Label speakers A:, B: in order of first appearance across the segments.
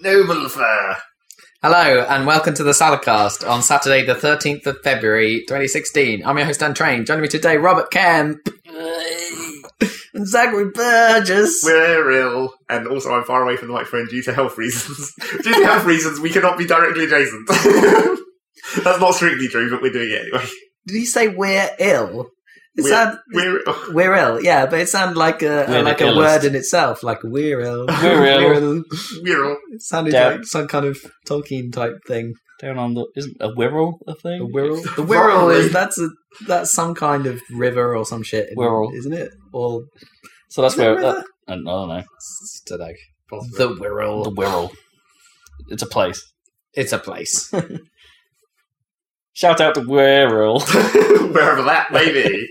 A: Noble fare.
B: Hello and welcome to the Saladcast on Saturday, the 13th of February, 2016. I'm your host, Dan Train. Joining me today, Robert Kemp and Zachary Burgess.
A: We're ill, and also I'm far away from the microphone due to health reasons. due to health reasons, we cannot be directly adjacent. That's not strictly true, but we're doing it anyway.
B: Did you say we're ill? It
A: We're-
B: sound-
A: We're
B: we're ill, yeah, but it sounded like a
C: We're the
B: like a
C: illest.
B: word in itself, like we're ill.
C: We're ill.
A: we're ill.
B: It sounded
C: Yeah.
B: like some kind of Tolkien type thing.
C: Down on the isn't a Wirral a thing?
B: The Wirral. The Wirral
A: Wirral
B: is
A: is-
B: that's a that's some kind of river or some shit,
C: Wirral.
B: isn't it? Or
C: So that's
B: Is it
C: where uh,
B: a
C: that,
B: river?
C: I don't know.
B: don't know.
A: Possibly.
B: The Wirral.
C: The Wirral. It's a place.
B: It's a place.
C: Shout out to Wirral.
A: Wherever that may be.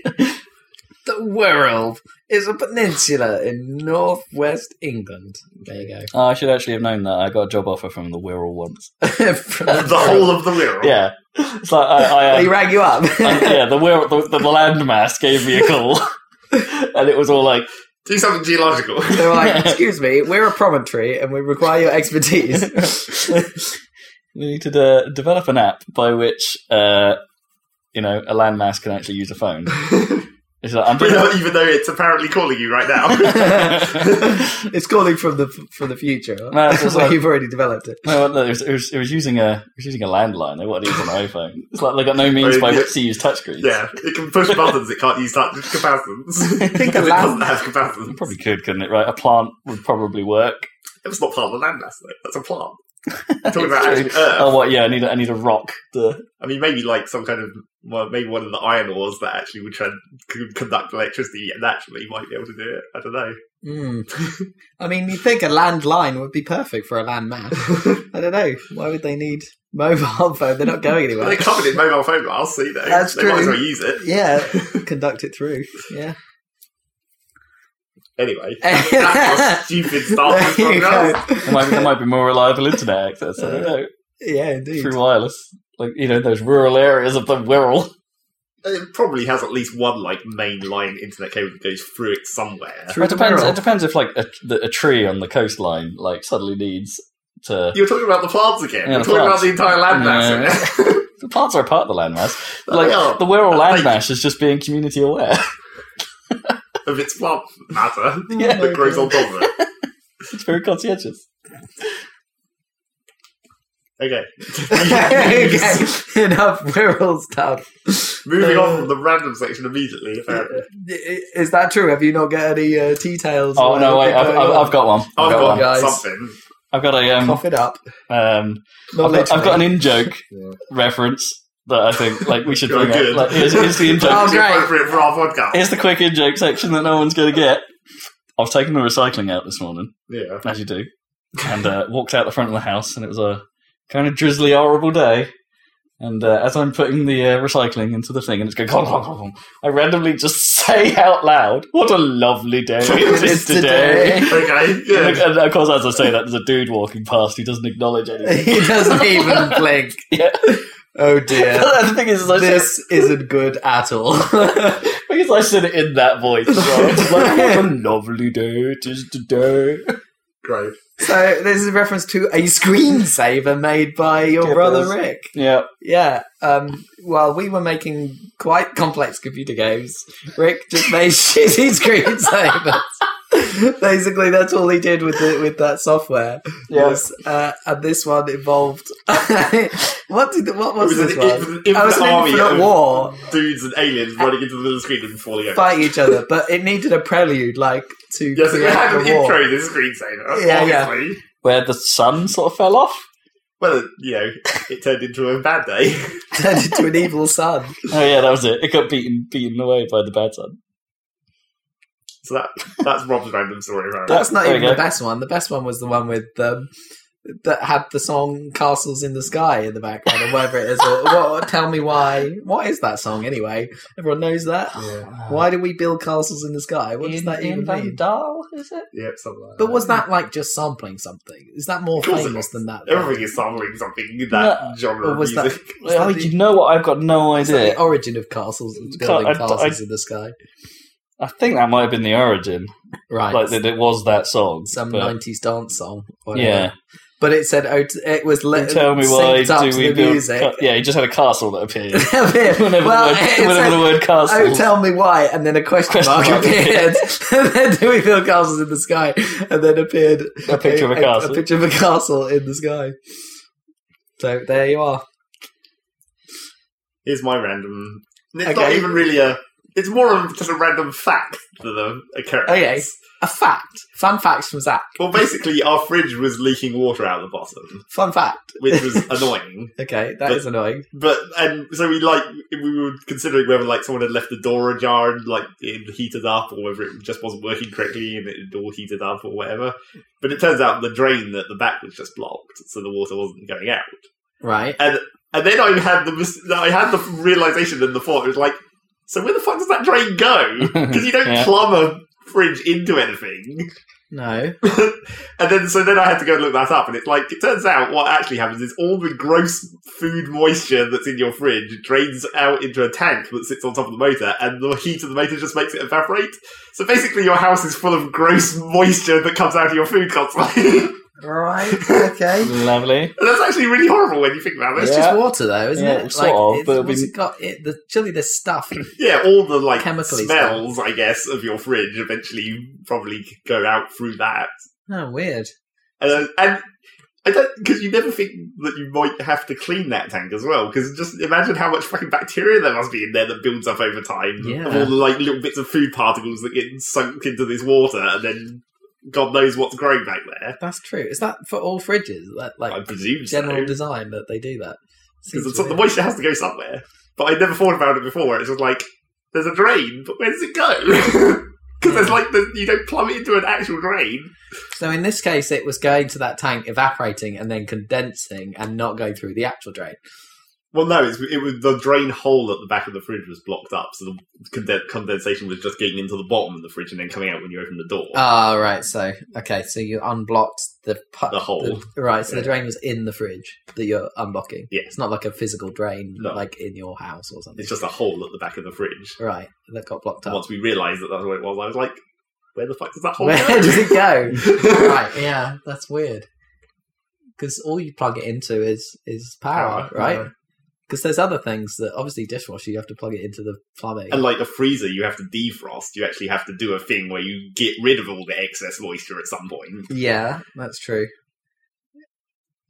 B: the world is a peninsula in northwest England. There you
C: Oh, I should actually have known that. I got a job offer from the Wirral once.
B: go. From-
A: The whole of the Wirral.
C: Yeah, it's like I, I, uh,
B: They rang you up.
C: I- yeah, the Wirral, the, the landmass gave me a call, and it was all like,
A: Do something geological.
B: they were like, "Excuse me, we're a promontory and we require your expertise."
C: we need to de- develop an app by which, uh, you know, a landmass can actually use a phone. It's like I'm doing
A: Without even though it's apparently calling you right now.
B: it's calling from the from the future.
C: No, it's just
B: Well,
C: like-
B: you've already developed it.
C: No, no, it was, it was, it was using a it was using a landline. They wanted to use an iPhone. It's like they got no means by which to use touchscreens.
A: yeah, it can push buttons, it can't use that capacitance.
B: Think
A: Because
B: of
A: it doesn't
B: land.
A: have capacitance.
C: It probably could, couldn't it? Right, a plant would probably work.
A: It's not part of the landmass, though. That's a plant. We're talking about
C: It's
A: actually
C: true.
A: Earth.
C: Oh, what? Yeah, I need a, I need a rock. To,
A: I mean, maybe like some kind of, well, maybe one of the iron ores that actually would try and c- conduct electricity naturally might be able to do it. I don't know.
B: Hmm. I mean, you think a landline would be perfect for a landman. I don't know. Why would they need mobile phone? They're not going
A: Well,
B: anywhere.
A: they're covered in mobile phone miles, so you know,
B: That's
A: they might as
B: true.
A: well use it.
B: yeah, conduct it through. Yeah.
A: Anyway, that's a stupid start to
B: There
A: the
B: you
A: podcast.
C: there, might, be- there might be more reliable internet access. I don't know
B: Yeah, indeed.
C: through wireless, like you know those rural areas of the world.
A: It probably has at least one like mainline internet cable that goes through it somewhere.
B: Through
C: it
B: the
C: depends.
B: Wirral.
C: It depends if like a, the, a tree on the coastline like suddenly needs to.
A: You're talking about the plants again.
C: Yeah,
A: You're
C: the
A: talking about
C: plants.
A: the entire landmass. here.
C: The plants are a part of the landmass. Like
A: They are.
C: the Wirral
A: Like-
C: landmass is just being community aware.
A: of its plant matter
B: Oh
C: Yeah.
A: that grows on top of it.
C: it's very conscientious.
A: Okay.
B: okay, enough Wirral stuff.
A: Moving
B: Uh,
A: on from the random section immediately. Apparently.
B: Is that true? Have you not got any uh, details?
C: Oh
B: about
C: no!
B: what's
C: Wait, I've,
B: going
C: I've,
B: on?
C: I've got one. I've,
A: I've
C: got,
A: got
C: one.
B: guys.
A: something.
C: I've got a um.
B: cough it up.
C: um
B: Not
C: I've, got, I've
B: literally.
C: got an in joke
A: Yeah.
C: reference that I think like we should
A: You're
C: bring up.
A: good.
C: Like, here's, here's the in joke.
B: Oh,
A: It's
B: great.
A: appropriate for our podcast.
C: Here's the quick in joke section that no one's going to get. I was taking the recycling out this morning,
A: yeah.
C: as you do, and uh, walked out the front of the house, and it was a kind of drizzly, horrible day. And uh, as I'm putting the uh, recycling into the thing, and it's going, "Glug, glug, glug, glug," I randomly just say out loud, "What a lovely day it is today."
A: Okay.
C: And,
A: Yeah.
C: and of course, as I say that, there's a dude walking past who doesn't acknowledge anything.
B: he doesn't even blink.
C: Yeah.
B: Oh dear.
C: the thing is, is I said,
B: This isn't good at all.
C: because I said it in that voice as well. It's like, what a lovely day it is today.
A: Great.
B: so this is a reference to a screensaver made by your
C: Yeah,
B: brother
C: but-
B: Rick.
C: Yeah.
B: Yeah. Um, while we were making quite complex computer games, Rick just made shitty screensavers. Basically, that's all he did with the, with that software.
C: Yeah.
B: Was, uh, and this one involved what did what
A: It
B: was,
A: was, an,
B: this
A: it
B: one?
A: was an infinite
B: I was an
A: army
B: infinite
A: of
B: war. Uh,
A: dudes and aliens running into the middle screen and falling over.
B: Fight each other, but it needed a prelude, like to
A: Yes, it
B: create
A: had
B: the
A: an
B: war.
A: intro to the screensaver.
B: Yeah,
A: Yeah,
B: yeah.
A: obviously.
C: Where the sun sort of fell off.
A: Well, you know, it turned into a bad day.
B: turned into an evil sun.
C: Oh, yeah, that was it. It got beaten beaten away by the bad sun.
A: So that that's Rob's random story, right?
B: That's not
C: There we
B: even the
C: go.
B: best one. The best one was the one with um, that had the song "Castles in the Sky" in the background, or whatever it is. Or, or tell me why? What is that song anyway? Everyone knows that. Why do we build castles in the sky? What does that even mean?
C: Dahl, is it?
A: Yep, something like
B: But
A: that.
B: was that like just sampling something? Is that more
A: Of course it
B: famous
A: was.
B: than that?
A: Everything is sampling something in that genre
B: Or
A: of
B: was that-
A: music.
B: Was that
C: oh,
B: the-
C: you know what? I've got no
B: Is that the
C: idea.
B: origin of castles, and
C: Can't-
B: building
C: I-
B: castles in the sky?
C: I think that might have been the origin.
B: Right.
C: Like, that it was that song.
B: some
C: but-
B: nineties dance song. or whatever.
C: Yeah.
B: but it said oh, t- it was
C: You
B: li-
C: tell me why
B: synced up
C: do
B: to
C: we
B: the
C: build?
B: music.
C: ca- yeah, he just had a castle that appeared. whenever
B: well,
C: the
B: it
C: word, whenever
B: said,
C: the word castle.
B: Oh, tell me why! And then a question,
C: Question
B: mark,
C: mark
B: appeared. and then do we build castles in the sky? And then appeared
C: A picture of a castle.
B: A picture of a castle in the sky. So there you are.
A: Here's my random. and It's not
B: Okay.
A: even really a. It's more of just a random fact than a, a character.
B: Okay. A fact. Fun facts from Zach.
A: Well, basically, our fridge was leaking water out the bottom,
B: Fun fact.
A: which was annoying.
B: Okay, that
A: But-
B: is annoying.
A: But and so we like we were considering whether like someone had left the door ajar and like it heated up, or whether it just wasn't working correctly and it had all heated up or whatever. But it turns out the drain at the back was just blocked, so the water wasn't going out.
B: Right.
A: And then I had the mis- I had the realization and the thought it was like, so where the fuck does that drain go? Because you don't
C: Yeah.
A: plumb a fridge into anything.
B: No.
A: And then so then I had to go and look that up, and it's like it turns out what actually happens is all the gross food moisture that's in your fridge drains out into a tank that sits on top of the motor, and the heat of the motor just makes it evaporate. So basically, your house is full of gross moisture that comes out of your food constantly. and
B: Right. Okay.
C: Lovely.
A: that's actually really horrible when you think about
B: It's
A: it.
C: Yeah.
B: just water, though, isn't
C: Yeah,
B: it?
C: sort of,
B: it's,
C: but we-
B: what's it got? It, the, surely there's stuff.
A: Yeah, all the like
B: Chemically
A: smells, I guess, of your fridge eventually probably go out through that.
B: Oh, weird.
A: And, uh, and I don't because you never think that you might have to clean that tank as well. Because just imagine how much fucking bacteria there must be in there that builds up over time.
B: Yeah.
A: Of all the like little bits of food particles that get sunk into this water, and then God knows what's growing back there.
B: That's true. Is that for all fridges? That
A: I
B: like
A: presume
B: general
A: so.
B: design that they do that. Seems
A: Because the
B: weird.
A: moisture has to go somewhere. But I never thought about it before. Where it's just like there's a drain, but where does it go? Because there's like the, you don't plumb it into an actual drain.
B: So in this case, it was going to that tank, evaporating, and then condensing, and not going through the actual drain.
A: Well, no, it's, it was the drain hole at the back of the fridge was blocked up, so the conden- condensation was just getting into the bottom of the fridge and then coming out when you open the door.
B: Ah, right. So okay, so you unblocked the pu-
A: The hole.
B: right, so the
A: Yeah.
B: drain was in the fridge that you're unblocking.
A: Yeah.
B: it's not like a physical drain,
A: No.
B: like in your house or something.
A: it's just a hole at the back of the fridge.
B: right that got blocked
A: And
B: up.
A: once we realised that that's what it was, I was like, "Where the fuck does that hole
B: Where
A: go?"
B: does it go? right, yeah, that's weird. Because all you plug it into is is power,
A: Power,
B: right?
A: yeah.
B: Because there's other things that obviously dishwasher you have to plug it into the plumbing.
A: and like a freezer, you have to defrost. You actually have to do a thing where you get rid of all the excess moisture at some point.
B: yeah, that's true.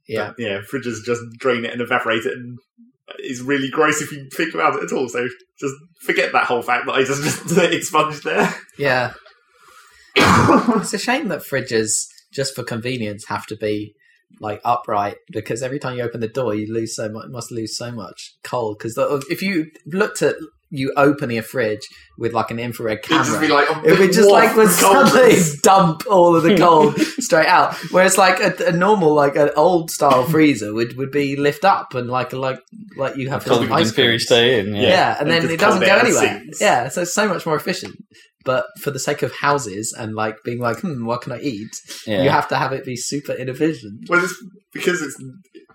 B: Yeah,
A: But, yeah. Fridges just drain it and evaporate it, and it's really gross if you think about it at all. So just forget that whole fact that I just, just expunged there.
B: yeah. It's a shame that fridges, just for convenience, have to be like upright because every time you open the door, you lose so much, must lose so much cold. Because if you looked at you opening a fridge with like an infrared
A: It'd
B: camera,
A: just be like, oh, a
B: It would
A: big
B: just like
A: waft
B: would
A: of coldness.
B: suddenly dump all of the cold straight out. Whereas like a, a normal, like an old style freezer would, would be lift up and like like like you have
C: Cold
B: in ice
C: and Fury
B: cream.
C: stay in.
B: Yeah,
C: Yeah.
B: and
A: And
B: then
A: just
B: it doesn't
A: cold
B: go
A: air
B: anywhere.
A: sinks.
B: Yeah, so it's so much more efficient. But for the sake of houses and like being like, hmm, what can I eat?
C: Yeah.
B: You have to have it be super inefficient.
A: Well, it's because it's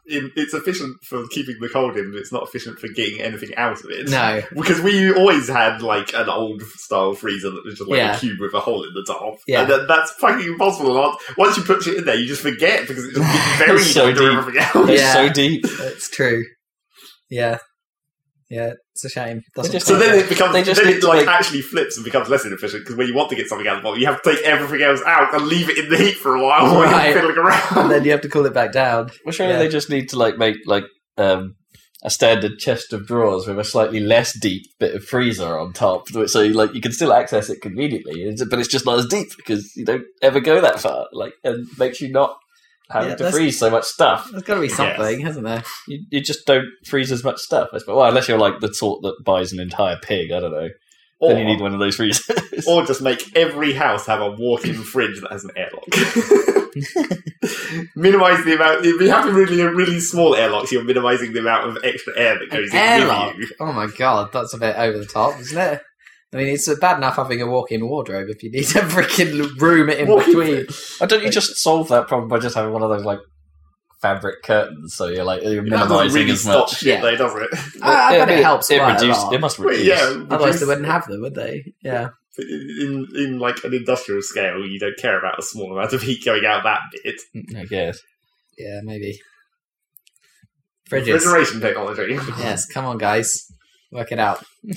A: in, it's efficient for keeping the cold in, but it's not efficient for getting anything out of it.
B: No,
A: Because we always had like an old style freezer that was just like
B: Yeah.
A: a cube with a hole in the top.
B: Yeah.
A: And that, that's fucking impossible. Like, Once you put shit in there, you just forget because it just gets buried
C: So
A: under
C: deep.
A: everything else.
C: It's
B: Yeah.
C: so deep.
B: that's true. Yeah, yeah, it's a shame. Doesn't
C: just-
A: So then it becomes
C: They just
A: then
C: need
A: it
C: to
A: like
C: make-
A: actually flips and becomes less inefficient because when you want to get something out of the bottle, you have to take everything else out and leave it in the heat for a while while
B: Right.
A: you're fiddling
B: and
A: around.
B: then you have to cool it back down.
C: Well, surely
B: Yeah.
C: they just need to like make like um, a standard chest of drawers with a slightly less deep bit of freezer on top, so you, like you can still access it conveniently, it's- but it's just not as deep because you don't ever go that far. Like, and makes you not having
B: Yeah,
C: to
B: that's-
C: freeze so much stuff.
B: There's got to be
A: Yes.
B: something, hasn't there?
C: You, you just don't freeze as much stuff, I suppose. Well, unless you're like the sort that buys an entire pig. I don't know.
A: Or,
C: then you need one of those freezers.
A: or just make every house have a walk-in fridge that has an airlock. minimize the amount. If you have really really small airlocks, you're minimizing the amount of extra air that goes in
B: airlock.
A: with you.
B: Oh my god, that's a bit over the top, isn't it? I mean, it's bad enough having a walk-in wardrobe if you need a freaking room in
A: Walk-in
B: between.
C: Why don't you just solve that problem by just having one of those like fabric curtains? So you're like you're
A: That doesn't
C: minimizing
A: really
C: as
A: stop
C: much.
A: shit
B: Yeah.
A: though, does it?
B: I, Ah, I
C: Yeah,
B: bet
C: but
B: it helps
C: It,
B: quite a
C: reduced-
B: lot.
C: It must
A: But
C: reduce.
A: yeah,
B: Otherwise, they
A: reduce-
B: wouldn't have them, would they? Yeah,
A: in in like an industrial scale, you don't care about a small amount of heat going out that bit.
C: I guess.
B: Yeah, maybe. Fridges.
A: Refrigeration technology.
B: Yes, come on, guys. Work it out.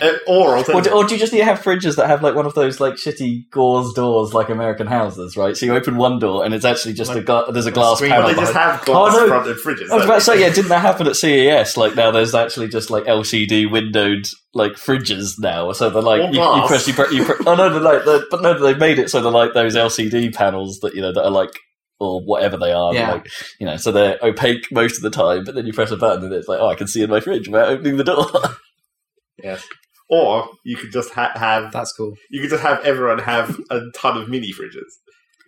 A: Uh, or
C: Or do,
A: alternative.
C: or do you just need to have fridges that have like one of those like shitty gauze doors, like American houses, right? So you open one door and it's actually just a gla- there's a glass
B: screen,
C: panel.
A: Well, they just
C: behind-
A: have glass
C: Oh, no.
A: fronted fridges.
C: I was
A: don't
C: about to say,
A: they?
C: yeah, didn't that happen at CES? Like now there's actually just like LCD windowed like fridges now, so they're like
A: Or
C: you, you
A: glass.
C: press, you press, you press. Oh no, they're like, they're, but no, they've made it so they're like those LCD panels that you know that are like. Or whatever they are, they're
B: Yeah.
C: like, you know, so they're opaque most of the time. But then you press a button, and it's like, oh, I can see in my fridge without opening the door.
A: Or you could just ha- have
B: That's cool.
A: you could just have everyone have a ton of mini fridges.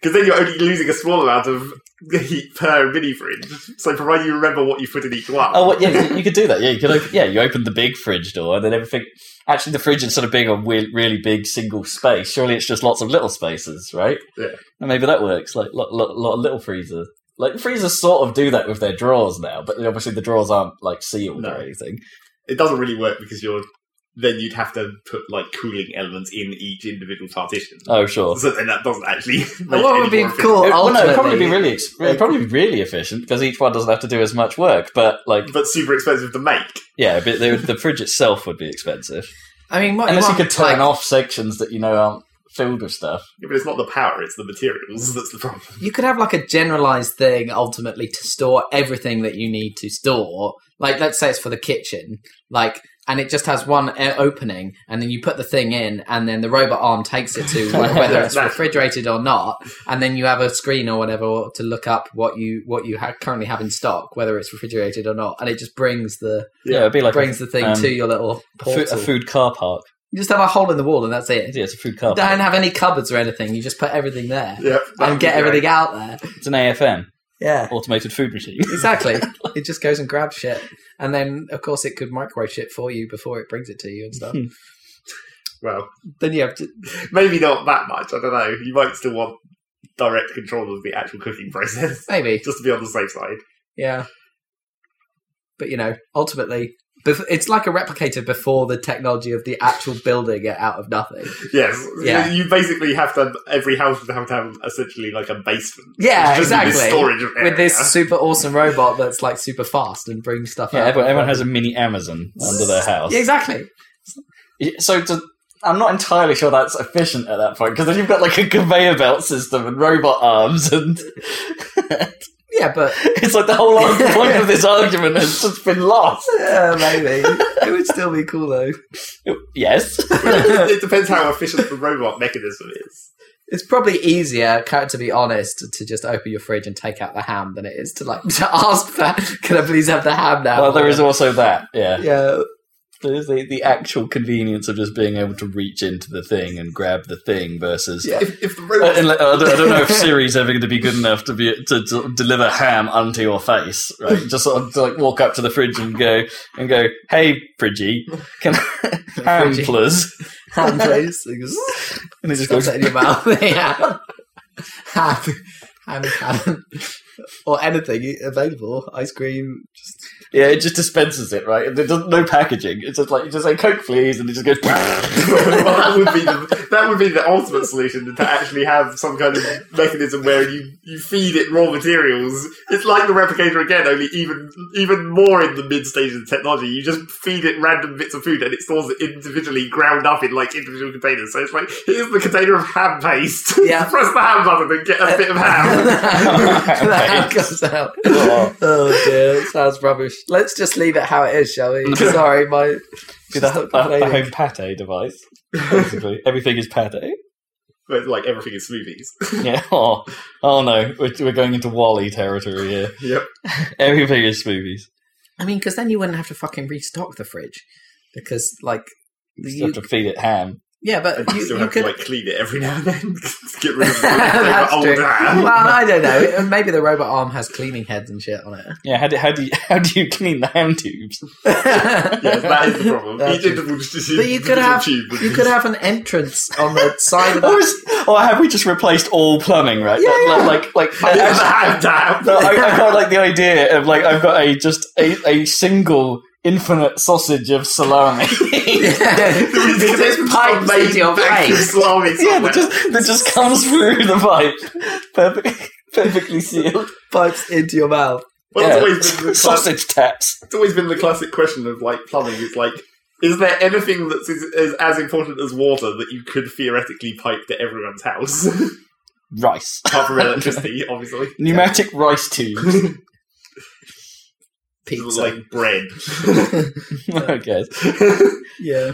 A: Because then you're only losing a small amount of heat per mini fridge. So provided you remember what you put in each one.
C: Oh, well, yeah, you- you could do that. Yeah, you could. Open, yeah, you open the big fridge door, and then everything. Actually, the fridge instead of being a we- really big single space, surely it's just lots of little spaces, right?
A: Yeah.
C: And maybe that works. Like lot, lot, lot of little freezers. Like freezers sort of do that with their drawers now, but obviously the drawers aren't like sealed
A: No.
C: or anything.
A: It doesn't really work because you're then you'd have to put like cooling elements in each individual partition.
C: Oh, sure.
A: So then that doesn't actually. make
B: what
A: any
B: would be
A: more
B: cool?
C: It, well, no, it'd probably be
B: ultimately-
C: really, ex- it'd probably be really efficient because each one doesn't have to do as much work. But like,
A: efficient, But super expensive to make.
C: yeah, but they, would- the fridge itself would be expensive
B: I mean, what
C: unless you
B: want,
C: could turn
B: like,
C: off sections that you know aren't filled with stuff.
A: Yeah, but it's not the power, it's the materials that's the problem.
B: You could have like a generalized thing ultimately to store everything that you need to store. Like, let's say it's for the kitchen, like, and it just has one uh, opening, and then you put the thing in, and then the robot arm takes it to like, whether it's
A: That's-
B: refrigerated or not, and then you have a screen or whatever to look up what you what you ha- currently have in stock, whether it's refrigerated or not, and it just brings the
C: Yeah,
A: Yeah.
C: it'd be like a
B: brings the thing
C: um,
B: to your little
C: A food,
B: portal.
C: a food car park.
B: You just have a hole in the wall, and that's it.
C: Yeah, it's a food car park.
B: Don't have any cupboards or anything. You just put everything there
A: Yeah,
B: and get everything out there.
C: It's an AFM,
B: Yeah.
C: automated food machine.
B: Exactly. it just goes and grabs shit. And then, of course, it could microwave shit for you before it brings it to you and
C: Hmm.
B: stuff.
A: Well,
B: then you have to.
A: maybe not that much. I don't know. You might still want direct control of the actual cooking process,
B: Maybe.
A: just to be on the safe side.
B: Yeah. But, you know, ultimately, bef- it's like a replicator before the technology of the actual building it out of nothing.
A: Yes,
B: Yeah.
A: you basically have to. Every house would have to have essentially like a basement.
B: Yeah,
A: It's just this
B: exactly.
A: storage of area.
B: With this super awesome robot that's like super fast and brings stuff
C: Yeah,
B: out.
C: everyone, everyone has a mini Amazon under their house.
B: Yeah, exactly.
C: So to, I'm not entirely sure that's efficient at that point because then you've got like a conveyor belt system and robot arms, and
B: Yeah, but
C: it's like the whole ar- point of this argument has just been lost.
B: Yeah, uh, maybe. it would still be cool though.
C: Yes,
A: it depends how efficient the robot mechanism is.
B: It's probably easier, ca- to be honest, to just open your fridge and take out the ham than it is to like to ask for. Can I please have the ham now?
C: well, there is also that. Yeah,
B: Yeah,
C: there's the, the actual convenience of just being able to reach into the thing and grab the thing versus
B: yeah.
A: If, if the
C: Uh,
A: robot,
C: and, like, I, don't, I don't know if Siri's ever going to be good enough to be to, to deliver ham onto your face, right? Just sort of to, like walk up to the fridge and go and go, "Hey, Bridgie, can ham
B: Fridgie.
C: plus?"
B: Ham, please.
C: And it just
B: Got
C: goes,
B: that in your mouth. yeah. Ham, ham, ham, or anything available. Ice cream. Just
C: "Yeah." It just dispenses it, right? And It doesn't, no packaging. It's just like you just say, "Coke, please," and it just goes.
A: that would be the, that would be the ultimate solution to actually have some kind of mechanism where you, you feed it raw materials. It's like the replicator again, only even even more in the mid stages of technology. You just feed it random bits of food and it stores it individually ground up in like individual containers. So it's like here's the container of ham paste.
B: Yeah.
A: Press the ham button and get a bit of ham.
B: the ham comes out.
C: Oh.
B: Oh dear, it sounds rubbish. Let's just leave it how it is, shall we? Sorry, my.
C: Dude, the,
B: Stop
C: the, the
B: complaining.
C: home pate device. Basically, everything is pate.
A: But it's like everything is smoothies.
C: Yeah. Oh, oh no, we're, we're going into Wally territory here.
A: yep.
C: Everything is smoothies.
B: I mean, because then you wouldn't have to fucking restock the fridge, because like
C: You
B: you,
C: have to feed it ham.
B: yeah, but
A: And you
B: you,
A: still
B: you
A: have to
B: could.
A: like clean it every now and then. Just get rid of the
B: That's true.
A: old ham.
B: Well, I don't know. Maybe the robot arm has cleaning heads and shit on it.
C: Yeah, how do, how do you how do you clean the ham tubes?
A: Yes, that is the problem.
B: That's
A: Each
B: true.
A: individual
B: But you could have you could have an entrance on the side of
C: Or,
B: the.
C: is, or have we just replaced all plumbing? Right?
B: Yeah, yeah.
C: Like like, like
A: have
C: I,
A: ham tab.
C: no, I, I quite like the idea of like I've got a just a, a single infinite sausage of salami.
B: It just pipes into your
A: Vacuum
B: face.
A: salami
C: yeah,
A: somewhere.
C: that just that just comes through the pipe. Perfect. perfectly sealed.
B: pipes into your mouth.
A: Well,
C: Yeah.
A: it's, always been the classic,
C: Sausage taps.
A: it's always been the classic question of like plumbing. It's like, is there anything that's is, is as important as water that you could theoretically pipe to everyone's house?
C: Rice.
A: Apart from electricity, obviously.
C: Pneumatic rice tubes.
B: Pizza.
A: like bread.
C: I guess.
B: yeah.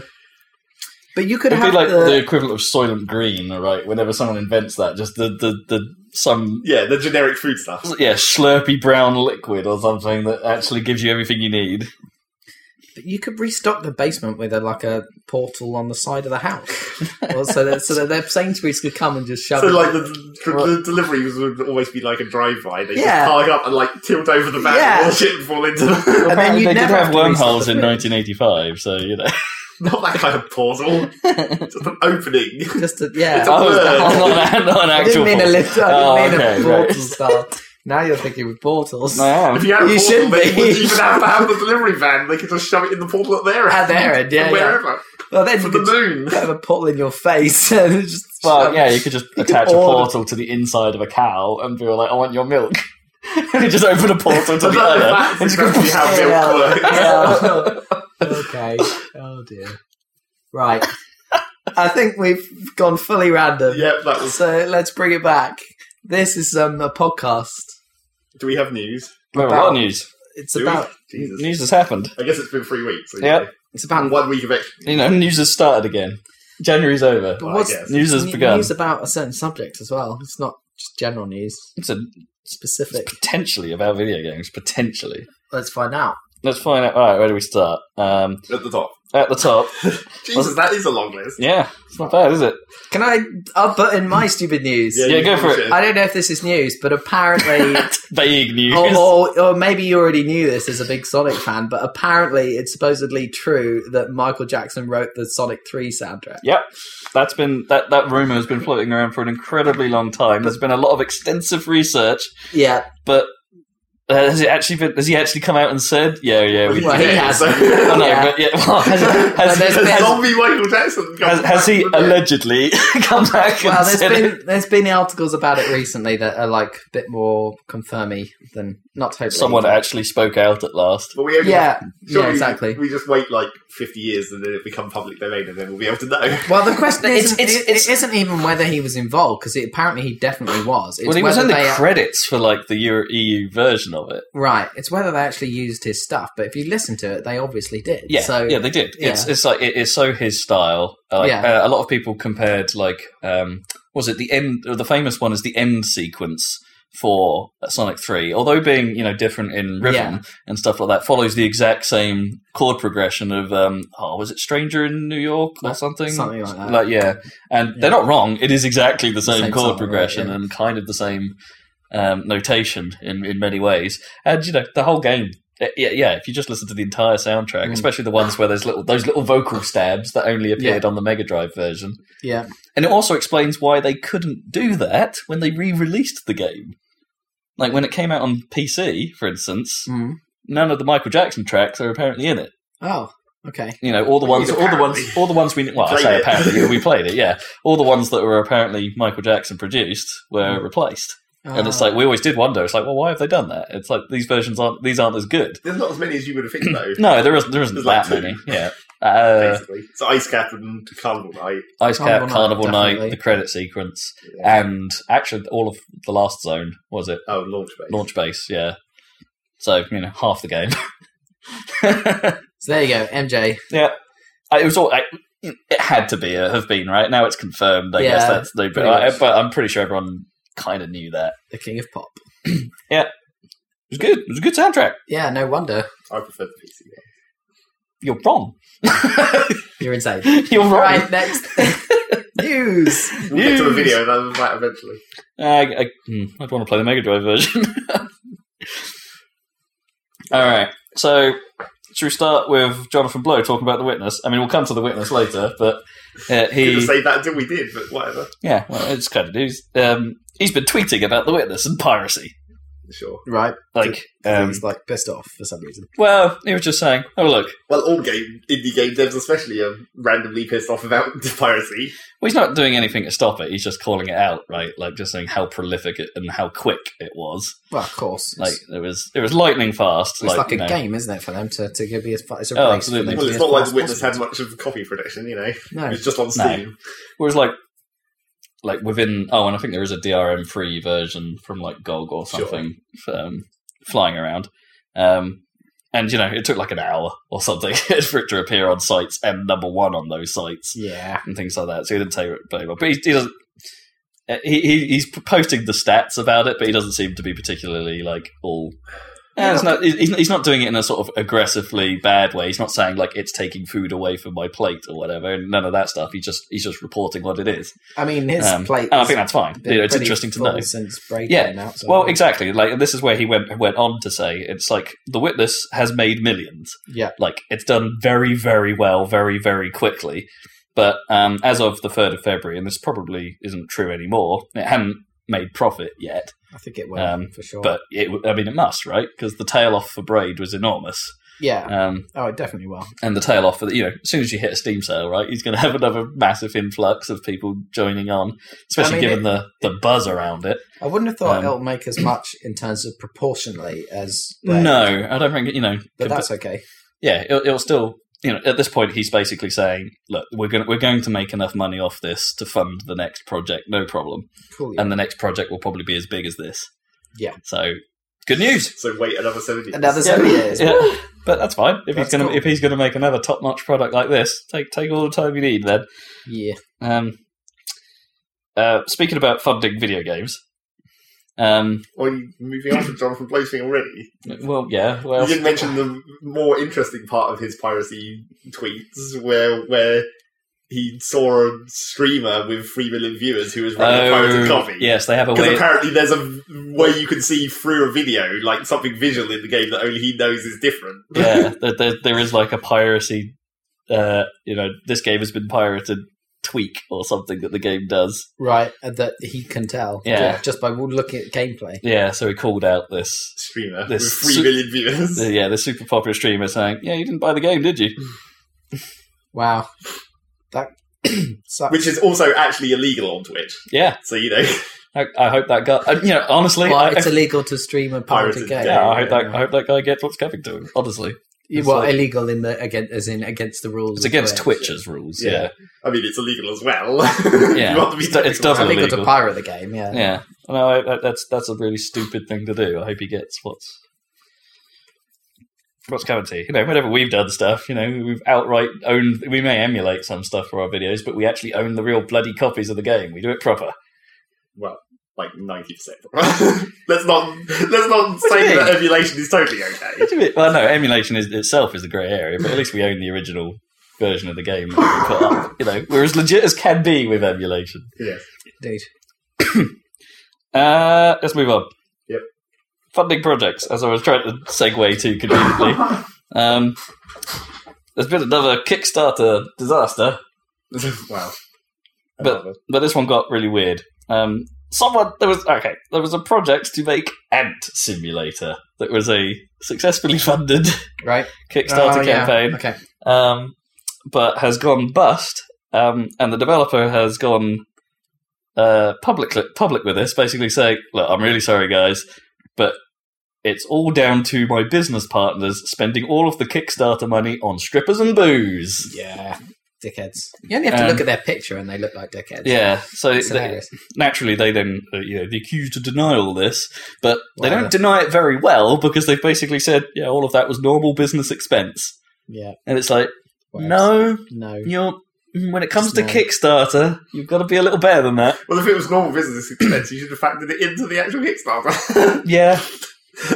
B: But you could
C: It'd be
B: have
C: like
B: the,
C: the... equivalent of Soylent Green, all right? Whenever someone invents that, just the, the, the some
A: yeah, the generic food stuff.
C: yeah, slurpy brown liquid or something that actually gives you everything you need.
B: you could restock the basement with a, like a portal on the side of the house, well, so that so that their Sainsbury's could come and just shove.
A: So
B: it.
A: like the, the, the deliveries would always be like a drive-by. They
B: Yeah.
A: just park up and like tilt over the van
B: Yeah.
A: and all the shit would fall into them.
B: And then
C: Apparently
B: you'd
C: they did
B: never
C: have
B: have to restart
C: wormholes
B: the
C: in
B: fridge.
C: 1985, so you know.
A: Not that kind of portal. just an opening.
B: just a, yeah.
A: It's a
C: Oh,
A: word.
C: not, an- not an
B: I didn't
C: actual.
B: mean a
C: portal.
B: little. I didn't
C: Oh,
B: mean
C: okay,
B: a portal start. Now you're thinking with portals.
C: No, I am.
A: If you had a
B: You
A: portal,
B: shouldn't
A: they
B: be.
A: wouldn't even have to have the delivery van. They could just shove it in the portal at their
B: At
A: end.
B: their end, yeah,
A: From
B: yeah.
A: Wherever.
B: Well, then
A: For
B: you
A: the
B: could just
A: moon.
B: have a portal in your face and it's just.
C: Well,
B: shove-
C: yeah, you could just
B: could
C: attach a
B: order-
C: portal to the inside of a cow and be like, "I want your milk." you just open a portal to
A: So
C: the
A: that's
C: other. and just go-
A: exactly how
B: Yeah.
A: milk works.
B: Yeah. okay. Oh dear. Right. I think we've gone fully random.
A: Yep, that was.
B: So let's bring it back. This is um, a podcast.
A: Do we have news?
C: Well, what news?
B: It's
A: Do we?
B: about
A: Jesus.
C: News has happened.
A: I guess it's been three weeks. So
C: Yep.
A: yeah.
B: it's about
A: One week of extra.
C: You know, news has started again. January's over.
B: but
A: I
B: what's
A: guess.
C: News has
B: n-
C: begun.
B: news about a certain subject as well. It's not just general news.
C: It's, a,
B: Specific.
C: it's potentially about video games. Potentially.
B: Let's find out.
C: Let's find out. All right, where do we start? Um,
A: at the top.
C: at the top.
A: Jesus, that is a long list.
C: Yeah, it's not bad, is it?
B: Can I? I'll put in my stupid news.
C: Yeah,
A: you
C: go for it.
A: should.
B: I don't know if this is news, but apparently
C: Vague news.
B: or, or, or maybe you already knew this as a big Sonic fan, but apparently it's supposedly true that Michael Jackson wrote the Sonic 3 soundtrack.
C: Yep, that's been that that rumor has been floating around for an incredibly long time. There's been a lot of extensive research,
B: Yeah.
C: but uh, has it actually been? Has he actually come out and said, "Yeah, yeah, we."
B: Well, he has.
A: So-
C: I know,
B: yeah.
C: but yeah, well, has, has,
B: there's
A: Has
B: been-
C: has,
A: zombie Michael Jackson come
C: has,
A: back
C: has he
A: with it?
C: allegedly come back and
B: Well, there's
C: said it?
B: been there's been articles about it recently that are like a bit more confirmy than not totally.
C: someone actually spoke out at last?
A: But we only
B: Yeah.
A: surely
B: Yeah, exactly.
A: We just wait like 50 years and then it become public domain and then we'll be able to know.
B: Well, the question
C: It's-
B: isn't,
C: it's-
B: it-
C: it's-
B: it isn't even whether he was involved because apparently he definitely was. It's
C: Well, he was in
B: whether
C: the
B: they-
C: credits for like the Euro- EU version of it.
B: right. It's whether they actually used his stuff. But if you listen to it, they obviously did.
C: Yeah,
B: So
C: yeah, they did. It's
B: yeah.
C: it's like it is so his style. Like,
B: Yeah.
C: uh, a lot of people compared like um, was it the end? The famous one is the end sequence for Sonic Three, although being you know different in rhythm
B: Yeah.
C: and stuff like that, follows the exact same chord progression of um, oh was it Stranger in New York or something?
B: something like that.
C: yeah, and
B: Yeah.
C: they're not wrong. It is exactly the same,
B: same
C: chord
B: song, right,
C: progression
B: yeah.
C: and kind of the same um, notation in, in many ways. And you know, the whole game. uh, Yeah, yeah. If you just listen to the entire soundtrack,
B: Mm.
C: especially the ones where there's little those little vocal stabs that only appeared on the Mega Drive version,
B: yeah.
C: and it also explains why they couldn't do that when they re-released the game. Like when it came out on PC, for instance,
B: Mm.
C: none of the Michael Jackson tracks are apparently in it.
B: Oh, okay.
C: You know, all the ones, all the ones,
A: Apparently.
C: all the ones we well, I
A: Played
C: say
A: it.
C: apparently we played it. Yeah, all the ones that were apparently Michael Jackson produced were
B: Mm.
C: replaced. And it's like
B: Ah.
C: we always did wonder. It's like, well, why have they done that? It's like these versions aren't these aren't as good.
A: There's not as many as you would have think though.
C: No, there isn't. There isn't
A: There's
C: that
A: like two.
C: many. Yeah. Uh,
A: Basically, it's Ice Cap and Carnival Night.
C: Ice Cap,
B: Carnival Night,
C: Carnival Night,
B: definitely.
C: the credit sequence,
A: Yeah.
C: and actually all of the last zone was it
A: Oh, launch base.
C: launch base? Yeah. So you know half the game.
B: So there you go, MJ.
C: yeah, I- it was all. I, it had to be have been right now. It's confirmed. I guess
B: Yeah,
C: that's the. But,
B: pretty
C: I,
B: much.
C: but I'm pretty sure everyone kind of knew that.
B: the king of pop.
C: It was good. It was a good soundtrack.
B: Yeah, no wonder
A: I prefer the PC.
C: You're wrong.
B: you're insane.
C: You're wrong.
B: right, next news.
A: one. We'll get to a video of that eventually.
C: Uh, I, I, hmm, I don't want to play the Mega Drive version. All right, so should we start with Jonathan Blow talking about the witness? I mean, we'll come to the witness later, but uh,
A: Could have
C: he,
A: saved that until we did, but whatever.
C: yeah, well, it's kind of news. Um, he's been tweeting about the witness and piracy.
A: Sure.
B: right?
C: Like,
B: Um,
C: um,
B: he's like pissed off for some reason.
C: well, he was just saying, "Oh look,
A: Well, all game indie game devs, especially, are randomly pissed off about piracy.
C: well, he's not doing anything to stop it. He's just calling it out, right? Like, just saying how prolific it and how quick it was.
B: Well, of course, it's,
C: Like, it was it was lightning fast.
B: it's like,
C: you
B: a
C: know.
B: game, isn't it, for them to to be as fa- it's a
C: Oh,
B: race
C: absolutely.
B: For
A: Well,
B: them to
A: it's
B: be
A: not
B: as
A: like
B: fast
A: the witness
B: as
A: had much of a copy prediction, you know.
B: possible.
A: It's just on
C: No.
A: Steam.
C: Whereas like like within oh, and I think there is a DRM free version from like GOG or
A: Sure.
C: something um, flying around. Um, and you know, it took like an hour or something for it to appear on sites and number one on those sites
B: No, yeah,
C: and things like that. So he didn't take it very well, but he, he doesn't. uh, He, he he's posting the stats about it, but he doesn't seem to be particularly like all. Eh, it's not, he's he's not doing it in a sort of aggressively bad way. He's not saying like it's taking food away from my plate or whatever, and none of that stuff. He just he's just reporting what it is.
B: I mean his
C: Um,
B: plate.
C: and I
B: has
C: think that's fine.
B: been
C: You know, it's
B: pretty
C: interesting to
B: full
C: know.
B: since breaking
C: Yeah.
B: Out, so
C: Well, exactly. Like and this is where he went went on to say it's like the witness has made millions.
B: Yeah.
C: Like it's done very very well, very very quickly. But um, as of the third of February, and this probably isn't true anymore, it hadn't made profit yet.
B: I think it will
C: um,
B: for sure.
C: But it, I mean, it must, right? Because the tail off for Braid was enormous,
B: yeah,
C: um,
B: oh, it definitely will.
C: and the tail off for the, you know, as soon as you hit a Steam sale, right, he's going to have another massive influx of people joining on, especially
B: mean,
C: given the the buzz around it.
B: I wouldn't have thought
C: Um,
B: it'll make as much in terms of proportionally as
C: No, I don't think you know.
B: but
C: compa-
B: that's okay.
C: yeah, it'll, it'll still you know at this point he's basically saying, look, we're going to we're going to make enough money off this to fund the next project, no problem,
B: Cool.
C: and the next project will probably be as big as this.
B: Yeah.
C: So good news.
A: So wait another seven years.
B: Another seven years.
C: Yeah, but that's fine. If
B: That's
C: he's gonna
B: cool.
C: if he's gonna make another top notch product like this, take take all the time you need then.
B: Yeah.
C: Um, uh, speaking about funding video games, um,
A: Or you moving on from Jonathan Blo's thing already?
C: well, yeah, well,
A: You didn't mention the more interesting part of his piracy tweets, where where he saw a streamer with three million viewers who was running a pirated
C: oh,
A: copy.
C: yes, they have a
A: Because
C: way.
A: apparently there's a way you can see through a video, like something visual in the game that only he knows is different.
C: yeah, there, there, there is like a piracy. Uh, you know, this game has been pirated. Tweak or something that the game does.
B: Right, and that he can tell.
C: Yeah.
B: Ju- Just by looking at gameplay.
C: Yeah, so he called out this.
A: Streamer
C: This
A: with three
C: su-
A: million viewers.
C: Yeah, the super popular streamer saying, "Yeah, you didn't buy the game, did you?"
B: Wow. That sucks.
A: Which is also actually illegal on Twitch.
C: Yeah,
A: So you know,
C: I, I hope that guy. uh, You know, honestly,
B: well,
C: I,
B: it's illegal to stream a
A: Pirated
B: pirated game.
A: game,
C: yeah, I hope that I hope that guy gets what's coming to him. Honestly,
B: Yeah,
C: it's
B: well,
C: like-
B: illegal in the against as in against the rules.
C: it's
B: of
C: against
B: Twitch.
C: Twitch's rules.
A: Yeah.
C: yeah.
A: I mean it's illegal as well.
C: Yeah.
A: you want to be
C: It's do- it's
A: technical.
C: double
B: Illegal to
C: Illegal.
B: pirate the game. Yeah.
C: Yeah, no, I, I, that's that's a really stupid thing to do. I hope he gets what's what's coming to you. You know, whenever we've done stuff, you know, we've outright owned. We may emulate some stuff for our videos, but we actually own the real bloody copies of the game. We do it proper.
A: like ninety percent. let's not let's not
C: do
A: say
C: you
A: that emulation is totally okay.
C: What do you mean? Well, no, emulation is, itself is a grey area, but at least we own the original version of the game that we put up. You know, we're as legit as can be with emulation.
A: Yes.
B: Indeed.
C: Uh, let's move on.
A: Yep.
C: Funding projects, as I was trying to segue to conveniently. Um, there's been another Kickstarter disaster,
A: wow.
C: But- but this one got really weird. Um, someone there was okay. There was a project to make Ant Simulator that was a successfully funded
B: Right.
C: Kickstarter
B: Oh, yeah.
C: campaign,
B: Okay.
C: um, but has gone bust. Um, and the developer has gone uh, public public with this, basically saying, "Look, I'm really sorry, guys, but." It's all down to my business partners spending all of the Kickstarter money on strippers and booze.
B: Yeah. Dickheads. You only have to
C: Um,
B: look at their picture and they look like dickheads.
C: Yeah, so
B: It's
C: they-
B: hilarious.
C: naturally they then uh, you know, they accuse to deny all this, but they
B: Whatever.
C: don't deny it very well because they've basically said, yeah, all of that was normal business expense,
B: Yeah.
C: and it's like,
B: whatever.
C: no,
B: No.
C: you're when it comes
B: Just
C: to
B: no.
C: Kickstarter, you've got to be a little better than that.
A: Well if it was normal business expense you should have factored it into the actual Kickstarter.
C: Yeah,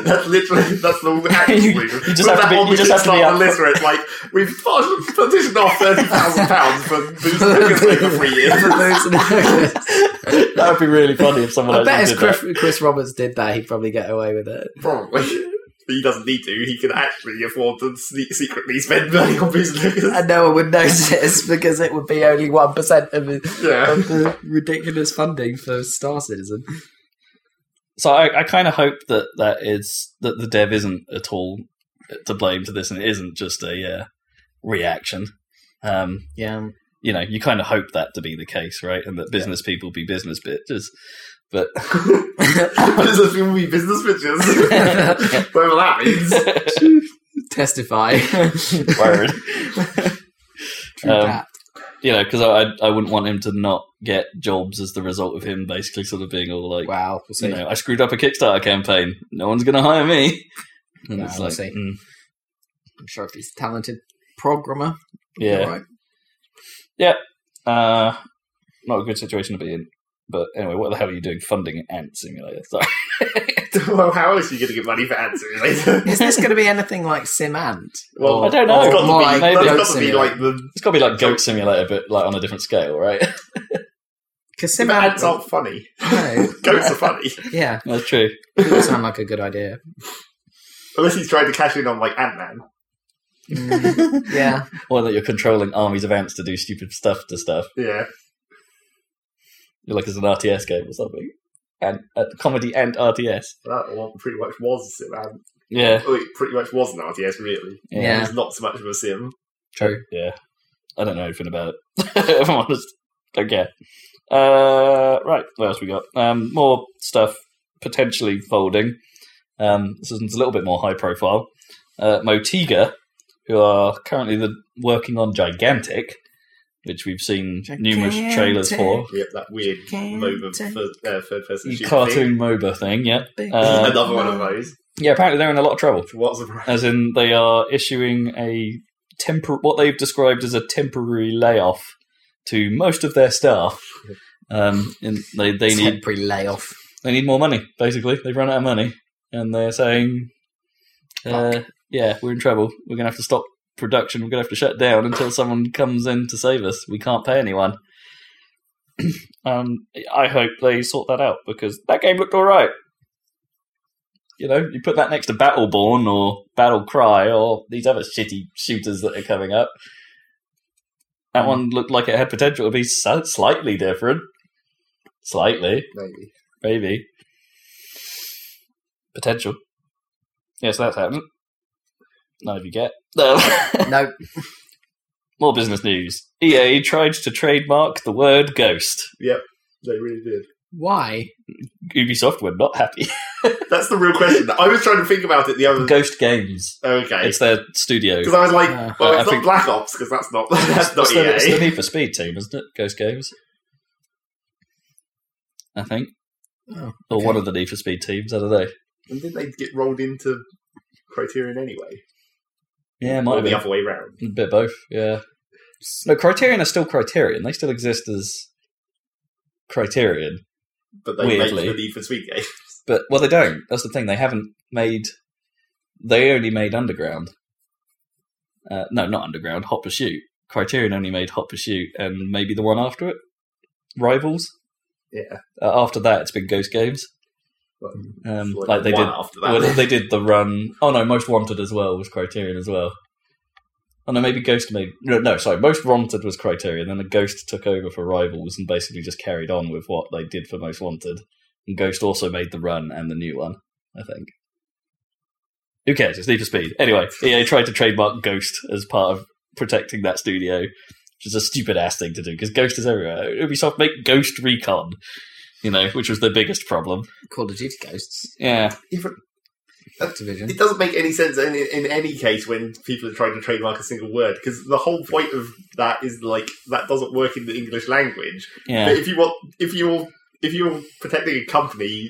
A: that's literally that's the actual
C: You-
A: reason.
C: you
A: Put
C: just have to
A: that
C: be-
A: on
C: you
A: the
C: just have to be
A: Kickstarter
C: up-
A: list where it's like we've put- petitioned off thirty thousand pounds for booze hookers over three years.
C: that would be really funny if someone
B: I bet
C: actually
B: if
C: did that.
B: Chris, Chris Roberts did that, he'd probably get away with it.
A: Probably. But he doesn't need to. He can actually afford to sne- secretly spend money on booze and hookers.
B: And no one would notice because it would be only 1% of, his,
A: Yeah.
B: of the ridiculous funding for Star Citizen.
C: so I, I kind of hope that that is that the dev isn't at all to blame to this, and it isn't just a uh, reaction. Um,
B: Yeah.
C: you know, you kind of hope that to be the case, right? And that business people be business bitches. But
A: business people be business bitches. Whatever that means.
B: Testify.
C: word,
B: True
C: Um,
B: that.
C: you know, because I I wouldn't want him to not get jobs as the result of him basically sort of being all like,
B: Wow. We'll see.
C: you know, I screwed up a Kickstarter campaign. No one's going to hire me. And
B: Yeah,
C: it's
B: we'll
C: like,
B: see.
C: mm,
B: I'm sure if he's a talented programmer, he'll be
C: yeah,
B: alright.
C: uh, not a good situation to be in. But anyway, what the hell are you doing funding Ant Simulator? Sorry.
A: well, how else are you going to get money for answering later?
B: Is this going to be anything like Sim Ant?
A: Well,
B: Or-
C: I don't know.
B: or
A: It's got
C: Well,
A: to
B: Oh, my
A: be,
C: maybe
A: that's
B: Goat
A: got to be
B: Simulator?
A: like the
C: It's got to be like Goat Simulator, but like on a different scale, right?
B: Because
A: Sim
B: Sim
A: ads
B: Ant.
A: aren't funny.
B: No.
A: Goats are funny.
B: Yeah.
C: That's true.
B: Doesn't sound like a good idea.
A: Unless he's trying to cash in on like Ant Man.
B: Mm, yeah.
C: Or that you're controlling armies of ants to do stupid stuff to stuff.
A: Yeah.
C: You're like it's an RTS game or something. And uh, comedy and RTS.
A: That one pretty much was Sim Ant.
C: Yeah,
A: Well, it pretty much was an RTS, really.
C: yeah,
B: Yeah.
A: It's not so much of a sim.
B: True.
C: yeah. I don't know anything about it. if I'm honest, don't care. Uh, right, what else we got? Um, more stuff potentially folding. Um, this one's a little bit more high profile. Uh, Motiga, who are currently the, working on Gigantic, which we've seen numerous trailers for.
A: Yep, that weird
B: Can't
A: moment
B: take
A: for uh, third person shooting. thing.
C: Cartoon MOBA thing, yeah.
B: Big
C: Uh,
A: Another one of those.
C: Yeah, apparently they're in a lot of trouble.
A: What's a
C: as in they are issuing a tempor- what they've described as a temporary layoff to most of their staff. Um, and they they need
B: Temporary layoff.
C: they need more money. Basically, they've run out of money, and they're saying, uh, "Yeah, we're in trouble. We're going to have to stop production. We're going to have to shut down until someone comes in to save us. We can't pay anyone." um, I hope they sort that out because that game looked all right. You know, you put that next to Battleborn or Battlecry or these other shitty shooters that are coming up. That one looked like it had potential to be so- slightly different. Slightly
A: Maybe.
C: maybe potential. Yes, that's happening. None of you get. Um,
B: No.
C: More business news. EA tried to trademark the word ghost.
A: They really did.
B: Why?
C: Ubisoft were not happy.
A: That's the real question. I was trying to think about it the other day.
C: ghost Games.
A: Okay.
C: It's their studio.
A: Because I was like,
B: Uh,
A: well,
C: I
A: it's not
C: think-
A: Black Ops, because that's not, that's not E
C: it's, the, it's the
A: EA.
C: Need for Speed team, isn't it? Ghost Games. I think.
B: Oh,
C: Or
B: okay.
C: one of the Need for Speed teams, I don't know.
A: And did they get rolled into Criterion anyway?
C: Yeah, might
A: or
C: have
A: the
C: been.
A: other way round.
C: A bit both, yeah. No, Criterion are still Criterion. They still exist as Criterion,
A: But they made
C: Weirdly.
A: the Need for Speed game.
C: but well, they don't. That's the thing. They haven't made. They only made Underground. Uh, no, not Underground. Hot Pursuit. Criterion only made Hot Pursuit, and maybe the one after it, Rivals.
A: Yeah.
C: Uh, after that, it's been Ghost Games.
A: But
C: Um,
A: it's
C: like they
A: one
C: did
A: after that.
C: well, they did the run. Oh no, Most Wanted as well was Criterion as well. Oh no, maybe Ghost made no, no. Sorry, Most Wanted was Criterion. Then the Ghost took over for Rivals and basically just carried on with what they did for Most Wanted. And Ghost also made the run and the new one, I think. Who cares? It's Need for Speed. Anyway, EA tried to trademark Ghost as part of protecting that studio, which is a stupid ass thing to do because Ghost is everywhere. Ubisoft make Ghost Recon, you know, which was their biggest problem.
B: Call of Duty Ghosts.
C: Yeah,
A: Even-
B: Activision.
A: It doesn't make any sense in, in any case when people are trying to trademark a single word because the whole point of that is like that doesn't work in the English language.
C: yeah.
A: But if you want, if you're if you're protecting a company,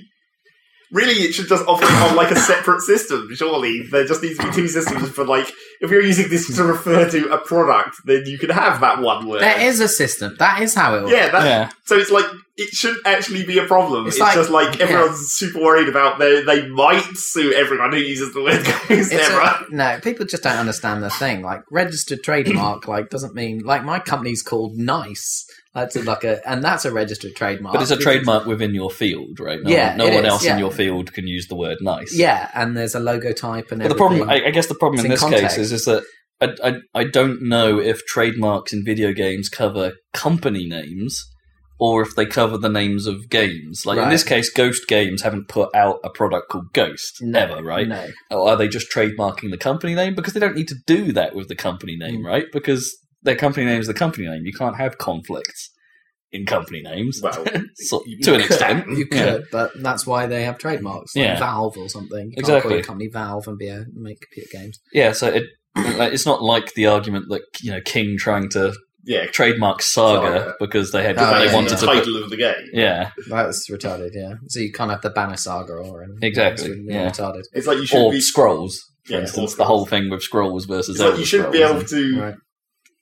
A: really it should just operate on like a separate system. Surely there just needs to be two systems for like if you're using this to refer to a product, then you can have that one word.
B: There is a system. That is how it works.
A: yeah, that,
C: yeah.
A: so it's like it shouldn't actually be a problem.
B: It's
A: It's,
B: like-
A: just like
B: yeah.
A: everyone's super worried about they they might sue everyone who uses the word ghost
B: It's
A: ever.
B: a- no, people just don't understand the thing. Like registered trademark, like doesn't mean like my company's called Nice. That's a- like a, and that's a registered trademark.
C: But it's a
B: because-
C: trademark within your field, right? No,
B: Yeah,
C: no
B: it
C: one
B: is,
C: else
B: yeah.
C: in your field can use the word nice.
B: Yeah, and there's a logo type and
C: But the
B: everything.
C: problem, I, I guess, the problem
B: It's in
C: in this
B: context.
C: case is, is that I, I I don't know if trademarks in video games cover company names or if they cover the names of games. Like in
B: Right.
C: this case, Ghost Games haven't put out a product called Ghost ever, right?
B: No.
C: Or are they just trademarking the company name? Because they don't need to do that with the company
B: Mm.
C: name, right? Because their company name is the company name. You can't have conflicts in company names,
A: Well,
C: so,
A: you
C: to an
A: could.
C: extent.
B: You could,
C: Yeah.
B: but that's why they have trademarks. Like
C: Yeah.
B: Valve or something. You can't
C: Exactly.
B: call your company Valve and be a make computer games.
C: Yeah, so it, like, it's not like the argument that you know King trying to
A: yeah,
C: trademark Saga
A: Saga. Ah,
C: because they had
B: Oh,
C: they
A: that's
C: wanted
A: the
C: to. Put,
A: title of the game.
C: yeah,
B: That's retarded, yeah. So you can't have the Banner Saga or anything.
C: Exactly,
B: It's really
C: yeah.
B: retarded.
A: It's like you should
C: or
A: be.
C: scrolls, for
A: Yeah, or
C: instance, the
A: Scrolls.
C: whole thing with scrolls versus.
A: It's like
C: Elder
A: you shouldn't be
C: Scrolls
A: able to.
B: Right.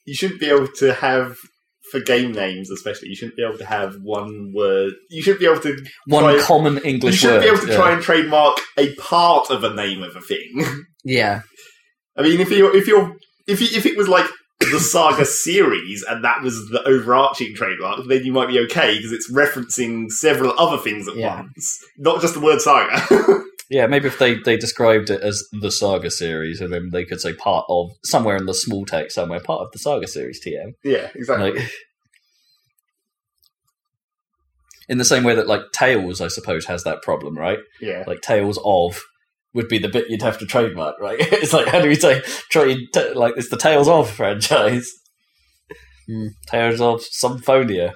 A: You shouldn't be able to have for game names, especially. You shouldn't be able to have one word. You shouldn't be able to.
C: and one
A: try-
C: common English
A: you shouldn't
C: word.
A: be able to
C: yeah.
A: try and trademark a part of a name of a thing.
B: Yeah.
A: I mean, if you if you're if you, if it was like the Saga series and that was the overarching trademark, then you might be okay because it's referencing several other things at
B: Yeah.
A: once, not just the word Saga.
C: Yeah, maybe if they, they described it as the Saga series, and then they could say part of somewhere in the small text somewhere, part of the Saga series TM.
A: yeah, exactly.
C: Like, in the same way that like Tails, I suppose, has that problem, right?
A: yeah,
C: Like Tails of would be the bit you'd have to trademark, right? it's like how do we say trade ta like it's the Tails of franchise.
B: Hmm.
C: Tales of Symphonia.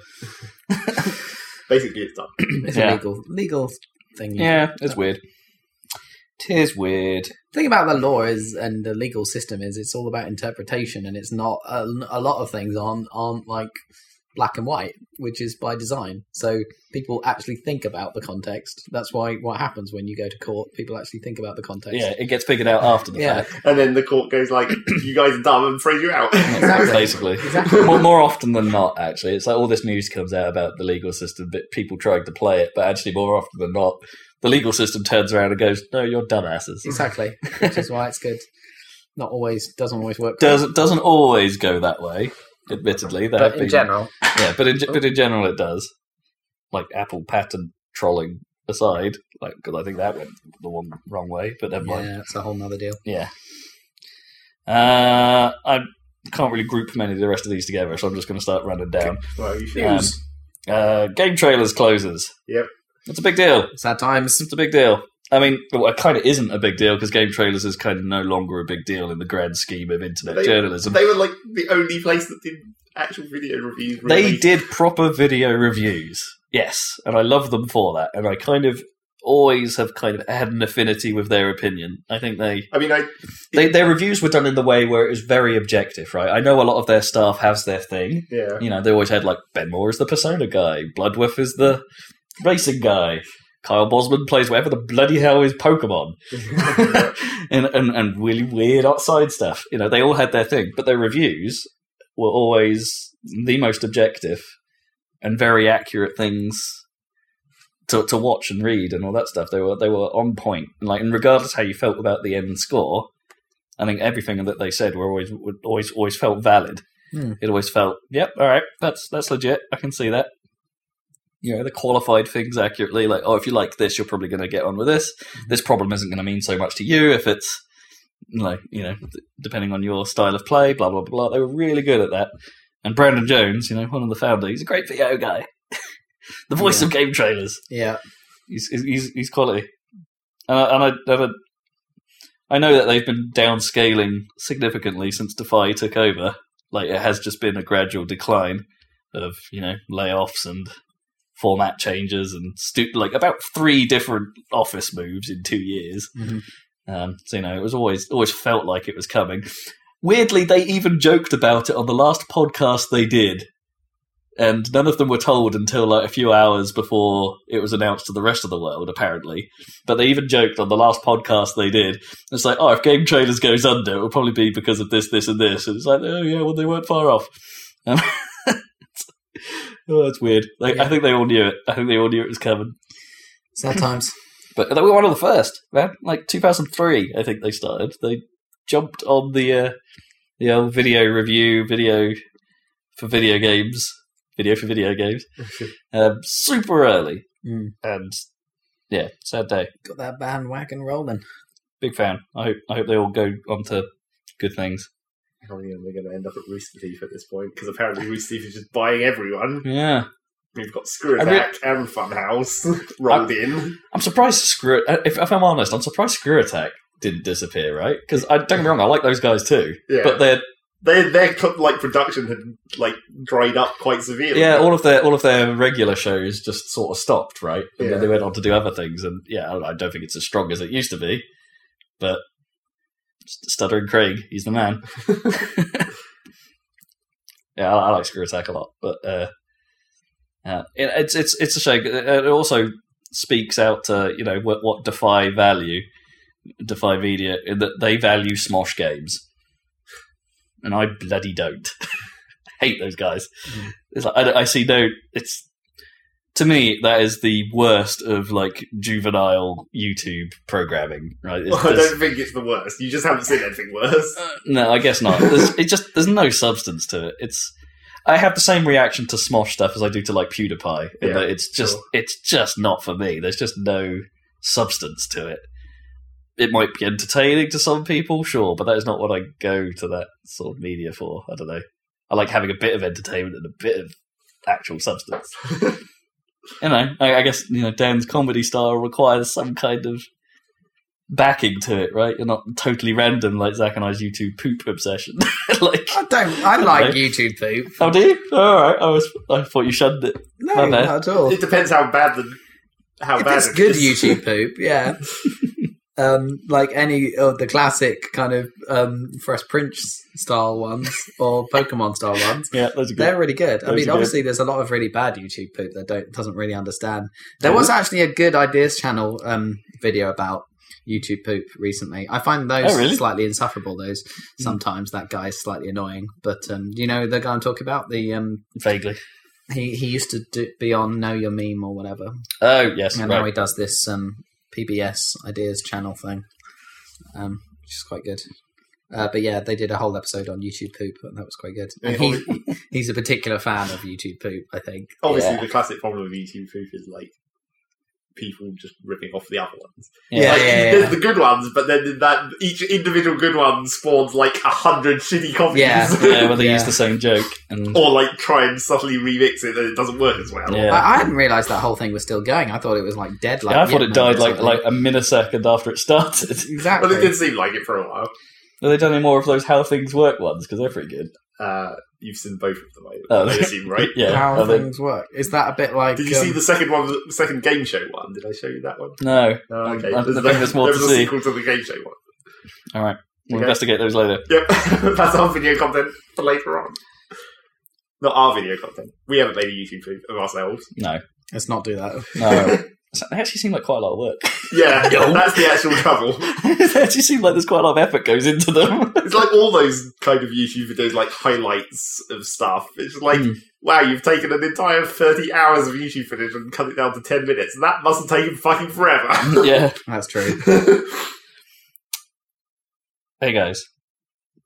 A: basically it's done.
B: It's
C: Yeah.
B: a legal legal thing.
C: Yeah, it's weird. Tis weird.
B: thing about the law is and the legal system is it's all about interpretation and it's not a, a lot of things aren't aren't like black and white which is by design so people actually think about the context that's why what happens when you go to court people actually think about the context
C: Yeah, it gets figured out after the
B: Yeah.
C: fact.
A: And then the court goes like, "You guys are dumb and throws you out."
B: Exactly.
C: Basically.
B: exactly
C: more, more often than not, actually, it's like all this news comes out about the legal system that people trying to play it, but actually, more often than not, the legal system turns around and goes, "No, you're dumbasses."
B: exactly which is why it's good not always doesn't always work
C: Doesn't doesn't always go that way. Admittedly, there have
B: but in
C: been-
B: general
C: yeah, but in
A: Oh.
C: ge- but in general, it does. Like Apple patent trolling aside, like because I think that went the one wrong way, but never mind.
B: yeah it's a whole nother deal
C: Yeah. Uh, I can't really group many of the rest of these together, so I'm just going to start running down.
A: well, you should.
C: Um, uh, game trailers closes.
A: Yep.
C: That's a big deal.
B: sad times
C: It's a big deal. I mean, well, it kind of isn't a big deal because game trailers is kind of no longer a big deal in the grand scheme of internet
A: They-
C: journalism.
A: they were like the only place that did actual video reviews.
C: They,
A: Really.
C: did proper video reviews. Yes. And I love them for that. And I kind of always have kind of had an affinity with their opinion. I think they
A: I mean, I
C: they, their reviews were done in the way where it was very objective, right? I know a lot of their staff has their thing.
A: yeah.
C: You know, they always had like Ben Moore is the persona guy, Bloodworth is the racing guy, Kyle Bosman plays whatever the bloody hell is Pokemon, and, and and really weird outside stuff. You know, they all had their thing, but their reviews were always the most objective and very accurate things. To, to watch and read and all that stuff, they were they were on point. And like, and regardless how you felt about the end score, I think everything that they said were always were always always felt valid.
B: Hmm.
C: It always felt, yep, all right, that's that's legit. I can see that. You know, they qualified things accurately. Like, oh, if you like this, you're probably going to get on with this. This problem isn't going to mean so much to you if it's like you know, th- depending on your style of play. Blah blah blah. They were really good at that. And Brandon Jones, you know, one of the founders, he's a great video guy. the voice of game trailers
B: yeah
C: he's he's- he's he's quality. And I, and I, and I, I know that they've been downscaling significantly since Defy took over. Like it has just been a gradual decline of you know layoffs and format changes and stu- like about three different office moves in two years.
B: Mhm.
C: Um, so you know it was always always felt like it was coming. Weirdly, they even joked about it on the last podcast they did and none of them were told until like a few hours before it was announced to the rest of the world apparently but they even joked on the last podcast they did it's like oh if game trailers goes under it'll probably be because of this this and this and it's like oh yeah well they weren't far off um, oh that's weird like, i
B: Yeah.
C: think they all knew it i think they all knew it was coming
B: sad times
C: but they were one of the first man like 2003 i think they started they jumped on the uh, the old video review video for video games video for video games um, super early.
B: Mm.
C: And yeah, sad day.
B: got that bandwagon rolling
C: Big fan. I hope I hope they all go on to good things.
A: How many of them are going to end up at Rooster Teeth at this point? Because apparently Rooster Teeth is just buying everyone.
C: Yeah.
A: We've got Screw
C: I re-
A: Attack and Funhouse rolled in.
C: I'm surprised Screw. uh, If, if I'm honest, I'm surprised Screw Attack didn't disappear, right? Because I don't get me wrong, I like those guys too,
A: Yeah.
C: but they're
A: Their their co- like production had like dried up quite severely.
C: yeah, all of their all of their regular shows just sort of stopped, right? And
A: Yeah.
C: then they went on to do other things, and yeah, I I don't think it's as strong as it used to be. But Stuttering Craig, he's the man. yeah, I, I like Screw Attack a lot, but uh, uh, it, it's it's it's a shame. It it also speaks out to you know what, what Defy value, Defy Media, in that they value Smosh games, and I bloody don't. hate those guys.
A: Mm-hmm.
C: It's like, I, don't- I see no. It's to me that is the worst of like juvenile YouTube programming, right? It's-
A: Well, I
C: there's-
A: don't think it's the worst. You just haven't seen anything worse.
C: uh, no, I guess not. There's, it just there's no substance to it. It's I have the same reaction to Smosh stuff as I do to like PewDiePie. In
A: Yeah,
C: that it's just
A: sure.
C: it's just not for me. There's just no substance to it. It might be entertaining to some people, sure, but that is not what I go to that sort of media for. I don't know. I like having a bit of entertainment and a bit of actual substance. you know, I, I guess you know Dan's comedy style requires some kind of backing to it, right? You're not totally random like Zach and I's YouTube poop obsession. like,
B: I don't. I like YouTube poop.
C: how do you? Oh, All right, I was. I thought you shunned it.
B: No,
C: My bad.
B: not at all.
A: It depends how bad the how
B: if
A: bad
B: it's
A: it
B: good
A: is.
B: YouTube poop, yeah. um, like any of the classic kind of um, Fresh Prince style ones or Pokemon style ones.
C: Yeah, those are good.
B: They're really good. I
C: Those are
B: mean,
C: good.
B: obviously, there's a lot of really bad YouTube poop that don't doesn't really understand. There
C: Yeah.
B: was actually a good ideas channel um, video about YouTube poop recently. I find those
C: Oh, really? Hmm.
B: slightly insufferable. Those sometimes that guy is slightly annoying. But um, you know the guy I'm talking about. The um,
C: Vaguely.
B: he he used to do, be on Know Your Meme or whatever.
C: Oh yes,
B: And now he
C: right.
B: does this um, PBS Ideas Channel thing, um, which is quite good. Uh, but yeah, they did a whole episode on YouTube poop, and that was quite good. And he, he's a particular fan of YouTube poop, I think.
A: Obviously,
C: Yeah.
A: the classic problem with YouTube poop is like people just ripping off the other ones.
B: Yeah,
A: Like,
B: yeah,
A: there's
B: yeah.
A: the good ones, but then that each individual good one spawns like a hundred shitty copies.
B: Yeah.
C: yeah, where they use
B: Yeah.
C: the same joke and
A: or like try and subtly remix it and it doesn't work as well.
C: Yeah.
B: I, I hadn't realised that whole thing was still going. I thought it was like dead. Like
C: yeah, I thought it
B: Vietnam
C: died
B: or
C: like
B: something.
C: like a millisecond after it started.
A: But
B: exactly.
A: it did seem like it for a while.
C: Have they done any more of those how things work ones? Because they're pretty good.
A: Uh, you've seen both of them, I,
C: Oh.
A: I assume, right?
C: Yeah.
B: How
C: are they-
B: things work. Is that a bit like?
A: Did you see
B: um,
A: the second one, the second game show one? Did I show you that one?
C: No.
A: No,
C: I-
A: okay.
C: Um, I think there's more
A: there
C: to
A: was a
C: see.
A: sequel to the game show one.
C: All right. We'll
A: Okay.
C: investigate those later.
A: Yep, that's our video content for later on. Not our video content. We haven't made a YouTube feed of ourselves.
C: No.
B: Let's not do that.
C: No. Um, So They actually seem like quite a lot of work.
A: Yeah,
C: No.
A: that's the actual trouble.
C: they actually seem like there's quite a lot of effort goes into them.
A: It's like all those kind of YouTube videos, like highlights of stuff. It's like,
C: Hmm.
A: wow, you've taken an entire 30 hours of YouTube footage and cut it down to 10 minutes. That must have taken fucking forever.
C: yeah.
B: That's true.
C: Hey guys,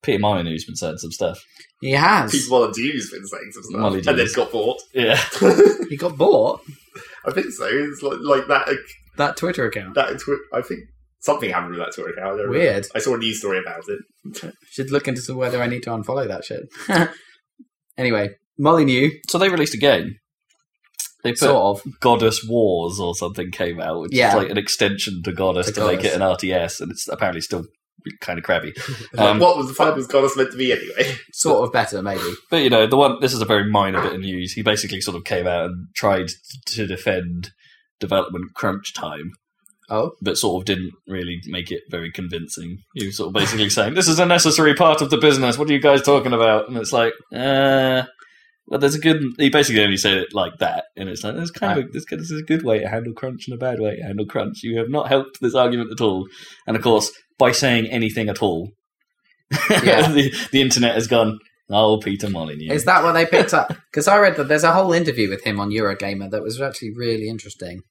C: Peter Molyneux's been saying some stuff.
B: He has.
A: Pete Molyneux's been saying some stuff,
C: Molyneux.
A: and then got bought.
C: Yeah,
A: I
B: He got bought
A: think so. It's like, like that. uh,
B: that Twitter account.
A: That Twi- I think something happened with that Twitter account. I don't remember.
B: Weird.
A: I saw a news story about it.
B: Should look into whether I need to unfollow that shit. anyway, Molly knew,
C: so they released a game. They put
B: sort of.
C: Goddess Wars or something came out, which
B: Yeah.
C: is like an extension to Goddess
B: To
C: to, make
B: Goddess.
C: it an RTS, and it's apparently still kind of crabby.
A: Like,
C: Um,
A: what was the fuck was Goddess meant to be anyway?
B: Sort of better, maybe.
C: But you know, the one this is a very minor bit of news. He basically sort of came out and tried to defend development crunch time.
B: Oh.
C: but sort of didn't really make it very convincing. He was sort of basically saying, "This is a necessary part of the business. What are you guys talking about?" And it's like, uh, well, there's a good. He basically only said it like that, and it's like, "There's kind of
B: Ah.
C: a, this, this is a good way to handle crunch and a bad way to handle crunch." You have not helped this argument at all, and of course, by saying anything at all,
B: Yeah.
C: the, the internet has gone. Oh, Peter Molyneux.
B: Is that what they picked up? Because I read that there's a whole interview with him on Eurogamer that was actually really interesting.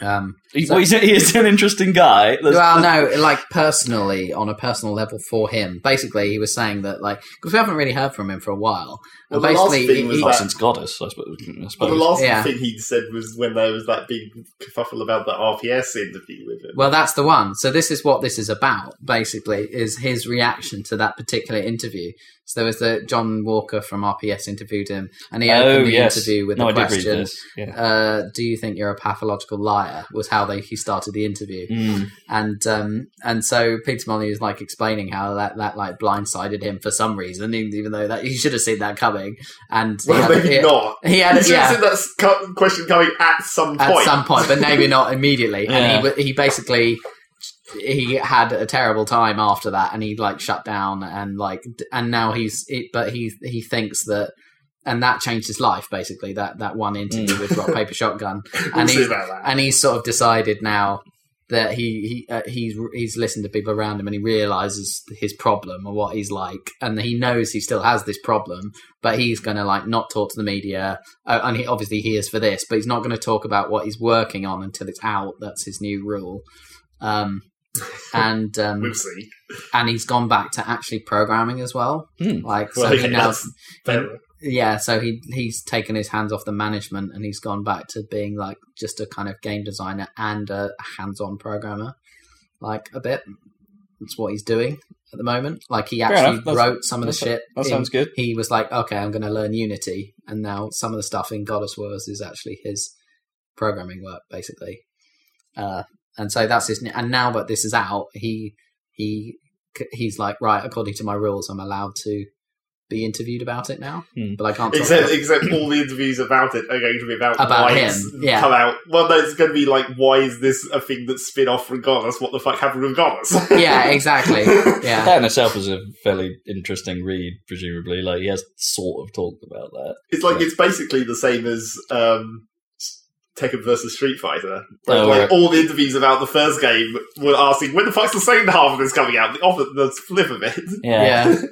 B: Um,
C: He,
B: So-
C: well, he's, he is an interesting guy. There's-
B: well, no, like personally, on a personal level for him. Basically, he was saying that, like, because we haven't really heard from him for a while.
A: Well,
B: And
A: the last
B: basically,
A: thing was
B: he-
C: oh,
A: that-
C: since goddess, I suppose. I
A: But
C: suppose.
A: the last
B: Yeah.
A: thing he said was when there was that big kerfuffle about the RPS interview with him.
B: Well, that's the one. So this is what this is about, basically, is his reaction to that particular interview. So there was the John Walker from RPS interviewed him, and he opened
C: oh
B: the
C: yes,
B: interview with
C: no,
B: the
C: I did read
B: question,
C: this. Yeah.
B: uh, "Do you think you're a pathological liar?" Was how they, he started the interview,
C: Mm.
B: and um, and so Peter Molyneux is like explaining how that that like blindsided him for some reason, even, even though that he should have seen that coming, and he
A: Well,
B: had-
A: maybe
B: he-
A: not.
B: He had,
A: He should have
B: yeah,
A: seen that s- cu- question coming at some
B: at
A: point.
B: some point, but maybe not immediately.
C: Yeah.
B: And he wa- he basically he had a terrible time after that, and he like shut down and like d- and now he's it, but he he thinks that. And that changed his life, basically. That that one interview with Rock Paper Shotgun,
A: we'll
B: and
A: see
B: he
A: about that.
B: and he's sort of decided now that he he uh, he's he's listened to people around him and he realizes his problem and what he's like and he knows he still has this problem but he's going to like not talk to the media uh, and he obviously he is for this but he's not going to talk about what he's working on until it's out that's his new rule um and um
A: we'll see.
B: and he's gone back to actually programming as well
C: Hmm.
B: like so
A: Well,
B: he
A: okay,
B: now
A: that's fair.
B: yeah, so he he's taken his hands off the management and he's gone back to being like just a kind of game designer and a hands-on programmer, like a bit. That's what he's doing at the moment. Like he
C: enough.
B: actually
C: That's-
B: wrote some of the
C: that's-
B: shit.
C: That
B: in-
C: sounds good.
B: He was like, okay, I'm going to learn Unity, and now some of the stuff in Goddess Wars is actually his programming work, basically. Uh, and so that's his. And now that this is out, he he he's like, right, according to my rules, I'm allowed to be interviewed about it now,
C: Hmm.
B: but I can't. talk
A: Except,
B: about-
A: except all the interviews about it are going to be about,
B: About
A: why
B: him,
A: it's
B: yeah.
A: come out. Well, no, it's going to be like, why is this a thing that's spin off regardless? What the fuck happened regardless?
B: yeah, exactly. Yeah,
C: That in itself is a fairly interesting read, presumably. Like he has sort of talked about that.
A: It's like it's basically the same as um, Tekken versus Street Fighter. Like,
C: Oh,
A: like,
C: right.
A: all the interviews about the first game were asking when the fuck's the second half of this coming out. The, offer, the flip of it.
C: Yeah,
B: yeah.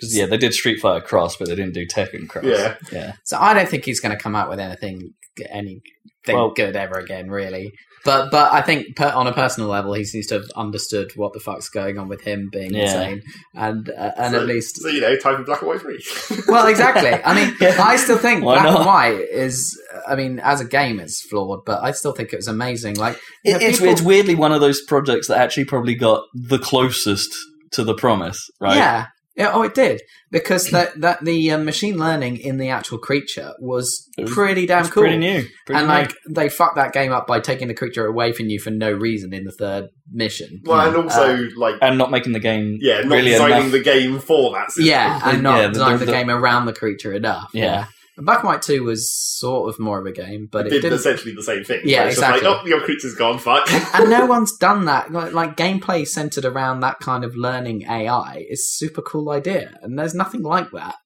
C: 'Cause, yeah, they did Street Fighter Cross, but they didn't do Tekken Cross.
A: Yeah.
C: yeah.
B: So I don't think he's going to come out with anything, anything
C: Well-
B: good ever again, really. But but I think per, on a personal level, he seems to have understood what the fuck's going on with him being
C: Yeah.
B: insane, and uh, and
A: so,
B: at least
A: so you know, type in black and white three.
B: well, exactly. I mean,
C: Yeah.
B: I still think
C: Why
B: black and
C: not?
B: white is. I mean, as a game, it's flawed, but I still think it was amazing. Like
C: It-
B: Yeah,
C: it's,
B: people-
C: it's weirdly one of those projects that actually probably got the closest to the promise, right?
B: Yeah. Yeah, oh, it did because that that the uh, machine learning in the actual creature was
C: It was-
B: pretty damn
C: It's
B: cool.
C: pretty new. Pretty
B: and
C: new.
B: like they fucked that game up by taking the creature away from you for no reason in the third mission. Uh,
A: well, and also like
C: and not making the game.
A: yeah, not
C: really
A: designing
C: enough.
A: the game for that. system.
B: Yeah, and not
C: yeah, the-
B: designing
C: the-
B: the, game around the creature enough.
C: Yeah.
B: And Black and White Two was sort of more of a game, but
A: It
B: it
A: did
B: didn't.
A: essentially the same thing.
B: Yeah,
A: So it's just like,
B: exactly.
A: oh, your creature's gone. Fuck.
B: and no one's done that. Like, like gameplay centered around that kind of learning AI is super cool idea, and there's nothing like that.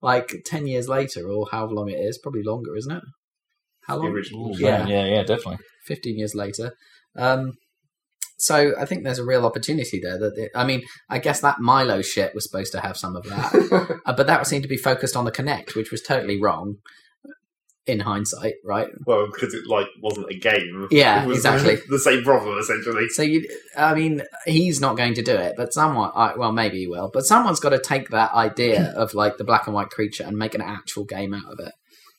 B: Like ten years later, or however long it is, probably longer, isn't it? How
A: The
B: long?
A: original.
C: Ooh,
B: Yeah.
C: man, yeah, yeah, definitely.
B: 15 years later. Um, so I think there's a real opportunity there. That it, I mean, I guess that Milo shit was supposed to have some of that, Uh, but that seemed to be focused on the Connect, which was totally wrong in hindsight, right?
A: well, because it like wasn't a game.
B: Yeah,
A: It was
B: exactly.
A: The same problem essentially.
B: So you, I mean, he's not going to do it, but someone, I, well, maybe he will, but someone's got to take that idea of like the black and white creature and make an actual game out of it.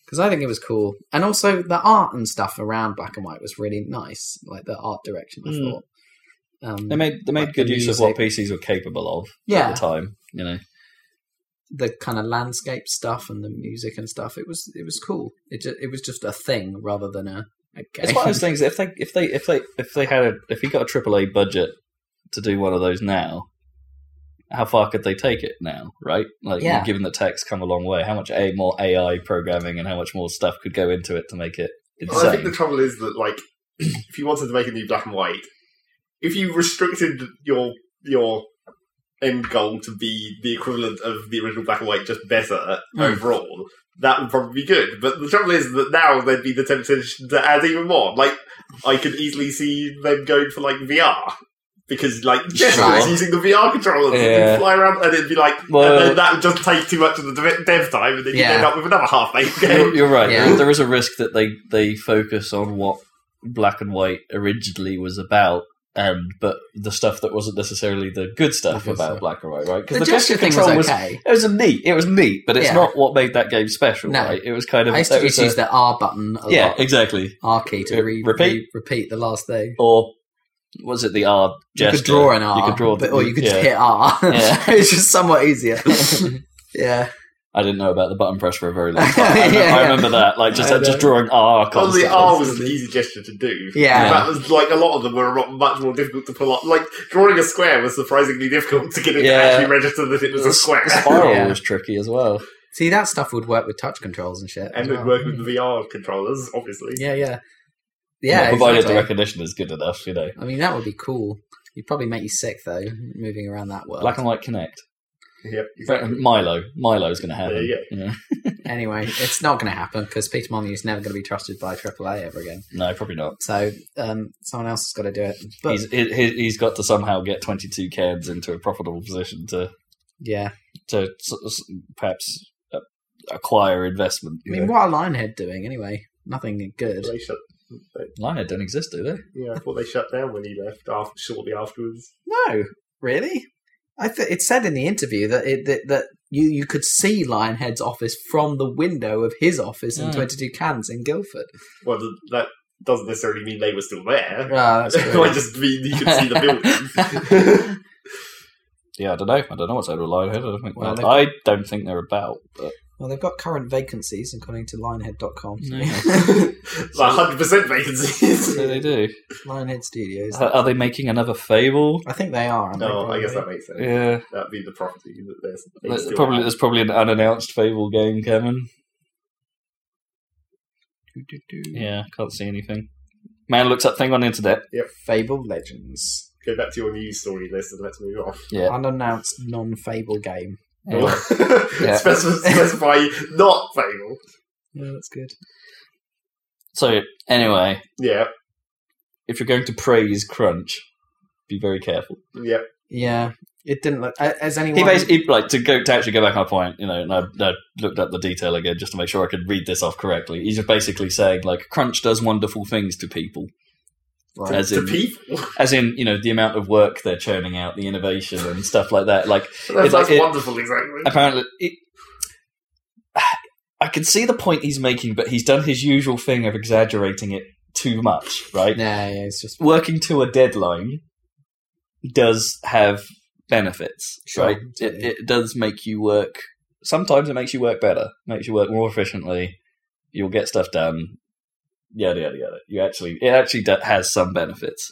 B: Because I think it was cool, and also the art and stuff around black and white was really nice, like the art direction. I
C: Mm.
B: thought. Um,
C: They made they made
B: Like
C: good
B: the
C: use of what PCs were capable of
B: Yeah.
C: at the time. You know,
B: the kind of landscape stuff and the music and stuff. It was it was cool. It ju- it was just a thing rather than a, a game.
C: it's one of those things. If they if they if they if they had a if he got a AAA budget to do one of those now, how far could they take it now? Right? Like,
B: Yeah.
C: given that tech's come a long way, how much a more AI programming and how much more stuff could go into it to make it insane?
A: Well, I think the trouble is that, like, if you wanted to make a new black and white, if you restricted your your end goal to be the equivalent of the original black and white, just better
B: Hmm.
A: overall, that would probably be good. But the trouble is that now there'd be the temptation to add even more. Like, I could easily see them going for like VR. Because like yes,
B: Sure.
A: it's using the VR controllers and
C: Yeah.
A: you fly around and it'd be like
C: Well-
A: and then that would just take too much of the dev- dev time and then you
B: Yeah.
A: end up with another half baked game.
C: You're, you're right.
B: Yeah.
C: There- There is a risk that they they focus on what black and white originally was about, and but the stuff that wasn't necessarily the good stuff
B: good
C: about
B: stuff.
C: black and white, right?
B: The, gesture thing was okay.
C: it was a neat. It was neat, but it's
B: Yeah.
C: not what made that game special,
B: No.
C: right? It was kind of
B: I used
C: that
B: to
C: was
B: just
C: a-
B: use the R button a
C: yeah,
B: lot.
C: exactly.
B: R key to
C: Uh,
B: re-
C: repeat?
B: re- repeat the last thing.
C: Or was it the R gesture?
B: You could draw an R,
C: You could draw
B: but,
C: the-
B: or you could
C: yeah.
B: just hit R.
C: Yeah.
B: it's just somewhat easier. yeah,
C: I didn't know about the button press for a very long time. I,
B: Yeah,
C: remember- I
B: yeah.
C: remember that, like just
B: I
C: just
B: know.
C: drawing R.
A: Well,
C: Constantly.
A: the R was an easy gesture to do.
B: Yeah.
A: In fact, there's, like a lot of them were a lot, much more difficult to pull off. Like drawing a square was surprisingly difficult to get it
C: Yeah.
A: to actually register that it was a square.
C: The spiral
B: Yeah.
C: was tricky as well.
B: see that stuff would work with touch controls and shit.
A: and
B: as
A: it
B: well.
A: worked with the VR controllers, obviously.
B: Yeah, yeah, yeah.
C: provided
B: exactly.
C: the recognition is good enough, you know.
B: I mean, that would be cool. You'd probably make you sick though, moving around that world.
C: Black and white connect.
A: Yep, exactly.
C: Milo, Milo's going to happen.
A: There you
C: Yeah.
B: anyway, it's not going to happen because Peter Molyneux's never going to be trusted by AAA ever again.
C: No, probably not.
B: So um, someone else has got to do it. But
C: he's he, he- he's got to somehow get 22 cans into a profitable position to
B: yeah,
C: to s- s- perhaps uh, acquire investment.
B: I mean, what are Lionhead doing anyway? Nothing good.
A: They shut. They,
C: Lionhead don't exist, do they?
A: yeah, I thought they shut down when he left. After, shortly afterwards.
B: No, really. I th- it said in the interview that it that, that you you could see Lionhead's office from the window of his office in
C: Mm.
B: Twenty Two Cans in Guildford.
A: Well, th- that doesn't necessarily mean they were still there.
B: Ah, that's
A: I
B: true.
A: just mean you could see the building.
C: Yeah, I don't know. I don't know what's over Lionhead. I don't think.
B: Well, they-
C: I don't think they're about. But
B: well, they've got current vacancies according to Lionhead.com.
A: like hundred percent vacancies.
C: so they do.
B: Lionhead Studios.
C: Are, are they making another Fable?
B: I think they are. aren't they,
A: No, Oh, I guess that
B: probably?
A: makes sense.
C: Yeah,
A: That'd be the property that they're they
C: There's
A: still
C: probably
A: have.
C: there's probably an unannounced Fable game coming. Yeah, can't see anything. Man looks up thing on the internet.
B: Fable Legends,
A: Go back to your news story list and let's move off.
C: Yeah.
B: unannounced non-Fable game.
C: Yeah. Yeah.
A: Spec- specify not Fable.
B: Yeah, that's good.
C: so anyway,
A: Yeah,
C: if you're going to praise Crunch, be very careful.
A: yeah.
B: Yeah, it didn't look. a- As anyone,
C: He basically like to go to actually go back on my point, you know, and I, I looked up the detail again just to make sure I could read this off correctly. He's just basically saying like Crunch does wonderful things to people,
B: Right.
C: as
A: to
C: in
A: people.
C: as in you know the amount of work they're churning out, the innovation and stuff like that. Like
A: That's,
C: like
A: that's
C: it-
A: wonderful, exactly.
C: apparently it, I can see the point he's making, but he's done his usual thing of exaggerating it too much, right?
B: Nah, yeah, it's just
C: Working to a deadline does have benefits,
B: Sure,
C: right? It,
B: absolutely.
C: it does make you work. Sometimes it makes you work better, makes you work more efficiently. You'll get stuff done. Yada yada yada. You actually, it actually do, has some benefits,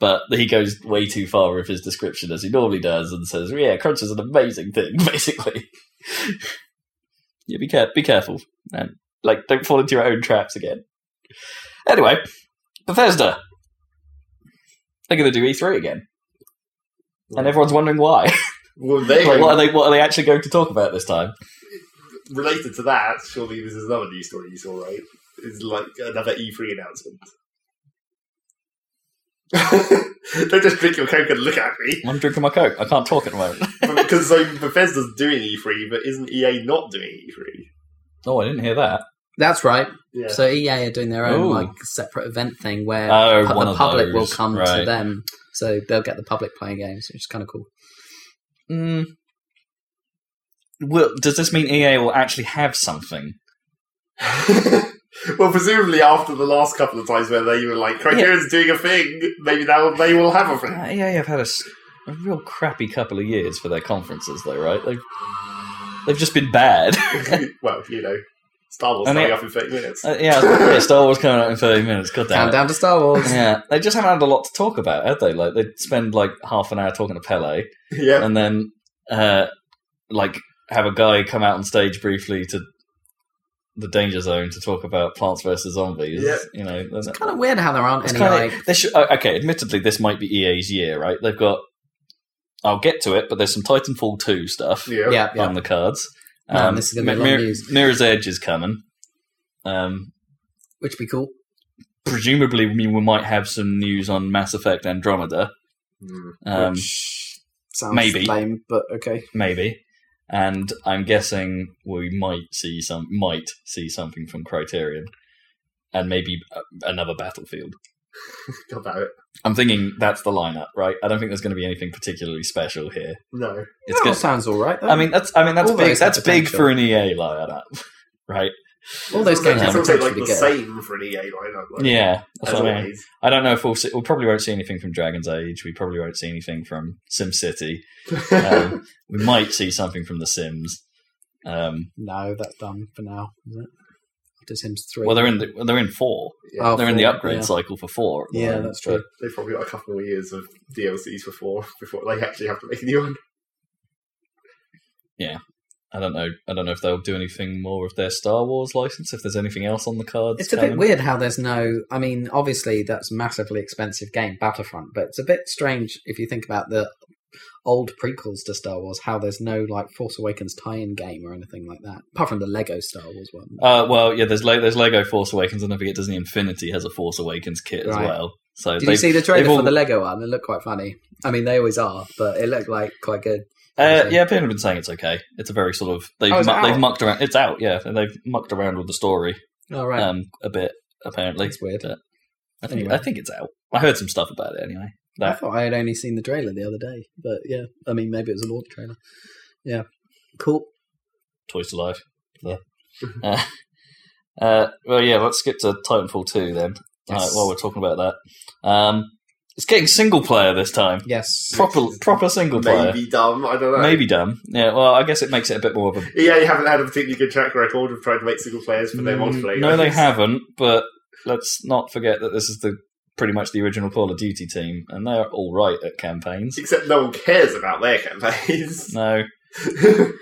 C: but he goes way too far with his description as he normally does, and says, "Yeah, crunch is an amazing thing." Basically, yeah, be care- be careful, and like don't fall into your own traps again. Anyway, Bethesda, they're going to do E3 again, and everyone's wondering why.
A: well, there you
C: Like,
A: go.
C: what are they? What are they actually going to talk about this time?
A: related to that, surely this is another news story you saw, right? Is like another E E3 announcement. Don't just drink your coke and look at me.
C: I'm drinking my coke. I can't talk at the moment.
A: because so Bethesda's doing E3, but isn't EA not doing E3?
C: Oh, I didn't hear that.
B: that's right.
A: Yeah.
B: So EA are doing their own
C: Ooh.
B: like separate event thing where
C: Oh,
B: pu-
C: one
B: the
C: of
B: public
C: those.
B: will come
C: Right.
B: to them, so they'll get the public playing games, which is kind of cool.
C: Mm. Will, does this mean EA will actually have something?
A: well, presumably after the last couple of times where they were like, Criterion's doing a thing, maybe now they will have a thing.
C: Uh, EA have had a, s- a real crappy couple of years for their conferences, though, right? They've they've just been bad.
A: well, you know, Star Wars
C: And
A: coming
C: it-
A: up in 30 minutes.
C: Uh, yeah, I was like, yeah, Star Wars coming out in thirty minutes. God damn it.
B: Countdown to Star Wars.
C: Yeah, they just haven't had a lot to talk about, have they? Like they spend like half an hour talking to Pele,
A: yeah.
C: and then uh, like have a guy come out on stage briefly to the danger zone to talk about plants versus zombies.
A: Yeah.
C: You know,
B: It's kind of weird how there aren't
C: it's
B: any
C: kinda-
B: like.
C: they should, oh, okay. Admittedly, this might be EA's year, right? They've got. I'll get to it, but there's some Titanfall two stuff
A: Yeah.
B: Yeah, yeah.
C: on the cards. Um,
B: Man, this is gonna be a lot of news.
C: Mirror's Edge is coming. Um,
B: which would be cool.
C: presumably, we we might have some news on Mass Effect Andromeda.
A: Hmm.
C: Um,
B: which sounds
C: maybe.
B: lame, but okay.
C: maybe. And I'm guessing we might see some might see something from Criterion. and maybe uh, another battlefield.
A: God damn it.
C: I'm thinking that's the lineup, right? I don't think there's going to be anything particularly special here.
A: No.
C: It's
D: That all
C: good.
D: sounds all right. Though.
C: I mean, that's I mean that's
D: All
C: big.
D: those have
C: That's big
D: potential.
C: for an EA lineup, right?
D: all those games
A: It's
D: have
A: also like
D: potential to
A: the
D: get.
A: same for an E EA lineup. Like,
C: Yeah,
A: As
C: that's what I mean.
A: always.
C: I don't know if we'll see, we probably won't see anything from Dragon's Age. We probably won't see anything from SimCity. Um, we might see something from The Sims. Um,
B: No, that's done for now, isn't it? After Sims 3.
C: well, they're in the, they're in four.
A: Yeah.
C: they're in the
B: four,
C: upgrade
B: yeah.
C: cycle for four. at the
B: Yeah,
C: moment,
B: that's true.
A: They've probably got a couple more years of DLCs before before they actually have to make a new one.
C: but I don't know. I don't know if they'll do anything more with their Star Wars license. If there's anything else on the cards,
D: It's
B: It's a bit
C: coming.
B: weird how there's no. I mean, obviously that's a massively expensive game, Battlefront, but it's a bit strange if you think about the old prequels to Star Wars. How there's no like Force Awakens tie-in game or anything like that, apart from the Lego Star Wars one.
C: Uh, well, yeah. There's Le- there's Lego Force Awakens, and I forget Disney Infinity has a Force Awakens kit as
B: Right.
C: well. So
B: Did
C: they-
B: you see the trailer
C: they've all-
B: for the Lego one? It looked quite funny. I mean, they always are, but it looked like quite good.
C: Uh,
B: Okay.
C: yeah, people have been saying it's okay. It's a very sort of they've
B: Oh, it's
C: mu- they've
B: out?
C: mucked around. It's out, yeah. and They've mucked around with the story
B: Oh right,
C: um, a bit apparently.
B: that's weird.
C: uh, I think
B: anyway.
C: I think it's out. I heard some stuff about it anyway.
B: I
C: That
B: thought I had only seen the trailer the other day, but yeah, I mean, maybe it was a launch trailer. Yeah, cool.
C: Toys to Life. Yeah. uh, uh, well, yeah. Let's skip to Titanfall two then.
B: Yes.
C: All right, while we're talking about that, um, it's getting single player this time.
B: Yes,
C: Proper proper single player.
A: Maybe dumb, I don't know.
C: Maybe dumb. Yeah. Well, I guess it makes it a bit more of a
A: EA haven't had a particularly good track record of trying to make single players for their
B: Mm,
A: multiplayer.
C: No, they
A: games.
C: haven't. But let's not forget that this is the pretty much the original Call of Duty team, and they're all right at campaigns.
A: Except no one cares about their campaigns.
C: No,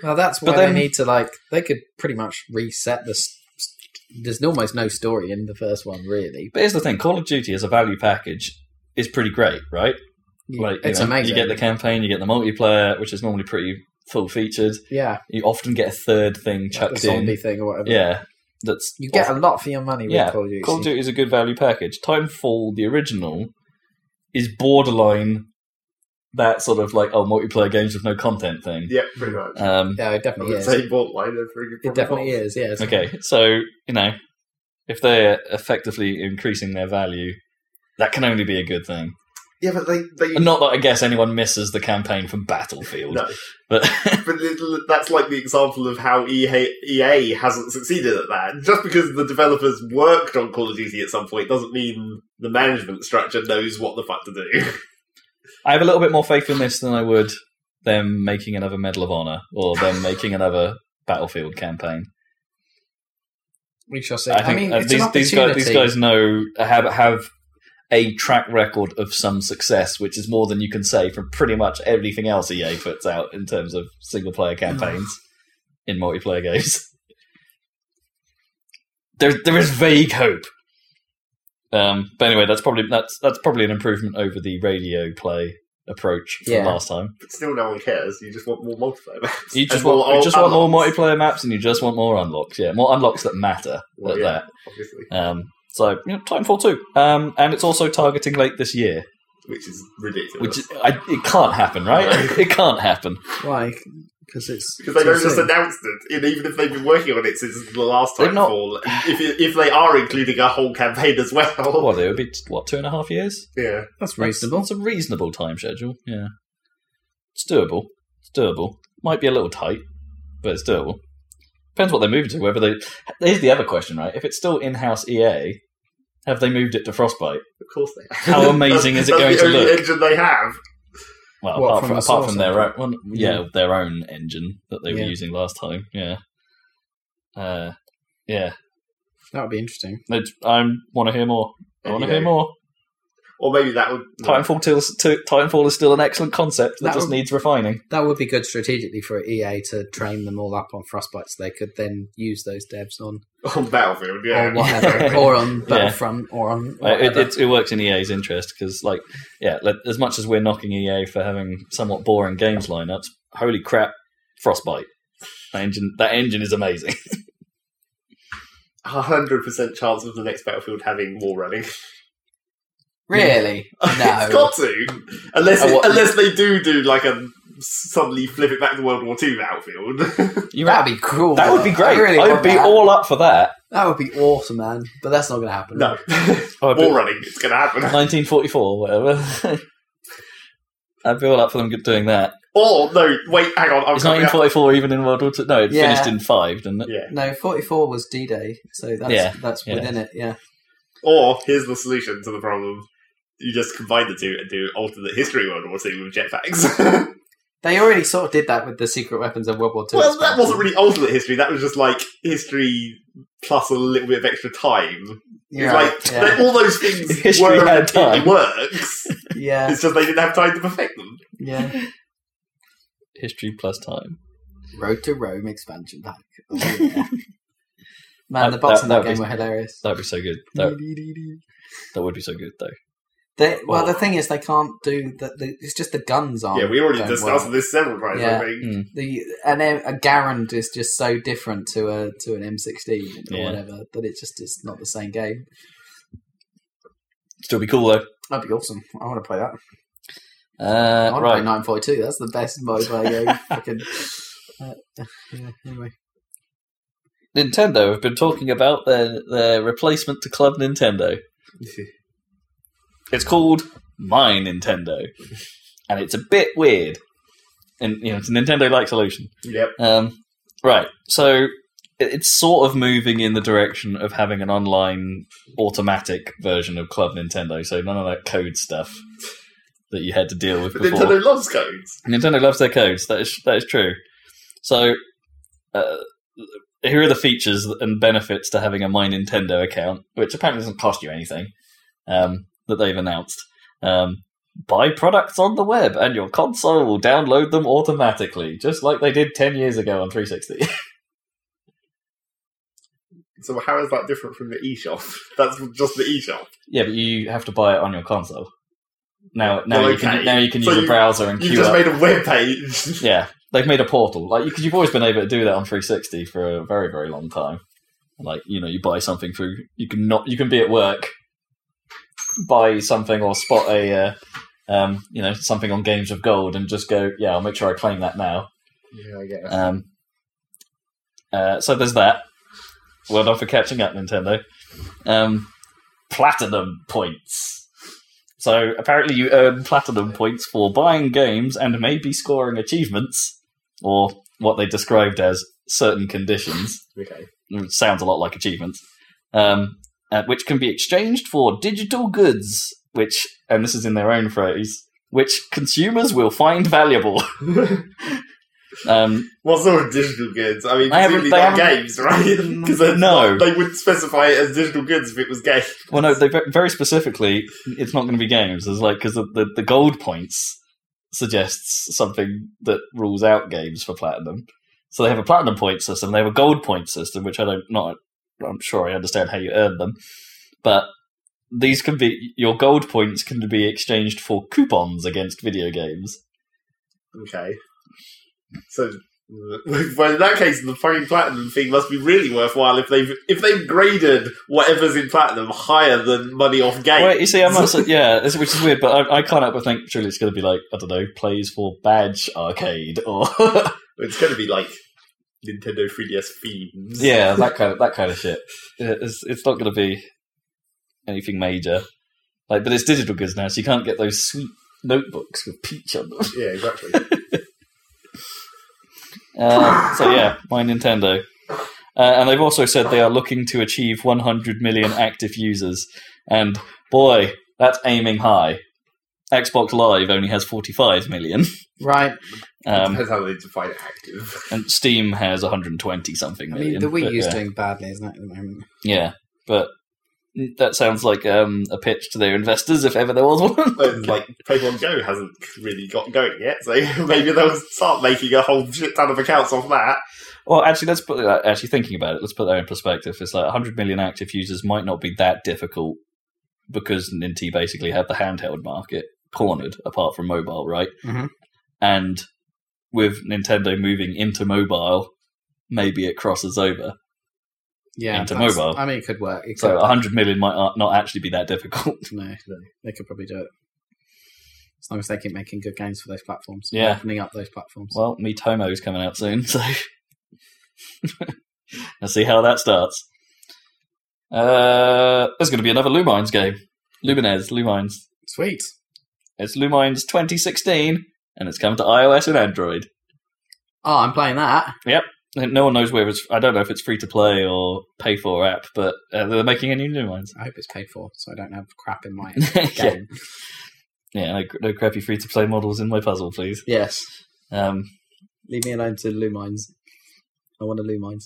B: Well, that's
C: But
B: why
C: then-
B: they need to like. They could pretty much reset this. There's almost no story in the first one, really.
C: but here's the thing: Call of Duty as a value package is pretty great, right?
B: You-
C: Like, you
B: it's
C: know,
B: amazing.
C: You get the campaign, you get the multiplayer, which is normally pretty full featured.
B: yeah,
C: You often get a third thing
B: like
C: chucked
B: the zombie
C: in.
B: thing or whatever.
C: Yeah, that's
B: you get a lot for your money with
C: Yeah,
B: Call of Duty.
C: Call of Duty is a good value package. Titanfall, the original, is borderline that sort of like oh multiplayer games with no content thing.
A: yeah, pretty much.
C: Um,
B: Yeah, it
A: I
B: definitely
A: would
B: is.
A: say borderline. They're pretty good.
B: It definitely is. Yeah. it's-
C: Okay, so you know, if they're effectively increasing their value, that can only be a good thing.
A: Yeah, but they they
C: And not that I guess anyone misses the campaign from Battlefield,
A: no.
C: but
A: But it- that's like the example of how E EA, EA hasn't succeeded at that. Just because the developers worked on Call of Duty at some point doesn't mean the management structure knows what the fuck to do.
C: I have a little bit more faith in this than I would them making another Medal of Honor or them making another Battlefield campaign.
B: We shall see.
C: I
B: I,
C: think
B: mean,
C: uh,
B: it's
C: these,
B: an
C: these
B: opportunity.
C: guys these guys know have have a track record of some success, which is more than you can say from pretty much everything else EA puts out in terms of single player campaigns in multiplayer games. There there is vague hope. Um, but anyway, that's probably that's that's probably an improvement over the radio play approach from
B: Yeah.
C: last time.
A: But still, no one cares. You just want more multiplayer maps.
C: You
A: And
C: just want you
A: all-
C: just want more
A: unlocks,
C: multiplayer maps, and you just want more unlocks. Yeah, more unlocks that matter.
A: Well,
C: at
A: yeah.
C: that.
A: obviously,
C: Um, so you know, Titanfall two, um, and it's also targeting late this year,
A: which is ridiculous.
C: which is- I, it can't happen, right? it can't happen.
B: Why? Because it's
A: because they
B: too
A: don't just
B: soon.
A: announced it, and even if they've been working on it since the last
C: They've
A: time
C: not-
A: fall, if if they are including a whole campaign as well,
C: What was it? It would be what two and a half years?
A: yeah,
B: That's
C: That's-
B: reasonable.
C: That's a reasonable time schedule. Yeah, it's doable. It's doable. Might be a little tight, but it's doable. Depends what they're moving to. Whether they here's the other question, right? If it's still in-house EA, have they moved it to Frostbite?
A: of course they. Have.
C: How amazing is it
A: that's
C: going
A: the
C: to
A: only
C: look?
A: Engine they have.
C: Well,
B: What,
C: apart
B: from
C: from,
B: the
C: apart
B: source
C: from their own,
B: engine?
C: well, yeah,
B: Yeah.
C: their own engine that they
B: Yeah.
C: were using last time. Yeah, uh, yeah.
B: That would be interesting.
C: It's- I'm want to hear more. I
A: There
C: want to
A: you
C: hear
A: go.
C: more.
A: Or maybe that would.
C: Titanfall, till, to, Titanfall is still an excellent concept that,
B: That
C: just
B: would-
C: needs refining.
B: That would be good strategically for EA to train them all up on Frostbite, so they could then use those devs on
A: on Battlefield, yeah.
B: or
C: Oh,
B: whatever, or on Battlefront, or on
C: Uh, It,
B: whatever.
C: it, it works in EA's interest because, like, yeah, like, as much as we're knocking EA for having somewhat boring games lineups, holy crap, Frostbite. That engine, that engine is amazing.
A: A hundred percent chance of the next Battlefield having wall running.
B: really?
A: it's got to, unless
C: Oh, what-
A: unless they do do like a suddenly flip it back to World War Two outfield.
C: You're right.
B: That'd be cool.
C: That would be great.
B: I really
C: I'd
B: want
C: be
B: that.
C: all up for that.
B: That would be awesome, man. But that's not going to happen.
A: no,
C: Oh, I'd be-
A: wall running. It's going to happen.
C: 1944 or whatever. I'd be all up for them doing that.
A: Or no, wait, hang on. I'm
C: It's
A: coming up.
C: 1944 even in World War Two. No, it
B: Yeah.
C: finished in five, didn't it?
A: Yeah.
B: No, 44 was D Day, so that's
C: Yeah,
B: that's
C: yeah.
B: within it, yeah.
A: Or here's the solution to the problem: you just combine the two and do alternate history World War Two with jetpacks.
B: They already sort of did that with the secret weapons of World War Two.
A: Well, that wasn't really alternate history. That was just like history plus a little bit of extra time.
B: yeah,
A: It's like
B: yeah,
A: that- all those things
C: History
A: were
C: had
A: in
C: time.
A: works.
B: yeah,
A: It's just they didn't have time to perfect them.
B: yeah.
C: History plus time.
B: Road to Rome expansion pack. Oh,
C: That-
B: Man, the bots
C: that-
B: in that,
C: that
B: game
C: was-
B: were hilarious.
C: That'd be so good. That, that would be so good, though.
B: They, well,
C: Well-
B: the thing is, they can't do that. The, it's just the guns on.
A: yeah, we already
B: don't
A: discussed
B: work.
A: this several times.
B: Oh,
A: I
B: Yeah.
A: think.
B: the an M- a Garand is just so different to a to an M16 or
C: Yeah.
B: whatever that it just is not the same game.
C: Still be cool, though.
B: That'd be awesome. I want to play that. I
C: Uh,
B: want
C: right.
B: to play 942. That's the best multiplayer game. Fucking. Uh, yeah. Anyway.
C: Nintendo have been talking about their, their replacement to Club Nintendo. It's called My Nintendo. and it's a bit weird. And, you know, it's a Nintendo like solution.
A: Yep.
C: Um, right. So it, it's sort of moving in the direction of having an online automatic version of Club Nintendo. So none of that code stuff that you had to deal with
A: But
C: before.
A: Nintendo loves codes.
C: Nintendo loves their codes. That is that is true. So, uh, here are the features and benefits to having a My Nintendo account, which apparently doesn't cost you anything. Um, that they've announced. Um, buy products on the web, and your console will download them automatically, just like they did ten years ago on 360.
A: So how is that different from the eShop? That's just the eShop.
C: yeah, but you have to buy it on your console. Now, now
A: Well,
C: you can
A: okay.
C: now you can
A: So
C: use a
A: you-
C: browser and
A: You
C: queue
A: just
C: up.
A: made a web page.
C: Yeah, they've made a portal. Like because you've always been able to do that on 360 for a very very long time. Like you know, you buy something through. You can not. You can be at work, buy something or spot a, uh, um, you know, something on Games of Gold and just go. Yeah, I'll make sure I claim that now.
A: Yeah, I guess.
C: Um, uh, so there's that. Well done for catching up, Nintendo. Um, platinum points. So apparently you earn platinum points for buying games and maybe scoring achievements, or what they described as certain conditions.
A: Okay.
C: It sounds a lot like achievements, um, uh, which can be exchanged for digital goods, which, and this is in their own phrase, which consumers will find valuable. um,
A: What sort of digital goods? I mean,
C: They haven't-
A: presumably
C: they
A: not
C: haven't-
A: games, right? Because
C: No.
A: they wouldn't specify it as digital goods if it was games.
C: Well, no, they ve- very specifically, it's not going to be games. It's like because the, the the gold points suggests something that rules out games for platinum. So they have a platinum point system. They have a gold point system, which I don't not. I'm sure I understand how you earn them, but these can be your gold points can be exchanged for coupons against video games.
A: Okay. So, uh, well, in that case, the fucking platinum thing must be really worthwhile if they've if they've graded whatever's in platinum higher than money off games.
C: Well, you see, I'm not. so- Yeah, it's- which is weird, but I, I can't help but think surely it's going to be like I don't know, plays for badge arcade or
A: It's going to be like Nintendo 3DS themes.
C: Yeah, that kind of that kind of shit. Yeah, It's it's not going to be anything major, like. But it's digital goods now, so you can't get those sweet notebooks with peach on them.
A: Yeah, exactly.
C: Uh, so yeah, my Nintendo, uh, and they've also said they are looking to achieve 100 million active users, and boy, that's aiming high. Xbox Live only has 45 million,
B: Right.
C: um,
A: Depends how they define active.
C: and Steam has 120 something
E: I
C: million.
E: mean, the Wii
C: but,
E: U's
C: yeah.
E: doing badly, isn't it, at the moment?
C: Yeah, but that sounds like um, a pitch to their investors if ever there was one.
A: But, like Pokemon Go hasn't really got going yet, so maybe they'll start making a whole shit ton of accounts off that.
C: well, actually, let's put that. Actually, thinking about it, let's put that in perspective. It's like 100 million active users might not be that difficult because Ninty basically had the handheld market cornered, apart from mobile, right?
E: Mhm.
C: And with Nintendo moving into mobile, maybe it crosses over.
E: Yeah,
C: Into
E: that's-
C: mobile.
E: I mean, it could work. It
C: So
E: could-
C: 100 million might not actually be that difficult.
E: no, they could probably do it.
B: As long as they keep making good games for those platforms,
C: Yeah.
B: opening up those platforms.
C: Well, me Tomo's coming out soon, so let's see how that starts. Uh, there's going to be another Lumines game. Lumines, Lumines.
B: Sweet.
C: It's Lumines 2016, and it's coming to iOS and Android.
B: Oh, I'm playing that.
C: And No one knows whether it's. I don't know if it's free to play or pay for app, but uh, they're making a new Lumines.
B: I hope it's paid for, so I don't have crap in my
C: yeah,
B: game.
C: yeah, no, no crappy free to play models in my puzzle, please.
B: Yes.
C: Um,
B: Leave me alone to Lumines. I want to Lumines.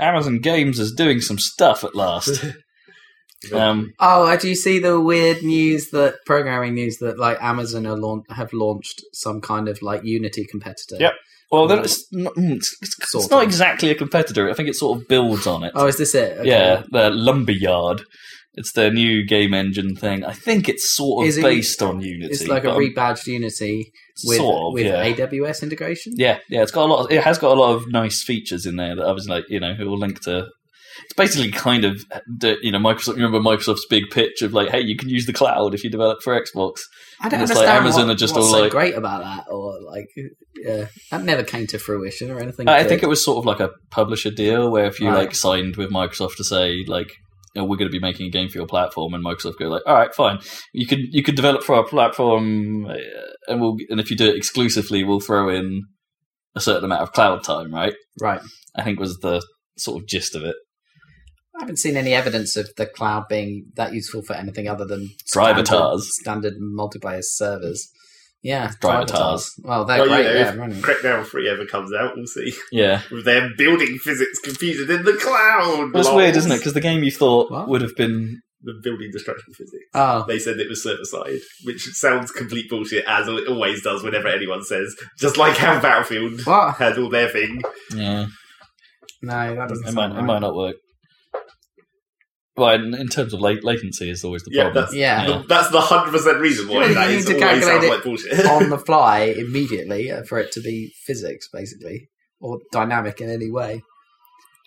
C: Amazon Games is doing some stuff at last. um,
B: Oh, uh, do you see the weird news that programming news that like Amazon are laun- have launched some kind of like Unity competitor?
C: Yep. well, then it's, not- mm, it's, it's, it's
B: Sort
C: not
B: of.
C: exactly a competitor. I think it sort of builds on it.
B: Oh, is this it? Okay.
C: Yeah, the Lumberyard. It's their new game engine thing. I think it's sort of
B: Is it-
C: based on Unity.
B: It's um, like a
C: but I'm-
B: rebadged Unity with
C: sort of,
B: with
C: yeah.
B: AWS integration.
C: Yeah, yeah, it's got a lot. Of, it has got a lot of nice features in there that I was like, you know, it will link to. It's basically kind of, the- you know, Microsoft. You remember Microsoft's big pitch of like, hey, you can use the cloud if you develop for Xbox.
B: I don't
C: It's like
B: understand
C: Amazon
B: what-
C: are just
B: what's
C: all
B: so
C: like-
B: great about that, or like, yeah, that never came to fruition or anything.
C: Uh, I
B: did.
C: think it was sort of like a publisher deal where if you
B: Right.
C: like signed with Microsoft to say like. "Oh, We're going to be making a game for your platform, and Microsoft go like, "All right, fine. You can you can develop for our platform, uh, and we'll and if you do it exclusively, we'll throw in a certain amount of cloud time, right?"
B: right.
C: I think was the sort of gist of it.
B: I haven't seen any evidence of the cloud being that useful for anything other than
C: Driver
B: standard,
C: tars.
B: standard multiplayer servers. Yeah, driver
C: Driver tars.
B: tars. Well, they're
A: Well, you
B: great.
A: know,
B: Oh, yeah, running.
A: Crackdown 3 ever comes out, we'll see.
C: Yeah,
A: With them building physics computed in the cloud!
C: Well, it's
A: lols.
C: weird, isn't it? Because the game you thought
B: What?
C: would have been
A: The building destruction physics.
B: Oh,
A: They said it was server side, which sounds complete bullshit, as it always does whenever anyone says. Just like how Battlefield
B: what?
A: had all their thing.
C: yeah,
B: No, that doesn't
C: it
B: sound
C: might it
B: right.
C: might not work. Well, in, in terms of late, latency is always the
A: Yeah,
C: problem.
A: that's,
B: Yeah.
C: Yeah.
A: that's the 100% reason why
B: Surely
A: that
B: you
A: is
B: need to
A: always sounds
B: calculate it
A: like bullshit.
C: Um,
B: on the fly immediately uh, for it to be physics, basically, or dynamic in any way.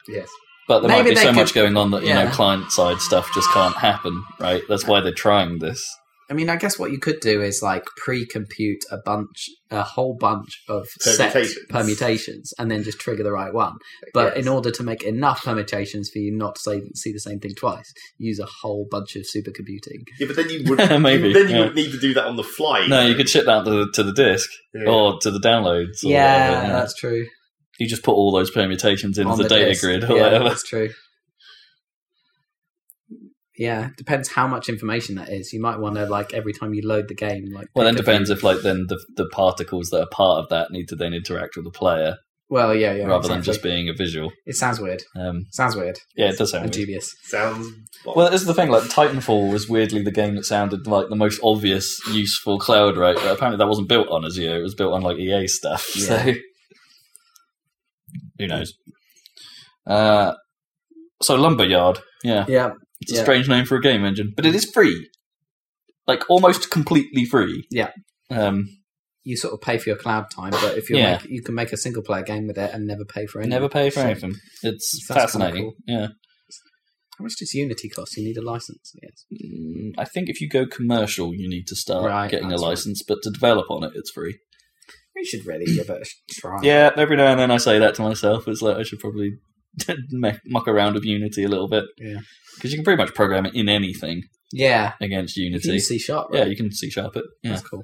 B: Yes.
C: But there
B: Maybe
C: might be
B: they
C: so
B: could-
C: much going on that you know
B: Yeah.
C: client side stuff just can't happen, right? That's why they're trying this.
B: I mean, I guess what you could do is like pre-compute a bunch, a whole bunch of
A: Permutations.
B: set permutations, and then just trigger the right one. But in order to make enough permutations for you not to say, see the same thing twice, use a whole bunch of supercomputing.
A: Yeah, but then you would
C: Maybe,
A: then you
C: yeah.
A: would need to do that on the fly.
C: No, you could oh. ship that to the, to the disk
A: Yeah.
C: or to the downloads. Or
B: yeah,
C: whatever, yeah.
B: that's true.
C: you just put all those permutations into
B: on
C: the, data
B: disk.
C: grid or
B: Yeah,
C: whatever.
B: that's true. Yeah, depends how much information that is. You might want to like every time you load the game, like.
C: Well, then
B: pick a few-
C: depends if like then the the particles that are part of that need to then interact with the player
B: Well, yeah, yeah.
C: rather than
B: exactly.
C: just being a visual.
B: It sounds weird.
C: Um,
B: Sounds weird.
C: yeah, it does sound.
B: And
C: weird.
B: dubious.
A: Sounds.
C: Well, this is the thing. Like Titanfall was weirdly the game that sounded like the most obvious use for cloud, right? But apparently, that wasn't built on Azure. It was built on like EA stuff. So
B: Yeah.
C: who knows? Uh, so Lumberyard, yeah,
B: Yeah,
C: it's a
B: yeah.
C: strange name for a game engine, but it is free, like almost completely free.
B: Yeah.
C: Um,
B: you sort of pay for your cloud time, but if you
C: Yeah.
B: make, you can make a single player game with it and never pay for it.
C: never pay for anything. It's
B: Sounds kinda
C: fascinating.
B: cool.
C: Yeah.
B: How much does Unity cost? You need a license. Yes.
C: Mm, I think if you go commercial, you need to start
B: Right,
C: getting a
B: that's right.
C: license, but to develop on it, it's free.
B: We should really give it a try.
C: Yeah, every now and then I say that to myself. It's like I should probably me- muck around with Unity a little bit.
B: Yeah.
C: Because you can pretty much program it in anything
B: Yeah.
C: against
B: You
C: Unity.
B: can C sharp. Right?
C: yeah, you can C sharp it. Yeah.
B: That's cool.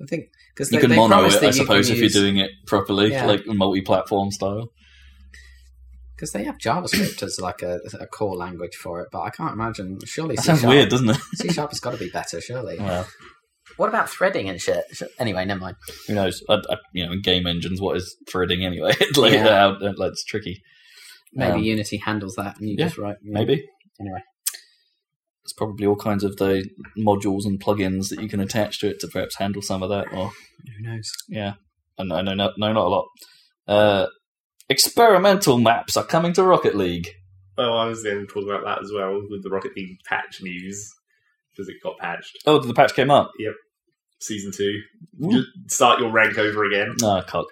B: I think because
C: You
B: they,
C: can
B: they
C: mono
B: promise
C: it,
B: that
C: I
B: you can
C: suppose, if
B: use-
C: you're doing it properly,
B: Yeah.
C: like multi platform style.
B: because they have JavaScript as like a, a core language for it, but I can't imagine. Surely
C: That
B: C
C: sounds
B: sharp,
C: weird, doesn't it?
B: C sharp has got to be better, surely.
C: Well,
B: What about threading and shit? Sh- Anyway, never mind.
C: who knows? I, I, you know, in game engines, what is threading anyway? It's like,
B: Yeah.
C: uh, uh, like, it's tricky.
B: Maybe
C: Um,
B: Unity handles that, and you
C: yeah,
B: just write you know,
C: Maybe.
B: Anyway.
C: It's probably all kinds of the modules and plugins that you can attach to it to perhaps handle some of that or
B: Who knows?
C: Yeah, I know, no, no, no, not a lot. Uh, experimental maps are coming to Rocket League.
A: Oh, I was going to talk about that as well with the Rocket League patch news because it got patched.
C: Oh, the patch came up.
A: Season two,
C: Ooh. Ah,
A: start your rank over again.
C: No, cock.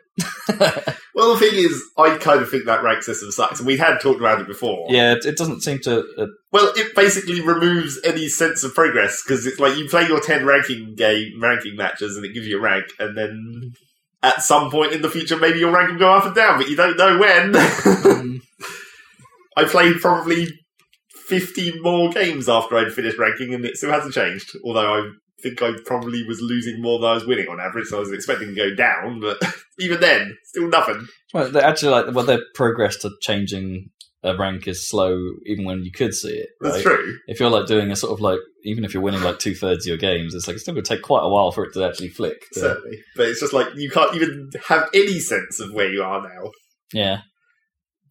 A: Well, the thing is, I kind of think that rank system sucks, and we had talked about it before.
C: Yeah, it, it doesn't seem to. Uh,
A: Well, it basically removes any sense of progress because it's like you play your ten ranking game ranking matches, and it gives you a rank, and then at some point in the future, maybe your rank will go up and down, but you don't know when.
C: um,
A: I played probably fifty more games after I'd finished ranking, and it still hasn't changed. Although I think I probably was losing more than I was winning on average, so I was expecting to go down, but even then, still nothing.
C: well, they're actually, like, well, their progress to changing a rank is slow, even when you could see it.
A: That's
C: right?
A: true.
C: If you're like doing a sort of like, even if you're winning like two thirds of your games, it's like it's still going to take quite a while for it to actually flick. to-
A: Certainly. But it's just like you can't even have any sense of where you are now.
C: Yeah.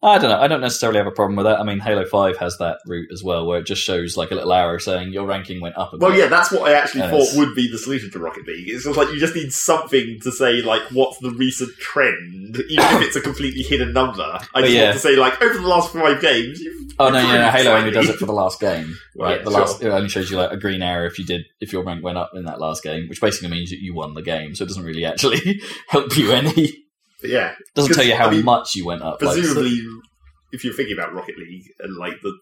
C: I don't know. I don't necessarily have a problem with that. I mean, Halo 5 has that route as well, where it just shows like a little arrow saying your ranking went up. a
A: Well,
C: bit.
A: yeah, that's what I actually
C: Yes.
A: thought would be the solution to Rocket League. It's just like you just need something to say, like, what's the recent trend, even if it's a completely hidden number. I
C: But
A: just
C: yeah.
A: want to say, like, over the last five games, you've.
C: Oh, no, yeah,
A: improved
C: Halo
A: slightly.
C: only does it for the last game,
A: Well,
C: right?
A: yeah,
C: the
A: sure.
C: last, it only shows you like a green arrow if you did, if your rank went up in that last game, which basically means that you won the game. So it doesn't really actually help you any.
A: But yeah,
C: Doesn't
A: 'Cause,
C: tell you how
A: I mean,
C: much you went up. like, so-
A: presumably, if you're thinking about Rocket League and, like, the.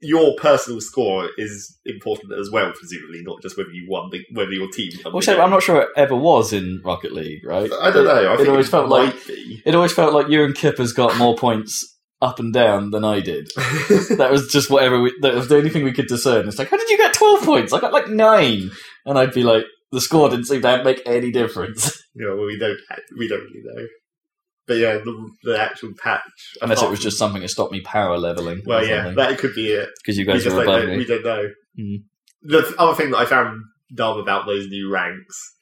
A: Your personal score is important as well, presumably, not just whether you won, the, whether your team. won the
C: which I'm
A: game.
C: not sure it ever was in Rocket League, right?
A: I don't know. I
C: it
A: think
C: always felt
A: might
C: like
A: be.
C: it always felt like you and Kipper's got more points up and down than I did. that was just whatever we, that was the only thing we could discern. It's like, how did you get 12 points? I got like nine. And I'd be like, the score didn't seem to make any difference.
A: you know, we don't we don't really know. But yeah, the, the actual patch.
C: Unless it
A: apart
C: was just something that stopped me power leveling.
A: from- Well, yeah, that could be it.
C: Because you
A: We
C: guys
A: just
C: were
A: don't
C: above
A: know,
C: me.
A: we don't know.
C: Hmm.
A: The th- other thing that I found dumb about those new ranks.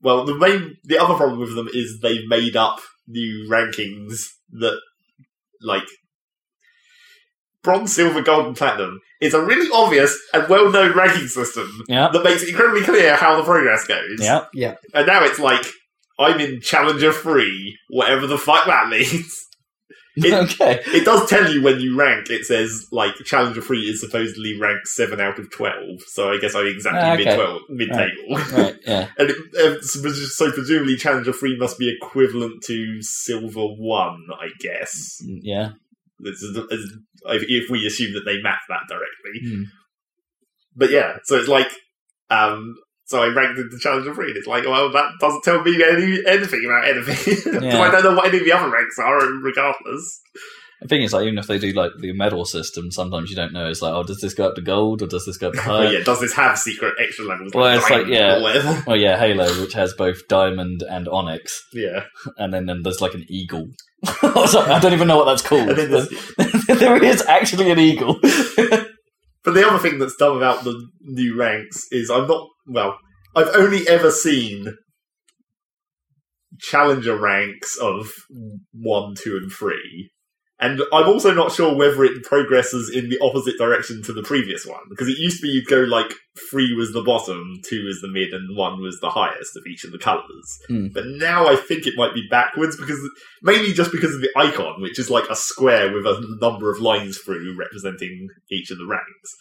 A: Well, the main the other problem with them is they've made up new rankings that like bronze, silver, gold, and platinum is a really obvious and well known ranking system
C: Yeah.
A: that makes it incredibly clear how the progress goes.
C: Yeah.
A: And now it's like, I'm in Challenger 3, whatever the fuck that means. It-
C: okay.
A: It does tell you when you rank, it says, like, Challenger 3 is supposedly ranked 7 out of 12, so I guess I'm exactly
C: Ah, okay.
A: mid-12, mid-table.
C: Right, yeah.
A: and it, um, so presu- so presumably Challenger 3 must be equivalent to Silver 1, I guess.
C: Mm, Yeah.
A: This is- is- if- if we assume that they map that directly.
C: Hmm.
A: But yeah, so it's like, um, so I ranked into Challenger 3, and it's like, well, that doesn't tell me any, anything about anything. Because
C: Yeah.
A: I don't know what any of the other ranks are, regardless.
C: The thing is, like, even if they do like the medal system, sometimes you don't know. It's like, oh, does this go up to gold or does this go up to high?
A: but yeah, does this have secret extra levels?
C: Uh, Well, it's like,
A: diamond
C: yeah.
A: Or whatever?
C: Oh yeah, Halo, which has both diamond and onyx,
A: yeah.
C: and then, then there's like an eagle. I don't even know what that's called.
A: And then there's,
C: there is actually an eagle.
A: but the other thing that's dumb about the new ranks is I'm not, well, I've only ever seen Challenger ranks of 1, 2, and 3. And I'm also not sure whether it progresses in the opposite direction to the previous one. Because it used to be you'd go like three was the bottom, two was the mid, and one was the highest of each of the colours.
C: Hmm.
A: But now I think it might be backwards because mainly just because of the icon, which is like a square with a number of lines through representing each of the ranks.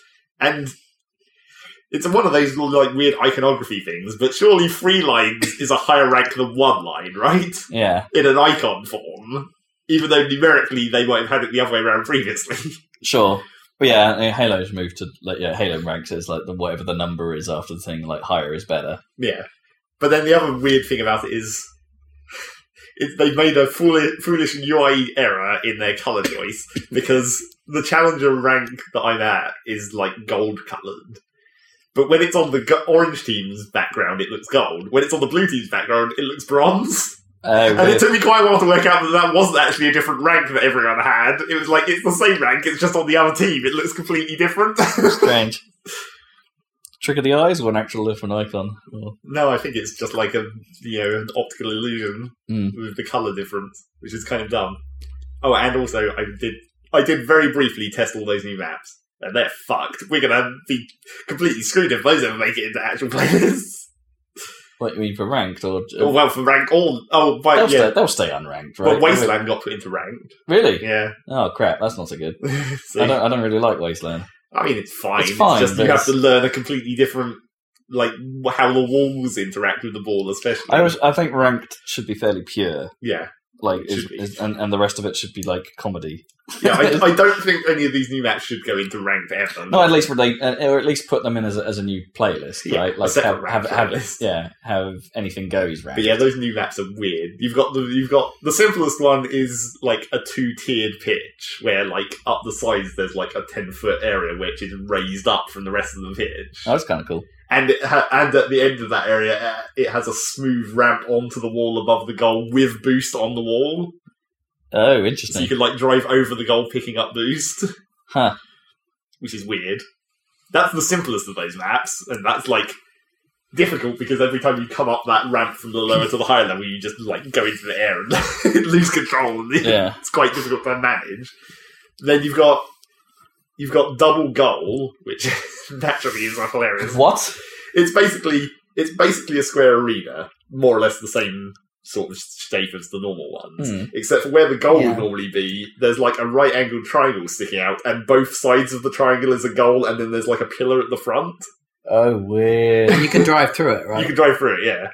A: And it's one of those like weird iconography things, but surely three lines is a higher rank than one line, right?
C: yeah,
A: in an icon form, even though numerically they might have had it the other way around previously.
C: sure. But yeah, I mean, Halo's moved to like yeah, Halo ranks is like the whatever the number is after the thing, like higher is better.
A: yeah. But then the other weird thing about it is it, they made a fooli- foolish UI E error in their colour choice because the challenger rank that I'm at is like gold coloured. But when it's on the go- orange team's background, it looks gold. When it's on the blue team's background, it looks bronze.
C: Uh,
A: And it took me quite a while to work out that that wasn't actually a different rank that everyone had. It was like, it's the same rank, it's just on the other team. It looks completely different.
C: strange. Trick of the eyes or an actual different icon? Or-
A: no, I think it's just like a, you know, an optical illusion
C: Hmm.
A: with the colour difference, which is kind of dumb. Oh, and also, I did, I did very briefly test all those new maps, and they're fucked. We're gonna be completely screwed if those ever make it into actual playlists.
C: What you mean for ranked or?
A: Oh, well, for rank all, oh, but
C: they'll,
A: yeah.
C: stay, they'll stay unranked, right?
A: But Wasteland got put into ranked.
C: Really?
A: Yeah.
C: Oh crap, that's not so good.
A: So-
C: I don't. I don't really like Wasteland.
A: I mean, it's fine.
C: It's fine,
A: just you
C: but
A: have
C: it's-
A: to learn a completely different, like w- how the walls interact with the ball, especially.
C: I was. I think ranked should be fairly pure.
A: yeah,
C: like
A: It
C: is,
A: should be.
C: is and, and the rest of it should be like comedy.
A: Yeah, I, I don't think any of these new maps should go into ranked ever.
C: No, at least relate, uh, or at least put them in as a, as a new playlist,
A: Yeah,
C: right?
A: a
C: Like
A: separate
C: have
A: rap
C: have, have
A: playlist.
C: yeah, have anything goes round.
A: But yeah, those new maps are weird. You've got the you've got the simplest one is like a two tiered pitch where like up the sides there's like a ten foot area which is raised up from the rest of the pitch,
C: That was kind of Oh, cool.
A: and it ha- and at the end of that area uh, it has a smooth ramp onto the wall above the goal with boost on the wall,
C: Oh,
A: so
C: interesting.
A: you can like drive over the goal picking up boost,
C: Huh.
A: which is weird. That's the simplest of those maps, and that's like. Difficult because every time you come up that ramp from the lower to the higher level, you just like go into the air and lose control. And
C: yeah,
A: it's quite difficult to manage. Then you've got you've got double goal, which naturally is hilarious.
C: what?
A: It's basically it's basically a square arena, more or less the same sort of shape as the normal ones,
C: Hmm.
A: except for where the goal
B: Yeah.
A: would normally be. There's like a right-angled triangle sticking out, and both sides of the triangle is a goal, and then there's like a pillar at the front.
C: Oh, weird.
E: And you can drive through it,
A: You
E: right?
A: can drive through it. Yeah,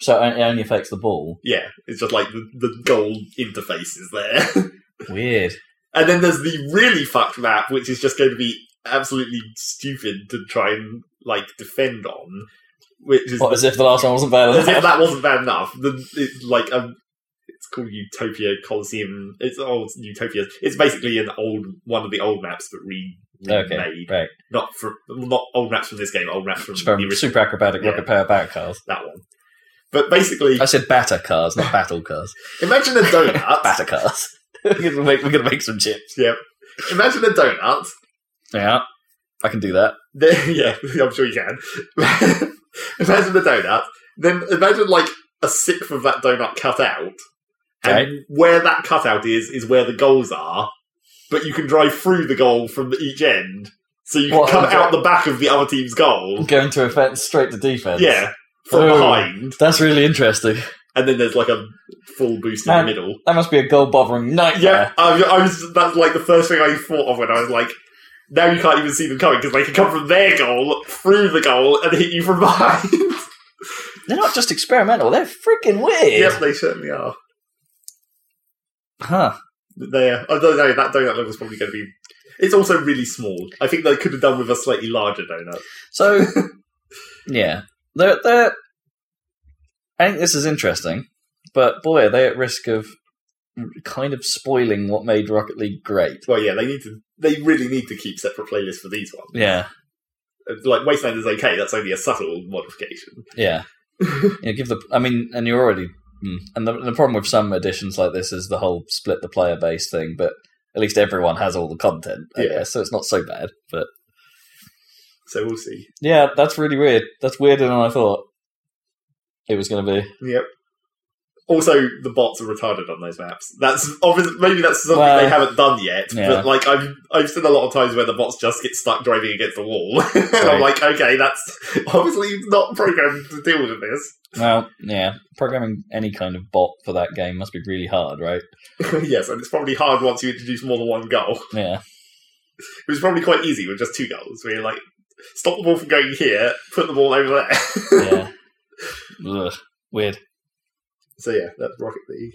C: so it only affects the ball.
A: yeah. It's just like the, the goal interface is there.
C: Weird.
A: And then there's the really fucked map, which is just going to be absolutely stupid to try and like defend on, which is
C: What, as if the last one wasn't better than
A: as if
C: that?
A: that wasn't bad enough. The, it's like a, it's called Utopia Coliseum. It's old Utopia. It's basically an old one of the old maps, but re- remade,
C: Okay, right.
A: not from not old maps from this game, old maps from
C: It's
A: the
C: From
A: original
C: super acrobatic
A: Yeah.
C: rocket power battle cars.
A: that one. But basically,
C: I said batter cars, not battle cars.
A: imagine a donut.
C: Batter cars. we're, gonna make, we're gonna make some chips.
A: imagine a donut
C: Yeah, I can do that.
A: Then, yeah, I'm sure you can. imagine the donut. Then imagine like a sixth of that donut cut out.
C: Okay.
A: And where that cutout is, is where the goals are. But you can drive through the goal from each end. So you can
C: What?
A: come out the back of the other team's goal.
C: Going to offense, straight to defense.
A: Yeah. From
C: Oh.
A: behind.
C: That's really interesting.
A: And then there's like a full boost in
C: Man.
A: the middle.
C: That must be a goal bothering
A: Yeah.
C: nightmare.
A: I, I was, that's like the first thing I thought of when I was like, now you can't even see them coming because they can come from their goal, through the goal, and hit you from behind.
C: They're not just experimental, they're freaking weird.
A: Yep, they certainly are.
C: Huh.
A: They are. I don't know, that donut level's probably going to be. It's also really small. I think they could have done with a slightly larger donut.
C: So, yeah. They're, they're, I think this is interesting, but boy, are they at risk of kind of spoiling what made Rocket League great.
A: Well, yeah, they need to. They really need to keep separate playlists for these ones. Uh,
C: Yeah,
A: Like Wasteland is okay. That's only a subtle modification.
C: yeah. yeah give the. I mean, and you're already. mm. And the, the problem with some editions like this is the whole split the player base thing, but at least everyone has all the content, I
A: Yeah.
C: guess, so it's not so bad. But
A: So we'll see.
C: Yeah, that's really weird. That's weirder than I thought it was going to be.
A: Yep. Also, the bots are retarded on those maps. That's obviously maybe that's something
C: Well,
A: they haven't done yet.
C: yeah.
A: But like I've I've seen a lot of times where the bots just get stuck driving against the wall. And
C: Right.
A: I'm like, okay, that's obviously not programmed to deal with this.
C: Well, yeah, programming any kind of bot for that game must be really hard, right?
A: yes, and it's probably hard once you introduce more than one goal.
C: Yeah,
A: It was probably quite easy with just two goals. Where you're like, stop the ball from going here, put the ball over there.
C: yeah. Ugh, weird.
A: so yeah, that's Rocket League.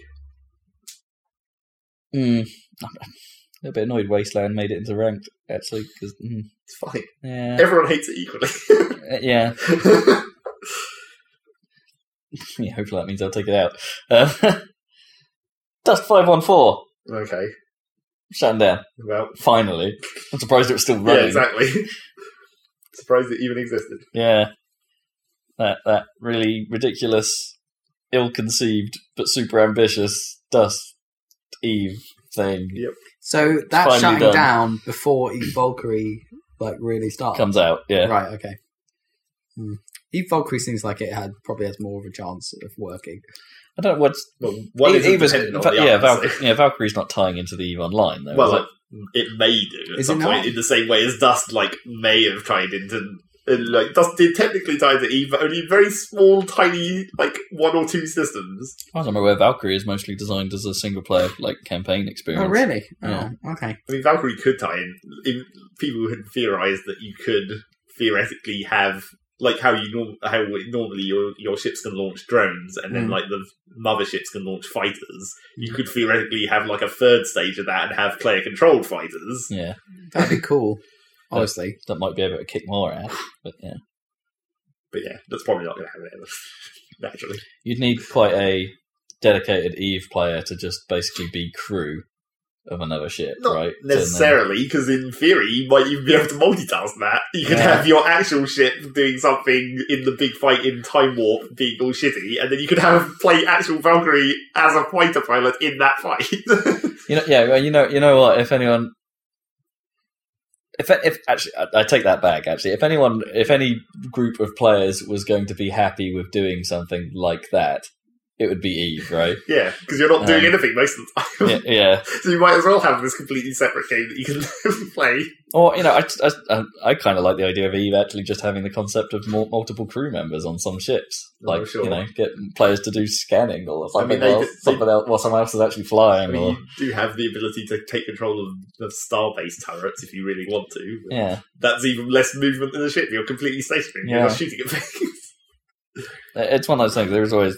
C: Mm. I'm a bit annoyed Wasteland made it into ranked, actually, because, mm,
A: It's fine.
C: yeah.
A: Everyone hates it equally.
C: Uh, yeah. yeah, hopefully that means I'll take it out. Uh, Dust514,
A: okay.
C: shutting down,
A: Well,
C: finally. I'm surprised it was still running.
A: yeah, exactly. Surprised it even existed.
C: Yeah. That that really ridiculous, ill conceived but super ambitious dust Eve thing
E: So that's
C: finally
E: shutting
C: done.
E: down before Eve Valkyrie like really starts.
C: comes out, yeah.
E: Right. Okay. Hmm. Eve Valkyrie seems like it had probably has more of a chance of working.
C: I don't know what's
A: Well, one is
C: Eve is-
A: dependent on
C: Va-
A: the
C: yeah,
A: other.
C: Valky-
A: so-
C: yeah, Valkyrie's not tying into the Eve online though.
A: Well,
C: is it?
A: like, it may do at
E: Is it
A: some point
E: not?
A: in the same way as Dust, like may have tried into. uh, Like Dust did technically tie to Eve, but only very small, tiny, like one or two systems.
C: As far as I'm aware Valkyrie is mostly designed as a single player like campaign experience.
E: Oh, really?
C: Yeah.
E: Oh, okay.
A: I mean, Valkyrie could tie in. in people had theorized that you could theoretically have like how you norm- how normally your your ships can launch drones, and then
E: Mm.
A: like the motherships can launch fighters. You could theoretically have like a third stage of that and have player controlled fighters.
C: Yeah,
E: That'd be cool. Honestly,
C: that might be able to kick more ass, but yeah,
A: But yeah, that's probably not going to happen ever. Naturally,
C: you'd need quite a dedicated Eve player to just basically be crew of another ship,
A: not
C: right? And then-
A: necessarily, because in theory, you might even be able to multitask that. You could
C: Yeah.
A: have your actual ship doing something in the big fight in Time Warp, being all shitty, and then you could have play actual Valkyrie as a fighter pilot in that fight.
C: You know, yeah, well, you know, you know what? If anyone, if if actually, I, I take that back. Actually, if anyone, if any group of players was going to be happy with doing something like that, it would be Eve, right?
A: Yeah, because you're not doing
C: Um,
A: anything most of the time.
C: yeah, yeah.
A: So you might as well have this completely separate game that you can play.
C: Or you know, I I, kind of like the idea of Eve actually just having the concept of mul multiple crew members on some ships,
A: Oh,
C: like
A: sure.
C: you know, get players to do scanning or something
A: they
C: while
A: could- they-
C: someone else, while someone else is actually flying.
A: I mean,
C: or,
A: you do have the ability to take control of the starbase turrets if you really want to. but
C: yeah,
A: That's even less movement than a ship. You're completely stationary. You're
C: Yeah.
A: not shooting at things.
C: It's one of those things. There's always.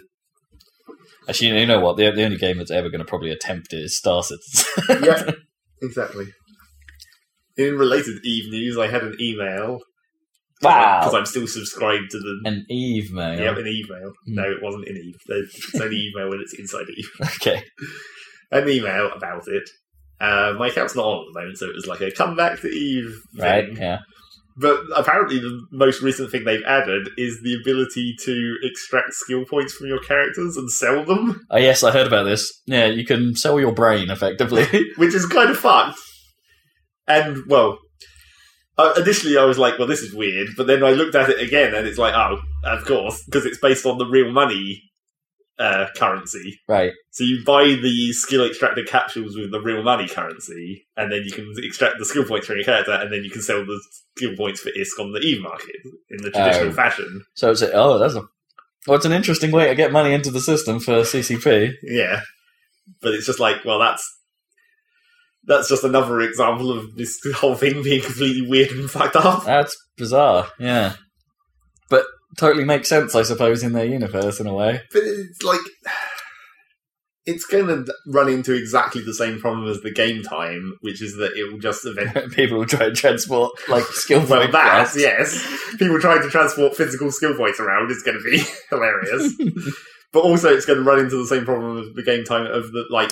C: Actually, you know what? The, the only game that's ever going to probably attempt it is Star Citizen.
A: yeah, exactly. In related Eve news, I had an email. Because
C: wow.
A: I'm still subscribed to the.
C: An Eve mail.
A: Yeah, an email.
C: Hmm.
A: No, it wasn't in Eve. It's only email when it's inside Eve.
C: Okay.
A: an email about it. Uh, my account's not on at the moment, so it was like a come back to Eve thing.
C: Right. Yeah.
A: But apparently, the most recent thing they've added is the ability to extract skill points from your characters and sell them,
C: Oh yes, I heard about this. Yeah, you can sell your brain effectively.
A: which is kind of fucked. And well, uh, initially I was like, "Well, this is weird," but then I looked at it again, and it's like, "Oh, of course," because it's based on the real money uh, currency.
C: right.
A: So you buy the skill extractor capsules with the real money currency, and then you can extract the skill points from your character, and then you can sell the skill points for ISK on the Eve market in the traditional
C: Oh.
A: fashion.
C: So it's a, oh, that's a. Well, it's an interesting way to get money into the system for CCP.
A: Yeah, but it's just like, well, that's that's just another example of this whole thing being completely weird and fucked up.
C: That's bizarre. Yeah. But totally makes sense, I suppose, in their universe in a way.
A: But it's like it's going to run into exactly the same problem as the game time, which is that it will just eventually
C: People will try and transport like skill
A: Well,
C: point
A: that,
C: quests.
A: yes. People trying to transport physical skill points around is going to be hilarious. but also, it's going to run into the same problem of the game time of that, like,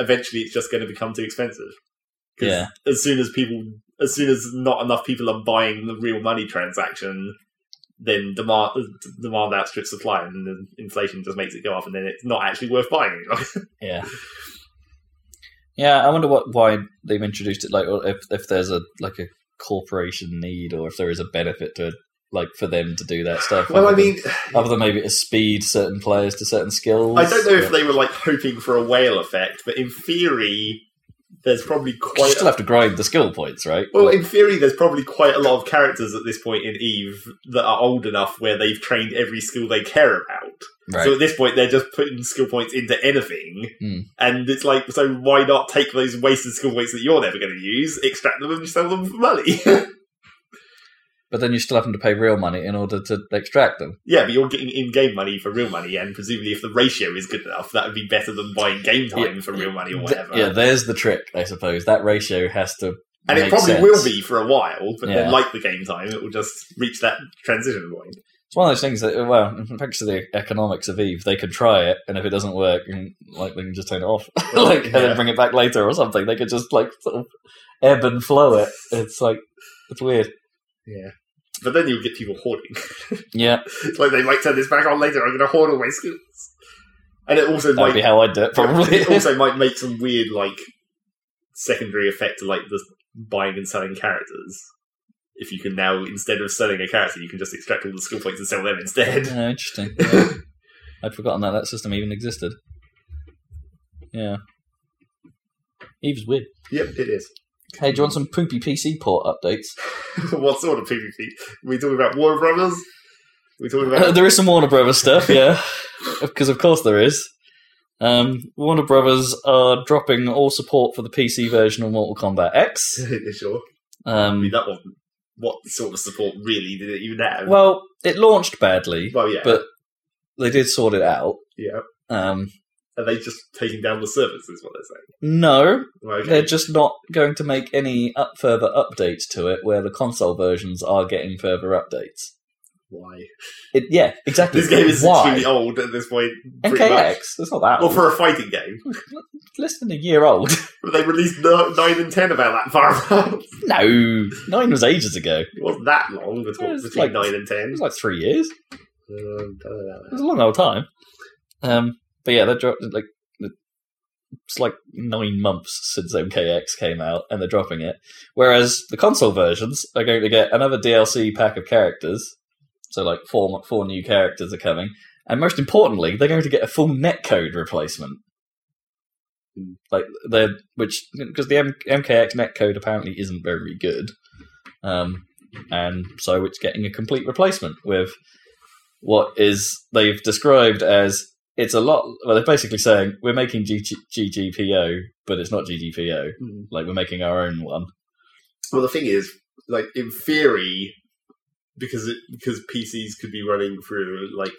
A: eventually it's just going to become too expensive. 'Cause
C: Yeah.
A: As soon as people, as soon as not enough people are buying the real money transaction, then demand demand outstrips supply, and then inflation just makes it go up, and then it's not actually worth buying. anymore.
C: Yeah. Yeah, I wonder what why they've introduced it. Like, or if if there's a like a corporation need, or if there is a benefit to it, like for them to do that stuff.
A: well, I
C: other
A: mean,
C: than, other than maybe to speed certain players to certain skills.
A: I don't know if they were like hoping for a whale effect, but in theory, there's probably
C: you
A: quite
C: still have to grind the skill points, right?
A: Well,
C: Like,
A: in theory, there's probably quite a lot of characters at this point in Eve that are old enough where they've trained every skill they care about.
C: right.
A: So at this point, they're just putting skill points into anything,
C: Hmm.
A: and it's like, so why not take those wasted skill points that you're never going to use, extract them, and sell them for money?
C: but then you're still having to pay real money in order to extract them.
A: yeah, but you're getting in-game money for real money, and presumably, if the ratio is good enough, that would be better than buying game time for real money or
C: Th-
A: whatever.
C: yeah, there's the trick, I suppose. That ratio has to.
A: and it
C: make
A: probably
C: sense.
A: will be for a while, but
C: Yeah.
A: then, like the game time, it will just reach that transition point.
C: It's one of those things that, well, thanks to the economics of Eve, they can try it, and if it doesn't work, then, like they can just turn it off, like and
A: Yeah.
C: then bring it back later or something. They could just like sort of ebb and flow it. It's like it's weird.
A: But then you'll get people hoarding.
C: Yeah,
A: It's like they might turn this back on later. I'm going to hoard all my skills, and it also
C: that'd
A: might
C: be how I'd do it probably.
A: it also might make some weird like secondary effect to like the buying and selling characters. If you can now, instead of selling a character, you can just extract all the skill points and sell them instead.
C: Yeah, interesting. Yeah. I'd forgotten that that system even existed. Yeah, Eve's weird.
A: yep, it is.
C: Hey, do you want some poopy PC port updates?
A: what sort of PvP? we talking about War Brothers? we talking
C: Uh,
A: about
C: there is some Warner Brothers stuff, yeah, because of course there is. Um, Warner Brothers are dropping all support for the PC version of Mortal Kombat X.
A: sure. I
C: Um,
A: mean, that one what sort of support really did it even have?
C: Well, it launched badly,
A: Well, yeah,
C: but they did sort it out.
A: yeah.
C: Um,
A: Are they just taking down the service? Is what they're
C: no,
A: saying?
C: they're
A: Okay.
C: just not going to make any up further updates to it where the console versions are getting further updates.
A: Why?
C: It, yeah, exactly.
A: This game is
C: Why?
A: extremely old at this point. Pretty
C: NKX.
A: much.
C: It's not that
A: Well,
C: old.
A: for a fighting game,
C: It's less than a year old.
A: but they released no- nine and ten about that far apart.
C: no, nine was ages ago.
A: It wasn't that long between,
C: It was
A: between
C: like-
A: nine and
C: It
A: ten.
C: was like three years. It
A: Um, I don't know.
C: was a long old time. Um, but yeah, they dropped like it's like nine months since MKX came out, and they're dropping it. Whereas the console versions are going to get another DLC pack of characters. So like four four new characters are coming, and most importantly, they're going to get a full netcode replacement. Like they which because the M- MKX netcode apparently isn't very good, um, and so it's getting a complete replacement with what is they've described as it's a lot. Well, they're basically saying we're making G- GGPO, but it's not GGPO.
A: Hmm.
C: Like we're making our own one.
A: Well, the thing is, like in theory, because it, because PCs could be running through like,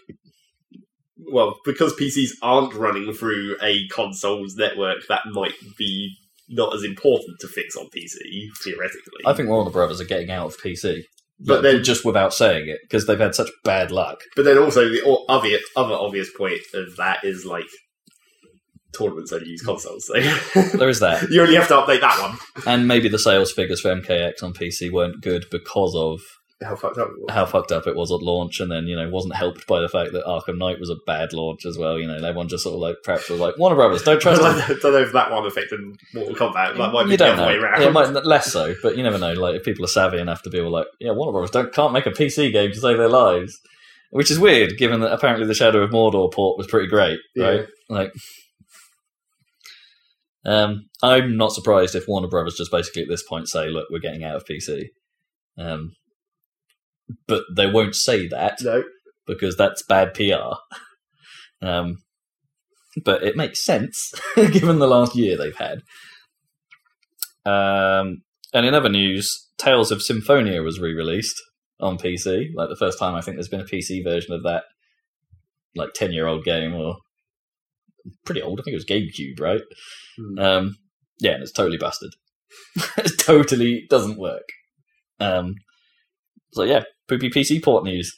A: well, because PCs aren't running through a console's network, that might be not as important to fix on PC theoretically.
C: I think Warner Brothers are getting out of PC,
A: But then-
C: just without saying it because they've had such bad luck.
A: But then also the o- obvious, other obvious point of that is like tournaments only use consoles, so
C: There is that,
A: you only have to update that one.
C: and maybe the sales figures for MKX on PC weren't good because of
A: How fucked up? it was.
C: how fucked up it was at launch, and then you know wasn't helped by the fact that Arkham Knight was a bad launch as well. You know, everyone just sort of like perhaps was like Warner Brothers, don't
A: I
C: trust them.
A: don't know if that one affected Mortal Kombat. That might be the
C: you don't
A: other
C: know.
A: way around.
C: Yeah, it might, less so, but you never know. Like if people are savvy enough to be all like, "Yeah, Warner Brothers don't can't make a PC game to save their lives," which is weird, given that apparently the Shadow of Mordor port was pretty great, right? Like, um, I'm not surprised if Warner Brothers just basically at this point say, "Look, we're getting out of PC," um, but they won't say that
A: No,
C: because that's bad PR. Um, but it makes sense given the last year they've had. Um, and in other news, Tales of Symphonia was re-released on PC. Like the first time I think there's been a PC version of that, like ten-year-old game or pretty old. I think it was GameCube, right?
A: Hmm.
C: Um, yeah, and it's totally busted. it totally doesn't work. Um, so yeah, poopy PC port news.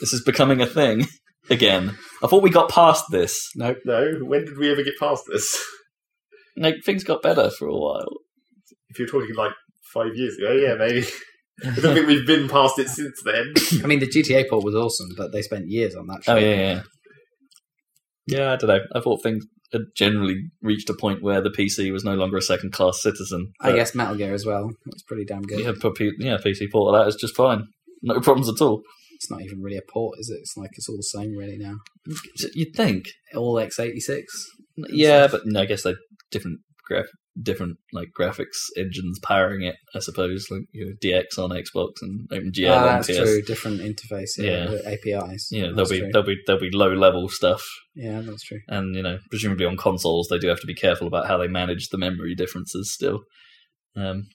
C: This is becoming a thing again. I thought we got past this.
E: Nope.
A: No, when did we ever get past this?
C: Like things got better for a while.
A: If you're talking like five years ago, yeah, maybe. I don't think we've been past it since then.
E: I mean, the GTA port was awesome, but they spent years on that.
C: Oh
E: shit.
C: yeah, yeah. Yeah, I don't know. I thought things had generally reached a point where the PC was no longer a second-class citizen.
E: I guess Metal Gear as well. That's pretty damn
C: But
E: good.
C: yeah, put P- yeah, PC port of that is just fine. No problems at all.
E: It's not even really a port, is it? It's like it's all the same really now.
C: You'd think.
E: All x86.
C: Yeah, but no, I guess they different graph, different like graphics engines powering it. I suppose like you know, DX on Xbox and OpenGL
E: Ah,
C: on
E: that's
C: PS.
E: true. Different interface, yeah, APIs.
C: You know,
E: that's
C: there'll be
E: true.
C: there'll be there'll be low level stuff,
E: yeah, that's true.
C: and you know, presumably on consoles they do have to be careful about how they manage the memory differences still. Um,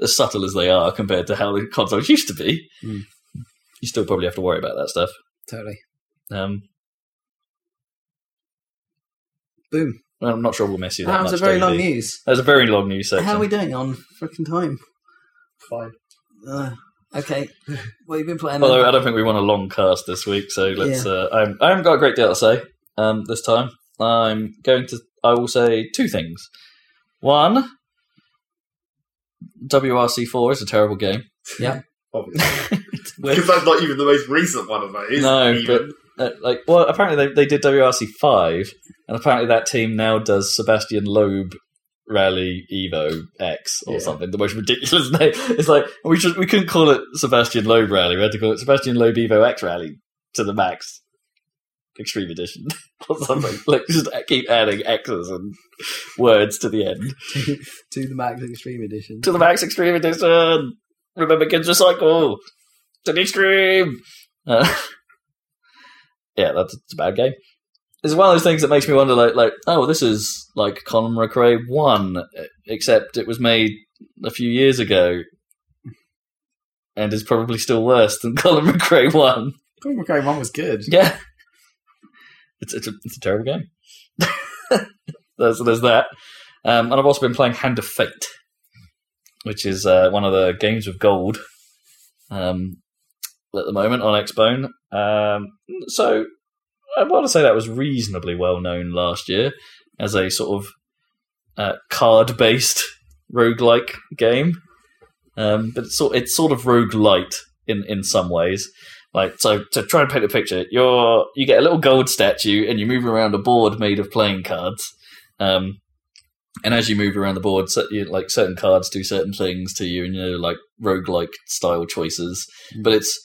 C: as subtle as they are compared to how the consoles used to be,
E: Mm.
C: you still probably have to worry about that stuff.
E: Totally.
C: Um,
E: Boom.
C: well, I'm not sure we'll miss you that,
E: That was
C: much.
E: a very
C: David.
E: long news.
C: That was a very long news section.
E: How are we doing on fucking time?
A: Fine.
E: Uh, okay. What have you been playing?
C: Although I don't think we want a long cast this week, so let's. Uh, I, haven't, I haven't got a great deal to say um, this time. I'm going to. I will say two things. One, WRC4 is a terrible game.
A: Obviously.
C: We're-
A: Because that's not even the most recent one of those.
C: No,
A: even.
C: uh, like, well, apparently they, they did WRC5, and apparently that team now does Sebastian Loeb Rally Evo X or
A: Yeah.
C: something. The most ridiculous name. It's like we just we couldn't call it Sebastian Loeb Rally. We had to call it Sebastian Loeb Evo X Rally to the max, Extreme Edition or something. like just keep adding X's and words to the end
E: to the Max Extreme Edition.
C: to the max extreme edition. Remember, kids recycle to the extreme. Uh, yeah, that's, it's a bad game. It's one of those things that makes me wonder, like, like oh, this is like Colin McRae one, except it was made a few years ago. and is probably still worse than Colin McRae One.
E: Colin McRae one was good.
C: Yeah, it's it's a, it's a terrible game. there's there's that, um, and I've also been playing Hand of Fate, which is uh, one of the games of gold um, at the moment on Xbone. Um, so I want to say that was reasonably well known last year as a sort of uh, card based roguelike game. Um, but it's sort it's sort of roguelite in, in some ways. Like so to try and paint a picture, you're you get a little gold statue and you move around a board made of playing cards. Um, and as you move around the board, so you, like certain cards do certain things to you, and you know, like roguelike style choices. But it's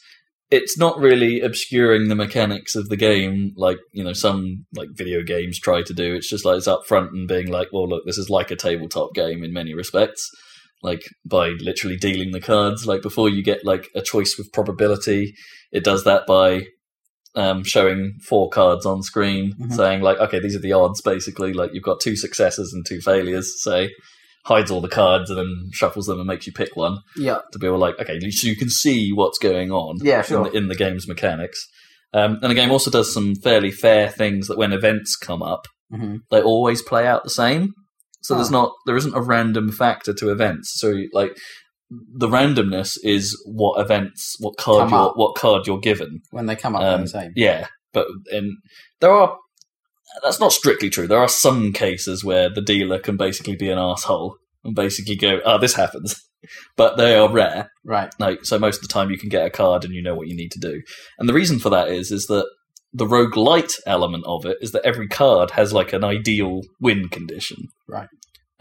C: it's not really obscuring the mechanics of the game like you know some like video games try to do it's just like it's up front and being like well look this is like a tabletop game in many respects like by literally dealing the cards like before you get like a choice with probability it does that by um, showing four cards on screen
E: Mhm.
C: saying like okay these are the odds basically like you've got two successes and two failures say hides all the cards and then shuffles them and makes you pick one
E: Yeah.
C: to be all like, okay, so you can see what's going on
E: Yeah, sure.
C: in, the, in the game's mechanics. Um, and the game also does some fairly fair things that when events come up,
B: Mm-hmm.
E: Mhm.
C: they always play out the same. So there's
E: Huh.
C: not there isn't a random factor to events. So like the randomness is what events, what
E: Come
C: card you're,
E: up.
C: what card you're given.
E: When they come up,
C: Um,
E: they're the same.
C: Yeah, but and there are that's not strictly true. There are some cases where the dealer can basically be an asshole and basically go, "Oh, this happens," but they are rare.
E: Right.
C: Like so most of the time you can get a card and you know what you need to do. And the reason for that is is that the roguelite element of it is that every card has like an ideal win condition.
E: Right.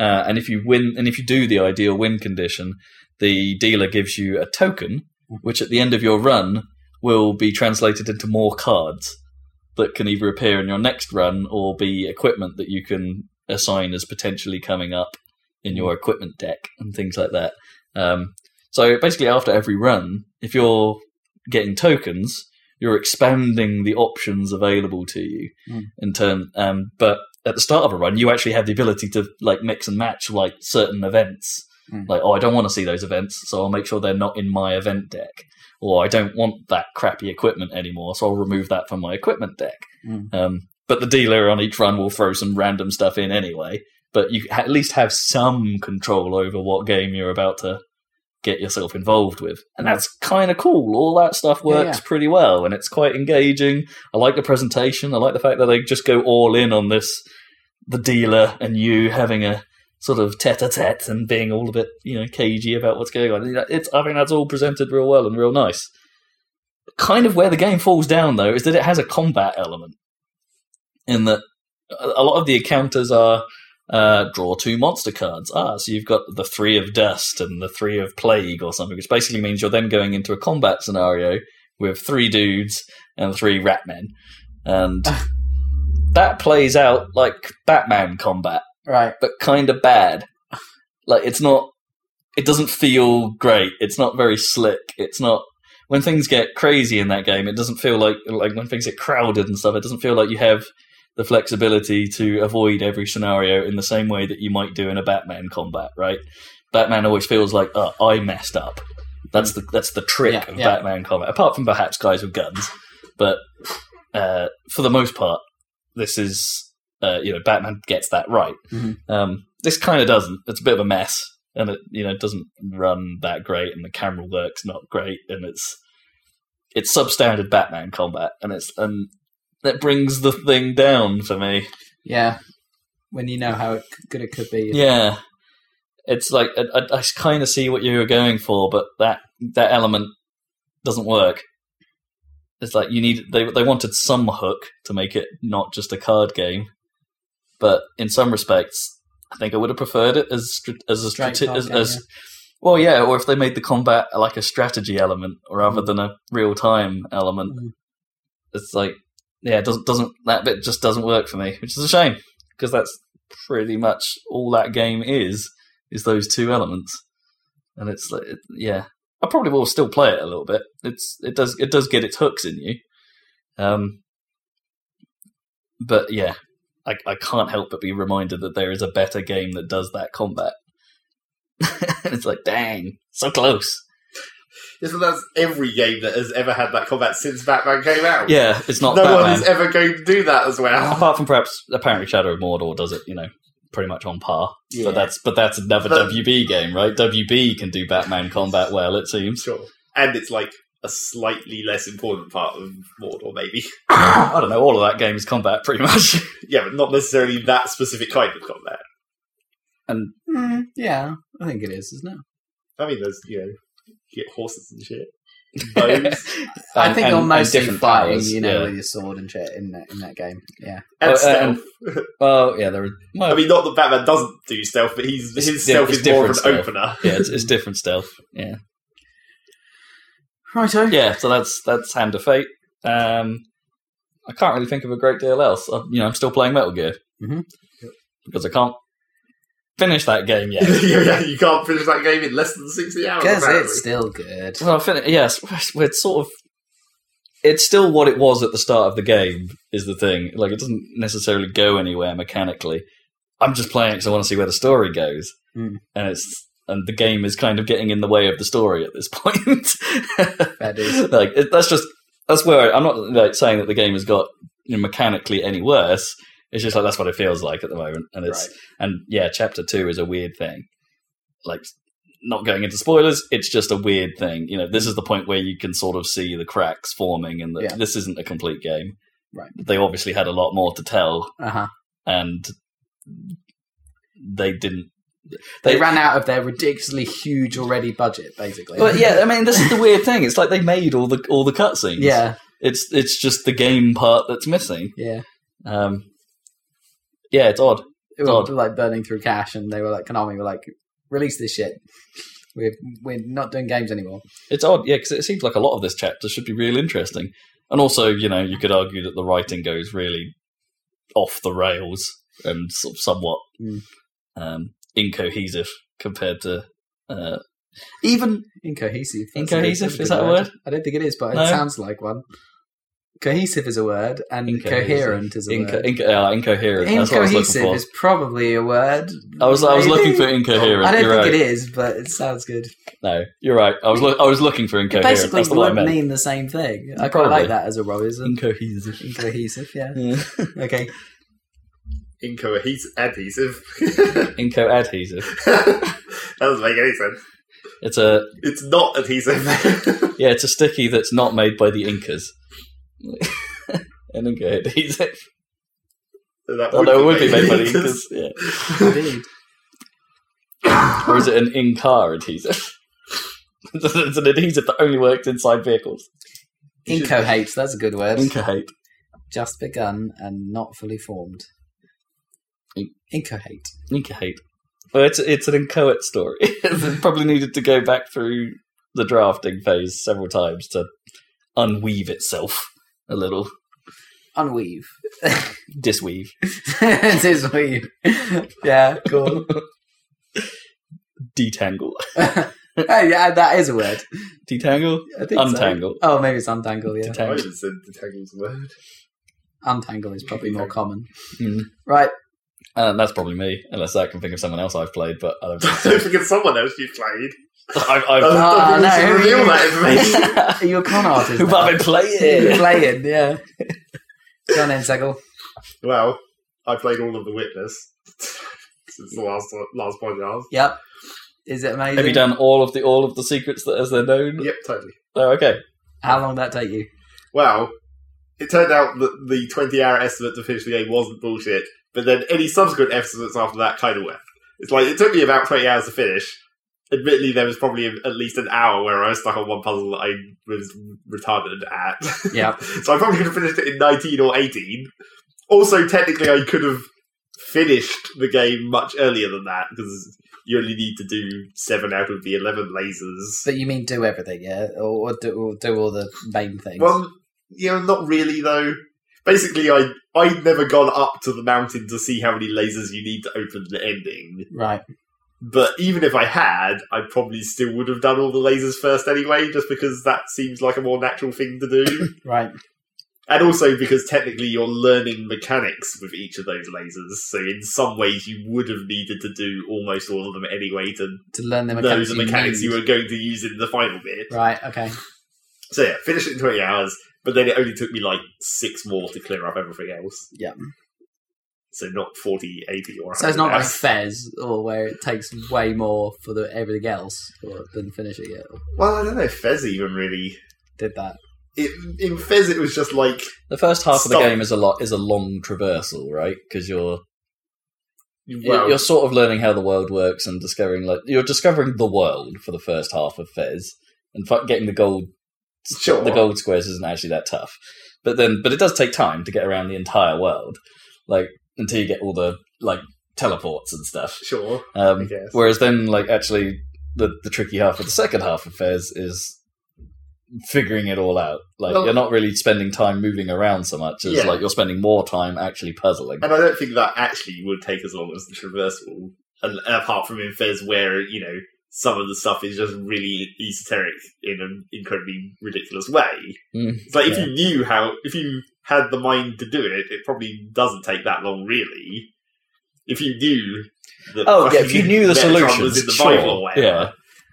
C: Uh, and if you win and if you do the ideal win condition, the dealer gives you a token which at the end of your run will be translated into more cards that can either appear in your next run or be equipment that you can assign as potentially coming up in your equipment deck and things like that. Um, so basically, after every run, if you're getting tokens, you're expanding the options available to you
E: Mm.
C: in turn. Um, but at the start of a run, you actually have the ability to like mix and match like certain events.
E: Mm.
C: Like, oh, I don't want to see those events, so I'll make sure they're not in my event deck. Or I don't want that crappy equipment anymore, so I'll remove that from my equipment deck.
E: Mm.
C: Um, but the dealer on each run will throw some random stuff in anyway. But you at least have some control over what game you're about to get yourself involved with. And that's kind of cool. All that stuff
E: Yeah,
C: works pretty well and it's quite engaging. I like the presentation. I like the fact that they just go all in on this the dealer and you having a sort of tete-a-tete and being all a bit, you know, cagey about what's going on. It's I think that's all presented real well and real nice. Kind of where the game falls down though is that it has a combat element in that a a lot of the encounters are uh, draw two monster cards. Ah, so you've got the three of dust and the three of plague or something, which basically means you're then going into a combat scenario with three dudes and three rat men. And that plays out like Batman combat,
E: Right.
C: but kind of bad. Like, it's not, it doesn't feel great. It's not very slick. It's not, when things get crazy in that game, it doesn't feel like, like when things get crowded and stuff, it doesn't feel like you have the flexibility to avoid every scenario in the same way that you might do in a Batman combat, right? Batman always feels like, oh, I messed up. That's the that's the trick
E: Yeah,
C: of
E: yeah.
C: Batman combat. Apart from perhaps guys with guns, but uh, for the most part, this is uh, you know Batman gets that right.
E: Mhm.
C: Um, this kind of doesn't. It's a bit of a mess, and it you know it doesn't run that great, and the camera work's not great, and it's it's substandard Batman combat, and it's and that brings the thing down for me.
E: Yeah. When you know how it, good it could be.
C: Yeah, it's like I, I, I kind of see what you were going for, but that that element doesn't work. It's like you need they they wanted some hook to make it not just a card game, but in some respects, I think I would have preferred it as str- as a
E: Straight
C: strate-
E: card
C: as,
E: game,
C: as well, yeah, or if they made the combat like a strategy element rather
E: Mm.
C: than a real time element.
E: Mm.
C: It's like yeah, it doesn't doesn't that bit just doesn't work for me, which is a shame because that's pretty much all that game is is those two elements, and it's like it, yeah, I probably will still play it a little bit. It's it does it does get its hooks in you, um, but yeah, I I can't help but be reminded that there is a better game that does that combat. and it's like dang, so close.
A: Just that that's every game that has ever had that combat since Batman came out.
C: Yeah, it's not
A: no one
C: Batman.
A: is ever going to do that as well.
C: Apart from perhaps apparently Shadow of Mordor does it, you know, pretty much on par.
A: Yeah.
C: But that's but that's another
A: But-
C: WB game, right? WB can do Batman combat well, it seems.
A: Sure. And it's like a slightly less important part of Mordor, maybe.
C: I don't know. All of that game is combat, pretty much.
A: yeah, but not necessarily that specific kind of combat.
C: and
B: Mm, yeah, I think it is, isn't it?
A: I mean, there's, you know, you get horses and shit. Bows.
B: I
C: and-
B: think
C: and-
B: you're
C: and
B: mostly
C: different
B: fighting,
C: powers,
B: you know,
C: yeah.
B: with your sword and shit in that in that game. Yeah,
A: and
C: Oh,
A: stealth.
C: and- Oh yeah, there. Are, well,
A: I mean, not that Batman doesn't do stealth, but he's,
C: It's
A: his
C: di-
A: stealth
C: it's
A: is more of an
C: different stealth.
A: opener.
C: yeah, it's, it's different stealth. Yeah,
B: righto.
C: yeah. So that's that's Hand of Fate. Um, I can't really think of a great deal else. I, you know, I'm still playing Metal Gear
A: Mm-hmm.
B: Mhm.
C: because I can't finish that game yet.
A: yeah, yeah, you can't finish that game in less than 60 hours.
B: Because
A: apparently.
B: it's still good.
C: Well, I fin- yes, we're sort of. It's still what it was at the start of the game. Is the thing like it doesn't necessarily go anywhere mechanically. I'm just playing because I want to see where the story goes,
B: Mm.
C: and it's and the game is kind of getting in the way of the story at this point.
B: That is.
C: like it, that's just that's where I, I'm not like saying that the game has got you know, mechanically any worse. It's just like that's what it feels like at the moment, and it's and yeah, chapter two is a weird thing. Like, not going into spoilers, it's just a weird thing. You know, this is the point where you can sort of see the cracks forming, and that
B: Yeah.
C: this isn't a complete game.
B: Right.
C: They obviously had a lot more to tell,
B: Uh huh.
C: and they didn't.
B: They ran out of their ridiculously huge already budget, basically.
C: But yeah, I mean, this is the weird thing. It's like they made all the all the cutscenes.
B: yeah,
C: It's it's just the game part that's missing.
B: yeah.
C: Um, yeah, it's odd.
B: It was
C: Odd.
B: like burning through cash, and they were like, Konami were like, release this shit. We're we're not doing games anymore.
C: It's odd, yeah, because it seems like a lot of this chapter should be real interesting. And also, you know, you could argue that the writing goes really off the rails and sort of somewhat
B: Mm.
C: um, incohesive compared to uh, even
B: Incohesive. that's a
C: Incohesive,
B: good-
C: is
B: good
C: that a word?
B: I don't think it is, but
C: No.
B: it sounds like one. Cohesive is a word, and
C: Incohesive.
B: coherent is a
C: inco-
B: word.
C: inco- uh, incoherent. That's what I was looking
B: Incohesive
C: for.
B: is probably a word.
C: I was I was
B: maybe?
C: looking for incoherent.
B: I don't
C: you're
B: think
C: right.
B: it is, but it sounds good.
C: No, you're right. I was lo- I was looking for
B: It
C: incoherent.
B: basically
C: That's the one I
B: would
C: meant.
B: mean the same thing. I quite
C: Probably.
B: like that as a Robism.
C: incohesive.
B: Incohesive, yeah.
C: Yeah.
B: Okay.
A: Incohesive. Adhesive.
C: Inco adhesive.
A: that doesn't make any sense.
C: It's a
A: It's not adhesive.
C: Yeah, it's a sticky that's not made by the Incas. and then go ahead. He's like,
A: that
C: oh, no, it would be made by the
A: because-
C: Incas. Yeah.
B: Indeed.
C: Or is it an in-car adhesive? it's an adhesive that only works inside vehicles.
B: Incohate, that's a good word.
C: Incohate.
B: Just begun and not fully formed.
C: In-
B: Incohate.
C: Incohate. Well, it's, it's an inchoate story. it probably needed to go back through the drafting phase several times to unweave itself a little.
B: Unweave.
C: Disweave.
B: it is weave. yeah, cool.
C: Detangle.
B: oh, yeah, that is a word.
C: Detangle?
B: I think so.
C: Untangle.
B: Oh, maybe it's untangle, yeah.
A: I
C: Detangle.
A: even said detangle's a word.
B: Untangle is probably more common.
C: Mm.
B: Right,
C: And Uh, that's probably me, unless I can think of someone else I've played, but I don't think so.
A: Don't forget someone else you played.
C: I've,
A: I
C: I've,
A: don't
B: Oh,
A: think we should
B: no.
A: reveal that information.
B: are you a con artist?
C: Who
B: now?
C: I've been
B: You're
C: playing.
B: playing, yeah. Go on then, Segal.
A: Well, I played all of The Witness since the last last podcast.
B: Yep. Is it amazing?
C: Have you done all of the all of the secrets that as they're known?
A: Yep, totally.
C: Oh, okay.
B: How long did that take you?
A: Well, it turned out that the 20 hour estimate to finish the game wasn't bullshit, but then any subsequent estimates after that kind of were. It's like, it took me about 20 hours to finish. Admittedly, there was probably at least an hour where I was stuck on one puzzle that I was retarded at.
B: Yeah.
A: so I probably could have finished it in 19 or 18. Also, technically, I could have finished the game much earlier than that because you only need to do 7 out of the 11 lasers.
B: But you mean do everything, yeah? Or, or, do, or do all the main things?
A: Well, you know, not really though. Basically, I I'd never gone up to the mountain to see how many lasers you need to open the ending.
B: right.
A: But even if I had, I probably still would have done all the lasers first anyway, just because that seems like a more natural thing to do.
B: Right.
A: And also because technically you're learning mechanics with each of those lasers, so in some ways you would have needed to do almost all of them anyway to
E: to learn the
A: know
E: mechanics.
A: the mechanics you
E: need.
A: were going to use in the final bit.
E: Right. Okay.
A: So yeah, finished it in 20 hours, but then it only took me like six more to clear up everything else.
E: Yeah.
A: So not 40, 80 or
E: So it's not
A: 100
E: like
A: hours.
E: Fez, or where it takes way more for the, everything else or, than finishing it. Or
A: Well, I don't know if Fez even really...
E: did that?
A: It, in Fez it was just like...
C: The first half of
A: Stop.
C: the game is a lot is a long traversal, right? Because you're
A: Well,
C: you're sort of learning how the world works and discovering like you're discovering the world for the first half of Fez, and fu- getting the gold
A: sure.
C: the gold squares isn't actually that tough. But then, but it does take time to get around the entire world, like until you get all the like teleports and stuff.
A: Sure. I
C: Um,
A: guess.
C: whereas then, like actually, the the tricky half of the second half of Fez is figuring it all out. Like
A: Well-
C: you're not really spending time moving around so much as
A: Yeah.
C: like you're spending more time actually puzzling.
A: And I don't think that actually would take as long as the traversal, and apart from in Fez, where you know some of the stuff is just really esoteric in an incredibly ridiculous way.
C: Mm,
A: it's like if
C: yeah.
A: you knew how, if you had the mind to do it, it probably doesn't take that long, really. If you knew, that
C: Oh, yeah, if you
A: fucking
C: knew the
A: Metatron
C: solutions,
A: was in the
C: sure,
A: Bible or whatever.
C: yeah.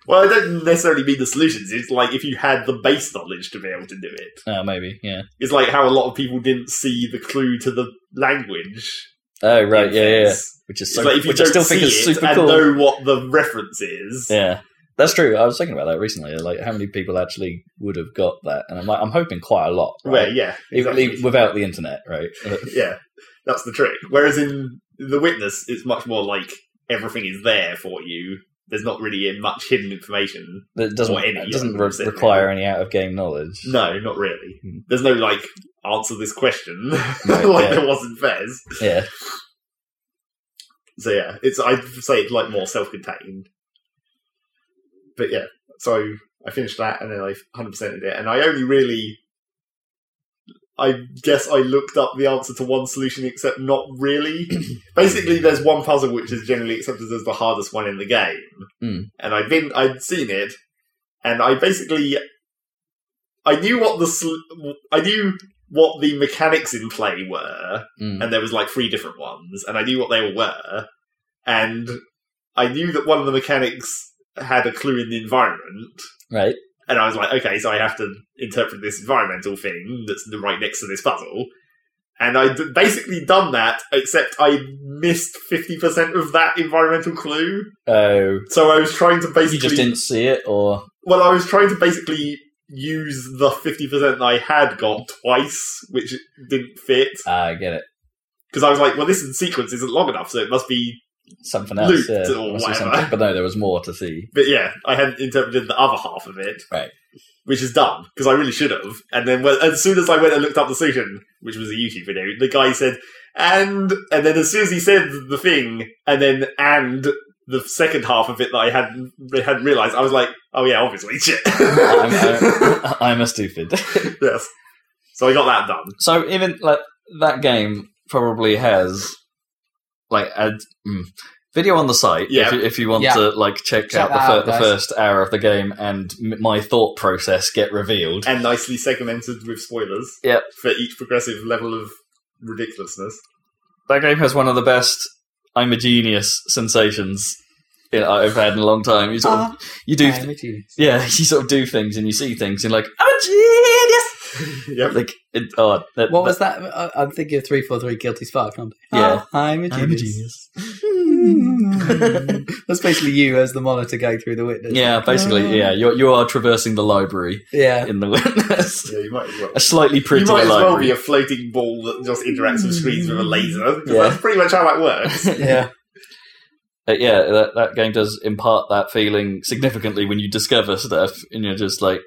A: Well, I don't necessarily mean the solutions. It's like if you had the base knowledge to be able to do it.
C: Uh, maybe, yeah.
A: It's like how a lot of people didn't see the clue to the language.
C: Oh right,
A: in
C: yeah, yeah. yeah.
A: Fez.
C: Which is
A: It's
C: so,
A: like if you
C: which I
A: don't
C: still
A: see
C: think is
A: it
C: super
A: and
C: cool.
A: know what the reference is,
C: Yeah, that's true. I was thinking about that recently. Like, how many people actually would have got that? And I'm like, I'm hoping quite a lot. Right?
A: well, yeah,
C: Even-
A: exactly.
C: even without the internet, right?
A: yeah, that's the trick. Whereas in The Witness, it's much more like everything is there for you. There's not really much hidden information.
C: That doesn't
A: Or any,
C: it
A: yeah,
C: doesn't re-
A: specifically.
C: require any out of game knowledge.
A: No, not really.
C: Hmm.
A: There's no like answer this question
C: Right,
A: like
C: yeah.
A: there was in Fez.
C: Yeah,
A: So yeah, it's I'd say it's like more self-contained. But yeah, so I finished that and then I 100%ed it, and I only really, I guess I looked up the answer to one solution, except not really. Basically, there's one puzzle which is generally accepted as the hardest one in the game,
C: Mm.
A: and I'd been I'd seen it, and I basically, I knew what the sol- I knew what the mechanics in play were
C: Mm.
A: and there was like three different ones, and I knew what they all were, and I knew that one of the mechanics had a clue in the environment,
C: right.
A: and I was like, okay, so I have to interpret this environmental thing that's right next to this puzzle, and I'd basically done that, except I missed fifty percent of that environmental clue,
C: Oh,
A: so I was trying to basically
C: you just didn't see it, or
A: well, I was trying to basically use the fifty percent that I had got twice, which didn't fit.
C: Ah, I get it.
A: Because I was like, well, this sequence isn't long enough, so it must be
C: Something else,
A: Loot
C: yeah.
A: or
C: must be
A: whatever.
C: something. But no, there was more to see.
A: But yeah, I hadn't interpreted the other half of it.
C: Right.
A: Which is dumb, because I really should have. And then when, as soon as I went and looked up the solution, which was a YouTube video, the guy said, and, and then as soon as he said the thing, and then, and the second half of it that I hadn't, hadn't realized, I was like, oh yeah, obviously, shit.
C: I'm, I'm, I'm a stupid.
A: yes. So I got that done.
C: so even like that game probably has like a mm, video on the site
A: Yeah.
C: if, you, if you want
E: Yeah.
C: to like check,
E: Check
C: out the,
E: that
C: fir-
E: out,
C: the
E: guys.
C: first hour of the game and m- my thought process get revealed
A: And nicely segmented with spoilers.
C: Yep.
A: For each progressive level of ridiculousness.
C: that game has one of the best i'm a genius sensations you know, i've had in a long time you sort
E: Uh-huh.
C: of, you do
E: I'm a genius.
C: yeah you sort of do things and you see things and you're like i'm a genius
A: yep.
C: like it, oh, that,
E: What was that? I- I'm thinking of three four three guilty spark. I'm,
C: Yeah.
E: "Ah, I'm a
C: I'm a
E: genius.
C: genius.
E: That's basically you as the monitor going through the witness.
C: Yeah,
A: Uh,
C: basically, yeah. You're, you are traversing the library
E: yeah.
C: in the witness.
A: Yeah, you might as well.
C: a slightly prettier
A: you might as well
C: library.
A: be a floating ball that just interacts with screens with a laser. 'cause
C: Yeah.
A: That's pretty much how that works.
E: Yeah,
C: Uh, yeah, that, that game does impart that feeling significantly when you discover stuff and you're just like,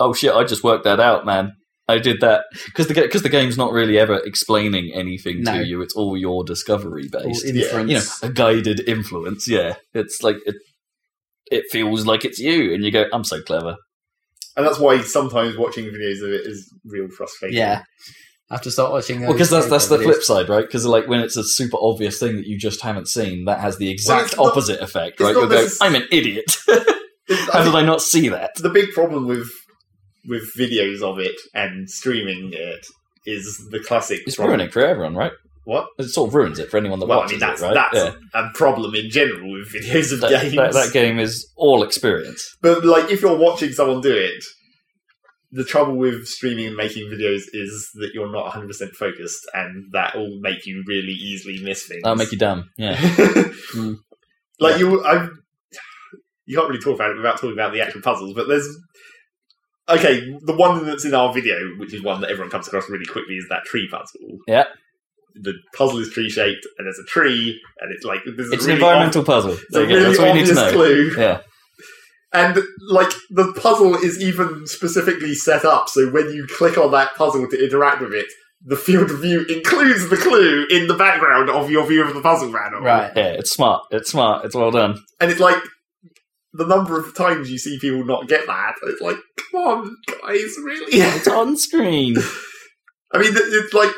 C: oh shit, I just worked that out, man. I did that because the because the game's not really ever explaining anything
E: No.
C: to you. It's all your discovery
E: All
C: based.
E: inference.
C: you know, a guided influence. Yeah, it's like it. It feels like it's you, and you go, "I'm so clever."
A: And that's why sometimes watching videos of it is real frustrating.
E: yeah. I have to start watching. uh,
C: Well, because that's that's the
E: those
C: flip side, right? Because like when it's a super obvious thing that you just haven't seen, that has the exact
A: it's not-
C: opposite effect,
A: it's
C: right?
A: not
C: You'll go,
A: necess-
C: "I'm an idiot."
A: It's- I
C: How did
A: think
C: I not see that?
A: the big problem with with videos of it and streaming it is the classic.
C: It's
A: problem.
C: ruining it for everyone, right?
A: What?
C: It sort of ruins it for anyone that
A: Well, I
C: watches
A: mean, that's
C: it, right?
A: that's a problem in general with videos of
C: That, that-
A: games.
C: that game is all experience.
A: But like, if you're watching someone do it, the trouble with streaming and making videos is that you're not 100 percent focused, and that will make you really easily miss things.
C: That'll make you dumb. Yeah. Mm.
A: Like you, I. You can't really talk about it without talking about the actual puzzles, but there's. Okay, the one that's in our video, which is one that everyone comes across really quickly, is that tree puzzle.
C: Yeah.
A: The puzzle is tree shaped, and there's a tree, and it's like there's
C: It's
A: a really
C: an environmental puzzle.
A: It's
C: There
A: a
C: you go.
A: really
C: That's all you need
A: obvious
C: to know.
A: clue.
C: Yeah.
A: And like the puzzle is even specifically set up so when you click on that puzzle to interact with it, the field of view includes the clue in the background of your view of the puzzle panel.
B: Right.
C: Yeah, it's smart. It's smart. It's well done.
A: And it's like the number of times you see people not get that, it's like, come on, guys, really?
C: It's on screen.
A: I mean, it- it's like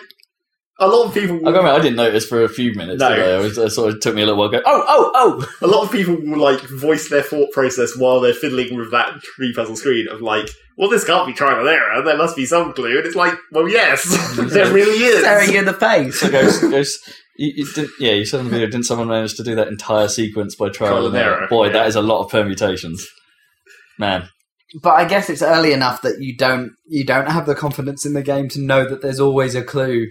A: a lot of people.
C: I, mean, I didn't notice for a few minutes.
A: No.
C: No. I? It, was, it sort of took me a little while. Go, oh, oh, oh!
A: a lot of people will like voice their thought process while they're fiddling with that tree puzzle screen of like, well, this can't be trial and error. There must be some clue, and it's like, well, yes, there really
F: Staring
A: is.
F: you in the face.
C: So goes, goes. You, you didn't, yeah, you said in the video, didn't someone manage to do that entire sequence by trial and error? Boy,
A: yeah.
C: that is a lot of permutations. Man,
B: But I guess it's early enough that you don't you don't have the confidence in the game to know that there's always a clue.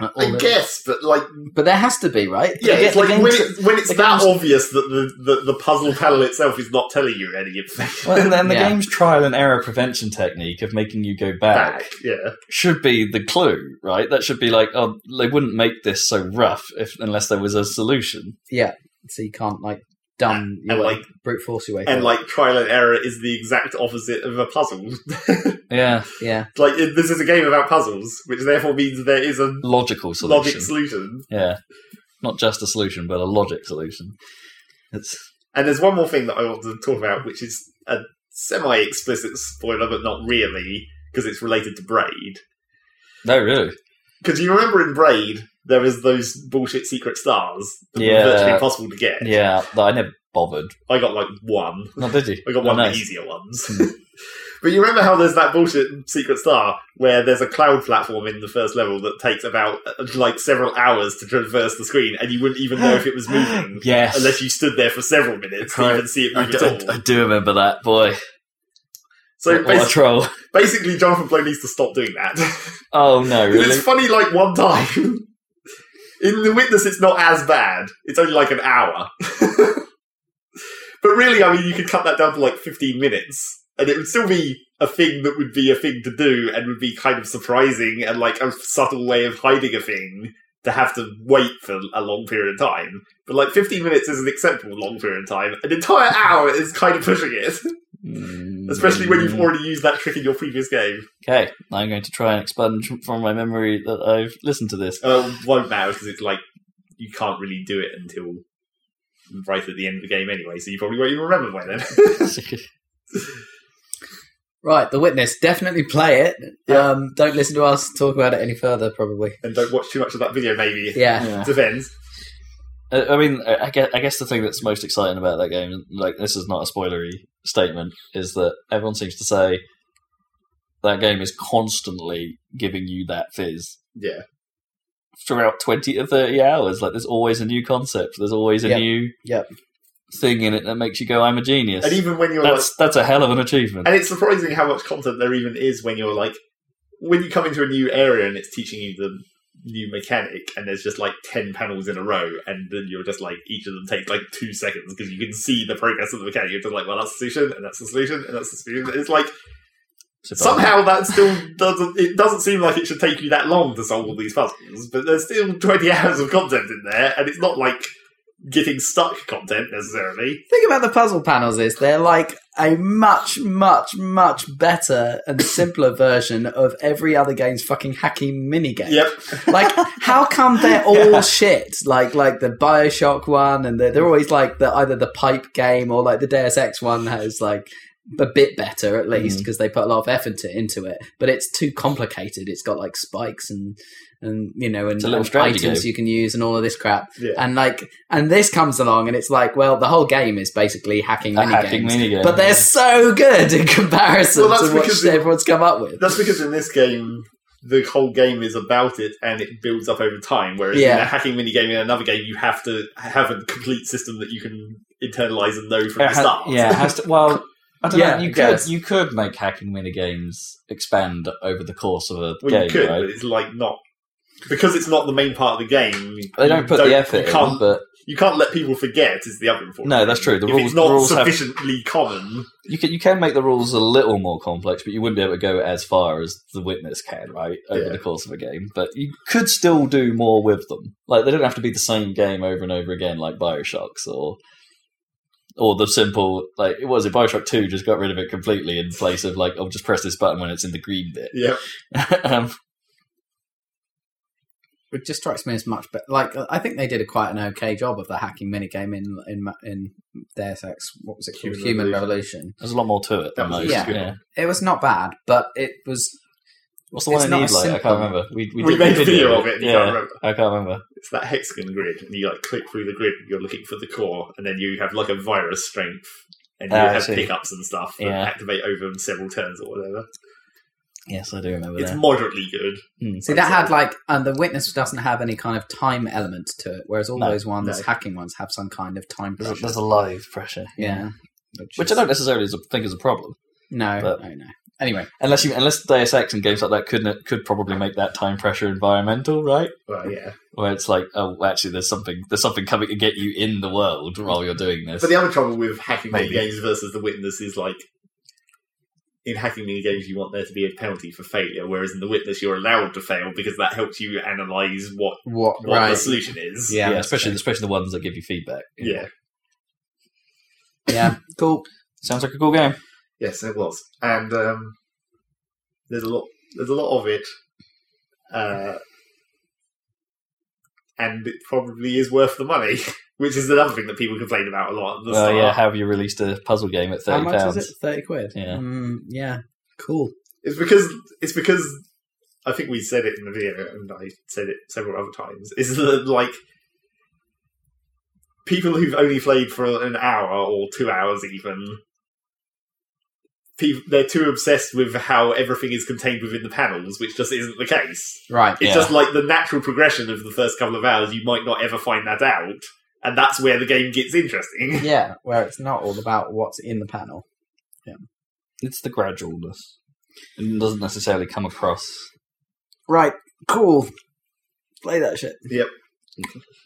A: I guess, but like,
B: But there has to be, right?
A: yeah,
B: You get
A: it's
B: the
A: like
B: game
A: when,
B: to-
A: it, when it's
B: the
A: that
B: game's-
A: obvious that the, the, the puzzle panel itself is not telling you any information.
C: well, and then the
B: Yeah.
C: game's trial and error prevention technique of making you go back,
A: Back, yeah.
C: should be the clue, right? That should be like, oh, they wouldn't make this so rough if unless there was a solution.
B: so you can't like dumb
A: And,
B: your way,
A: like-
B: brute force your way.
A: And
B: through.
A: like, trial and error is the exact opposite of a puzzle.
C: Yeah,
B: yeah,
A: like, it, this is a game about puzzles, which therefore means there is a
C: logical solution.
A: logic solution.
C: Yeah, not just a solution, but a logic solution. It's
A: And there's one more thing that I want to talk about, which is a semi-explicit spoiler, but not really, because it's related to Braid.
C: no, really.
A: Because you remember in Braid, there is those bullshit secret stars that
C: Yeah.
A: were virtually impossible to get.
C: Yeah, no, I never bothered.
A: I got like one.
C: No, did you?
A: I got
C: No,
A: one of the
C: Oh, nice.
A: easier ones.
C: Hmm.
A: but you remember how there's that bullshit secret star where there's a cloud platform in the first level that takes about uh, like several hours to traverse the screen, and you wouldn't even know if it was moving
C: Yes,
A: unless you stood there for several minutes to
C: Right.
A: even see it
C: I
A: move at
C: do, I-
A: all.
C: I do remember that boy.
A: so
C: What- what a
A: basically,
C: troll.
A: basically Jonathan Blow needs to stop doing that.
C: Oh no, really?
A: It's funny like one time. In The Witness it's not as bad. It's only like an hour. but really, I mean you could cut that down to like fifteen minutes. And it would still be a thing that would be a thing to do and would be kind of surprising and like a subtle way of hiding a thing to have to wait for a long period of time. But like fifteen minutes is an acceptable long period of time. An entire hour is kind of pushing it. mm. Especially when you've already used that trick in your previous game.
C: Okay, I'm going to try and expunge from my memory that I've listened to this.
A: Uh, it won't matter because it's like you can't really do it until right at the end of the game anyway, so you probably won't even remember by then.
B: right. The witness definitely play it. Um, don't listen to us talk about it any further. Probably.
A: and don't watch too much of that video, maybe.
B: Yeah,
C: Yeah.
A: Depends.
C: Uh, I mean, I I guess, I guess the thing that's most exciting about that game, like this is not a spoilery statement, is that everyone seems to say that game is constantly giving you that fizz
A: Yeah.
C: throughout twenty to thirty hours. Like, there's always a new concept. There's always a
B: Yep.
C: new
B: Yep.
C: thing in it that makes you go, "I'm a genius."
A: And even when you're
C: that's that's a hell of an achievement.
A: like, and it's surprising how much content there even is when you're like, when you come into a new area and it's teaching you the new mechanic, and there's just like 10 panels in a row, and then you're just like, each of them takes like two seconds because you can see the progress of the mechanic. You're just like, well, that's the solution, and that's the solution, and that's the solution. It's like,
C: Surprise.
A: Somehow that still doesn't. It doesn't seem like it should take you that long to solve all these puzzles, but there's still 20 hours of content in there, and it's not like getting stuck content necessarily.
B: thing about the puzzle panels is they're like a much, much, much better and simpler version of every other game's fucking hacking minigame.
A: Yep.
B: Like, how come they're all
C: Yeah.
B: shit? Like, like the Bioshock one, and they're, they're always like the either the pipe game or like the Deus Ex one has like a bit better at
C: Mm.
B: least because they put a lot of effort to, into it. But it's too complicated. It's got like spikes and and you know and,
C: It's a little
B: and
C: strategy
B: items
C: game.
B: you can use and all of this crap.
A: Yeah.
B: And like, and this comes along, and it's like, well, the whole game is basically hacking
C: a
B: minigames,
C: hacking minigame.
B: but they're so good in comparison
A: Well, that's
B: to what
A: because-
B: everyone's come up with.
A: That's because in this game, the whole game is about it and it builds up over time. Whereas in
B: Yeah.
A: a hacking minigame in another game, you have to have a complete system that you can internalize and know from the
C: It has-
A: start.
C: Uh, yeah, it has to, well, I don't
B: Yeah,
C: know. You
B: I
C: could,
B: guess.
C: you could make hacking minigames expand over the course of a
A: Well,
C: game,
A: you could,
C: right?
A: but it's like not. Because it's not the main part of the game,
C: They
A: you
C: don't put the effort
A: You can't,
C: in, but
A: you can't let people forget. Is the other important?
C: No, that's true. The
A: if
C: rules-
A: it's not
C: the rules have-
A: sufficiently common,
C: you can you can make the rules a little more complex, but you wouldn't be able to go as far as the witness can, right? Over
A: Yeah.
C: the course of a game, but you could still do more with them. Like they don't have to be the same game over and over again, like Bioshocks or or the simple like what was it Bioshock Two just got rid of it completely in place of like I'll just press this button when it's in the green bit.
A: yeah,
C: um,
E: It just strikes me as much better. Like uh, I think they did a quite an okay job of the hacking minigame in in Ma- in Deus Ex. What was it called?
A: Human
E: Human
A: Revolution.
E: Revolution.
C: there's a lot more to it than
A: That was
C: most.
E: a
C: Yeah.
E: good It was not bad, but it was
C: What's the one
E: It's
C: in
E: not
C: Eve
E: as
C: like? I
E: simple.
C: can't remember. We
A: we,
C: we, did
A: made
C: a
A: a video of it. And You
C: Yeah,
A: can't remember.
C: I can't remember.
A: It's that hexagon grid, and you like click through the grid. and You're looking for the core, and then you have like a virus strength, and you
C: Ah, I
A: have
C: see.
A: pickups and stuff that
C: Yeah.
A: activate over several turns or whatever.
C: Yes, I do remember
A: It's
C: that.
A: moderately good.
E: See, that had like, and the witness doesn't have any kind of time element to it, whereas all
C: No,
E: those ones,
A: no.
E: hacking ones, have some kind of time
C: There's a,
E: pressure.
C: there's a live pressure.
E: yeah.
C: which I
E: is-
C: don't necessarily is a- think is a problem,
E: No,
C: but-
E: no, no. Anyway,
C: unless you unless Deus Ex and games like that could could probably make that time pressure environmental, right?
A: Well, yeah.
C: Where it's like, oh, actually, there's something there's something coming to get you in the world while you're doing this.
A: But the other trouble with hacking mini
C: Maybe.
A: games versus the witness is like in hacking mini games you want there to be a penalty for failure, whereas in the witness you're allowed to fail because that helps you analyze what,
E: what?
A: what the
E: right?
A: solution is.
E: Yeah,
C: yeah, especially especially the ones that give you feedback.
A: Yeah.
E: yeah. Cool.
C: sounds like a cool game.
A: Yes, it was. And um, there's a lot there's a lot of it. Uh, and it probably is worth the money, which is another thing that people complain about a lot at the
C: Well,
A: start.
C: yeah, have you released a puzzle game at
E: How
C: thirty
E: much is
C: pounds?
E: it? Thirty quid.
C: Yeah.
E: Mm, yeah. Cool.
A: It's because it's because I think we said it in the video, and I said it several other times. Is that like people who've only played for an hour or two hours, even people they're too obsessed with how everything is contained within the panels, which just isn't the case.
E: Right.
A: It's
C: Yeah.
A: just like the natural progression of the first couple of hours. You might not ever find that out, and that's where the game gets interesting.
E: Yeah, where it's not all about what's in the panel.
C: It's the gradualness. It doesn't necessarily come across.
E: Right. Cool. Play that shit.
A: Play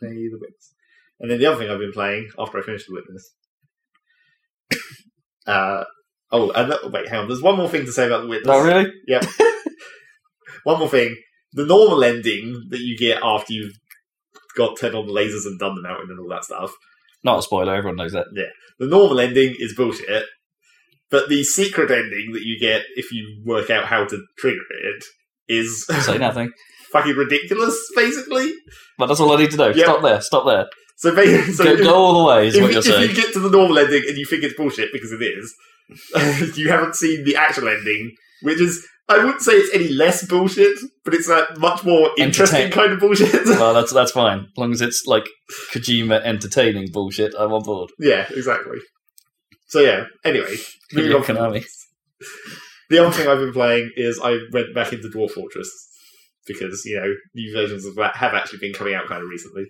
A: the Witness. And then the other thing I've been playing after I finished the Witness. Uh, oh, and that- wait, hang on. There's one more thing to say about the Witness.
C: Oh, really?
A: One more thing. The normal ending that you get after you've got turned on the lasers and done the mountain and all that stuff.
C: Not a spoiler. Everyone knows that.
A: The normal ending is bullshit. But the secret ending that you get if you work out how to trigger it is
C: Say nothing.
A: fucking ridiculous, basically.
C: But that's all I need to know.
A: Yeah.
C: Stop there. Stop there.
A: So, basically, so
C: go,
A: if-
C: go all the way. Is
A: if,
C: what you're
A: if
C: saying.
A: you get to the normal ending and you think it's bullshit because it is, you haven't seen the actual ending, which is I wouldn't say it's any less bullshit, but it's a much more interesting
C: Entertain-
A: kind of bullshit.
C: well, that's that's fine. As long as it's like Kojima entertaining bullshit, I'm on board.
A: yeah, exactly. So yeah. Anyway, moving
C: Yeah,
A: on. from
C: Konami.
A: that. The other thing I've been playing is I went back into Dwarf Fortress because you know new versions of that have actually been coming out kind of recently,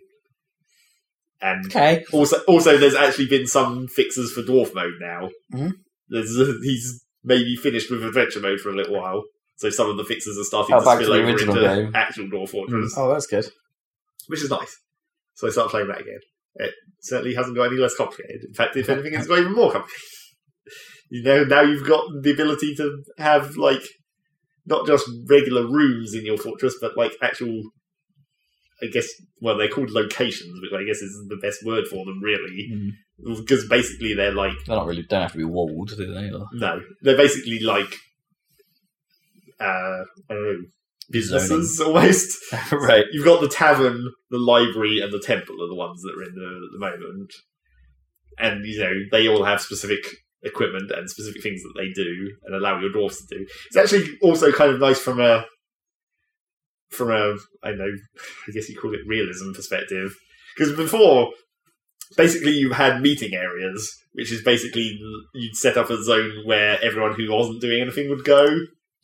A: and
E: Okay.
A: Also, also, there's actually been some fixes for dwarf mode now.
C: Hmm?
E: Mhm.
A: There's, he's maybe finished with adventure mode for a little while, so some of the fixes are starting
C: Oh,
A: to
C: back to
A: spill
C: the
A: over into
C: original game. Hmm.
A: actual dwarf fortress,
E: Oh, that's good.
A: which is nice. So I start playing that again. It certainly hasn't got any less complicated. In fact, if anything, it's got even more complicated. You know, now you've got the ability to have like not just regular rooms in your fortress, but like actual. I guess well, they're called locations, which I guess is the best word for them, really because basically they're like
C: They're not really. Don't have to be walled, do they? Or
A: no, they're basically like uh, I don't know businesses almost.
C: right.
A: You've got the tavern, the library, and the temple are the ones that are in there at the moment, and you know they all have specific equipment and specific things that they do and allow your dwarfs to do. It's actually also kind of nice from a from a I don't know I guess you call it realism perspective because before basically you had meeting areas which is basically you'd set up a zone where everyone who wasn't doing anything would go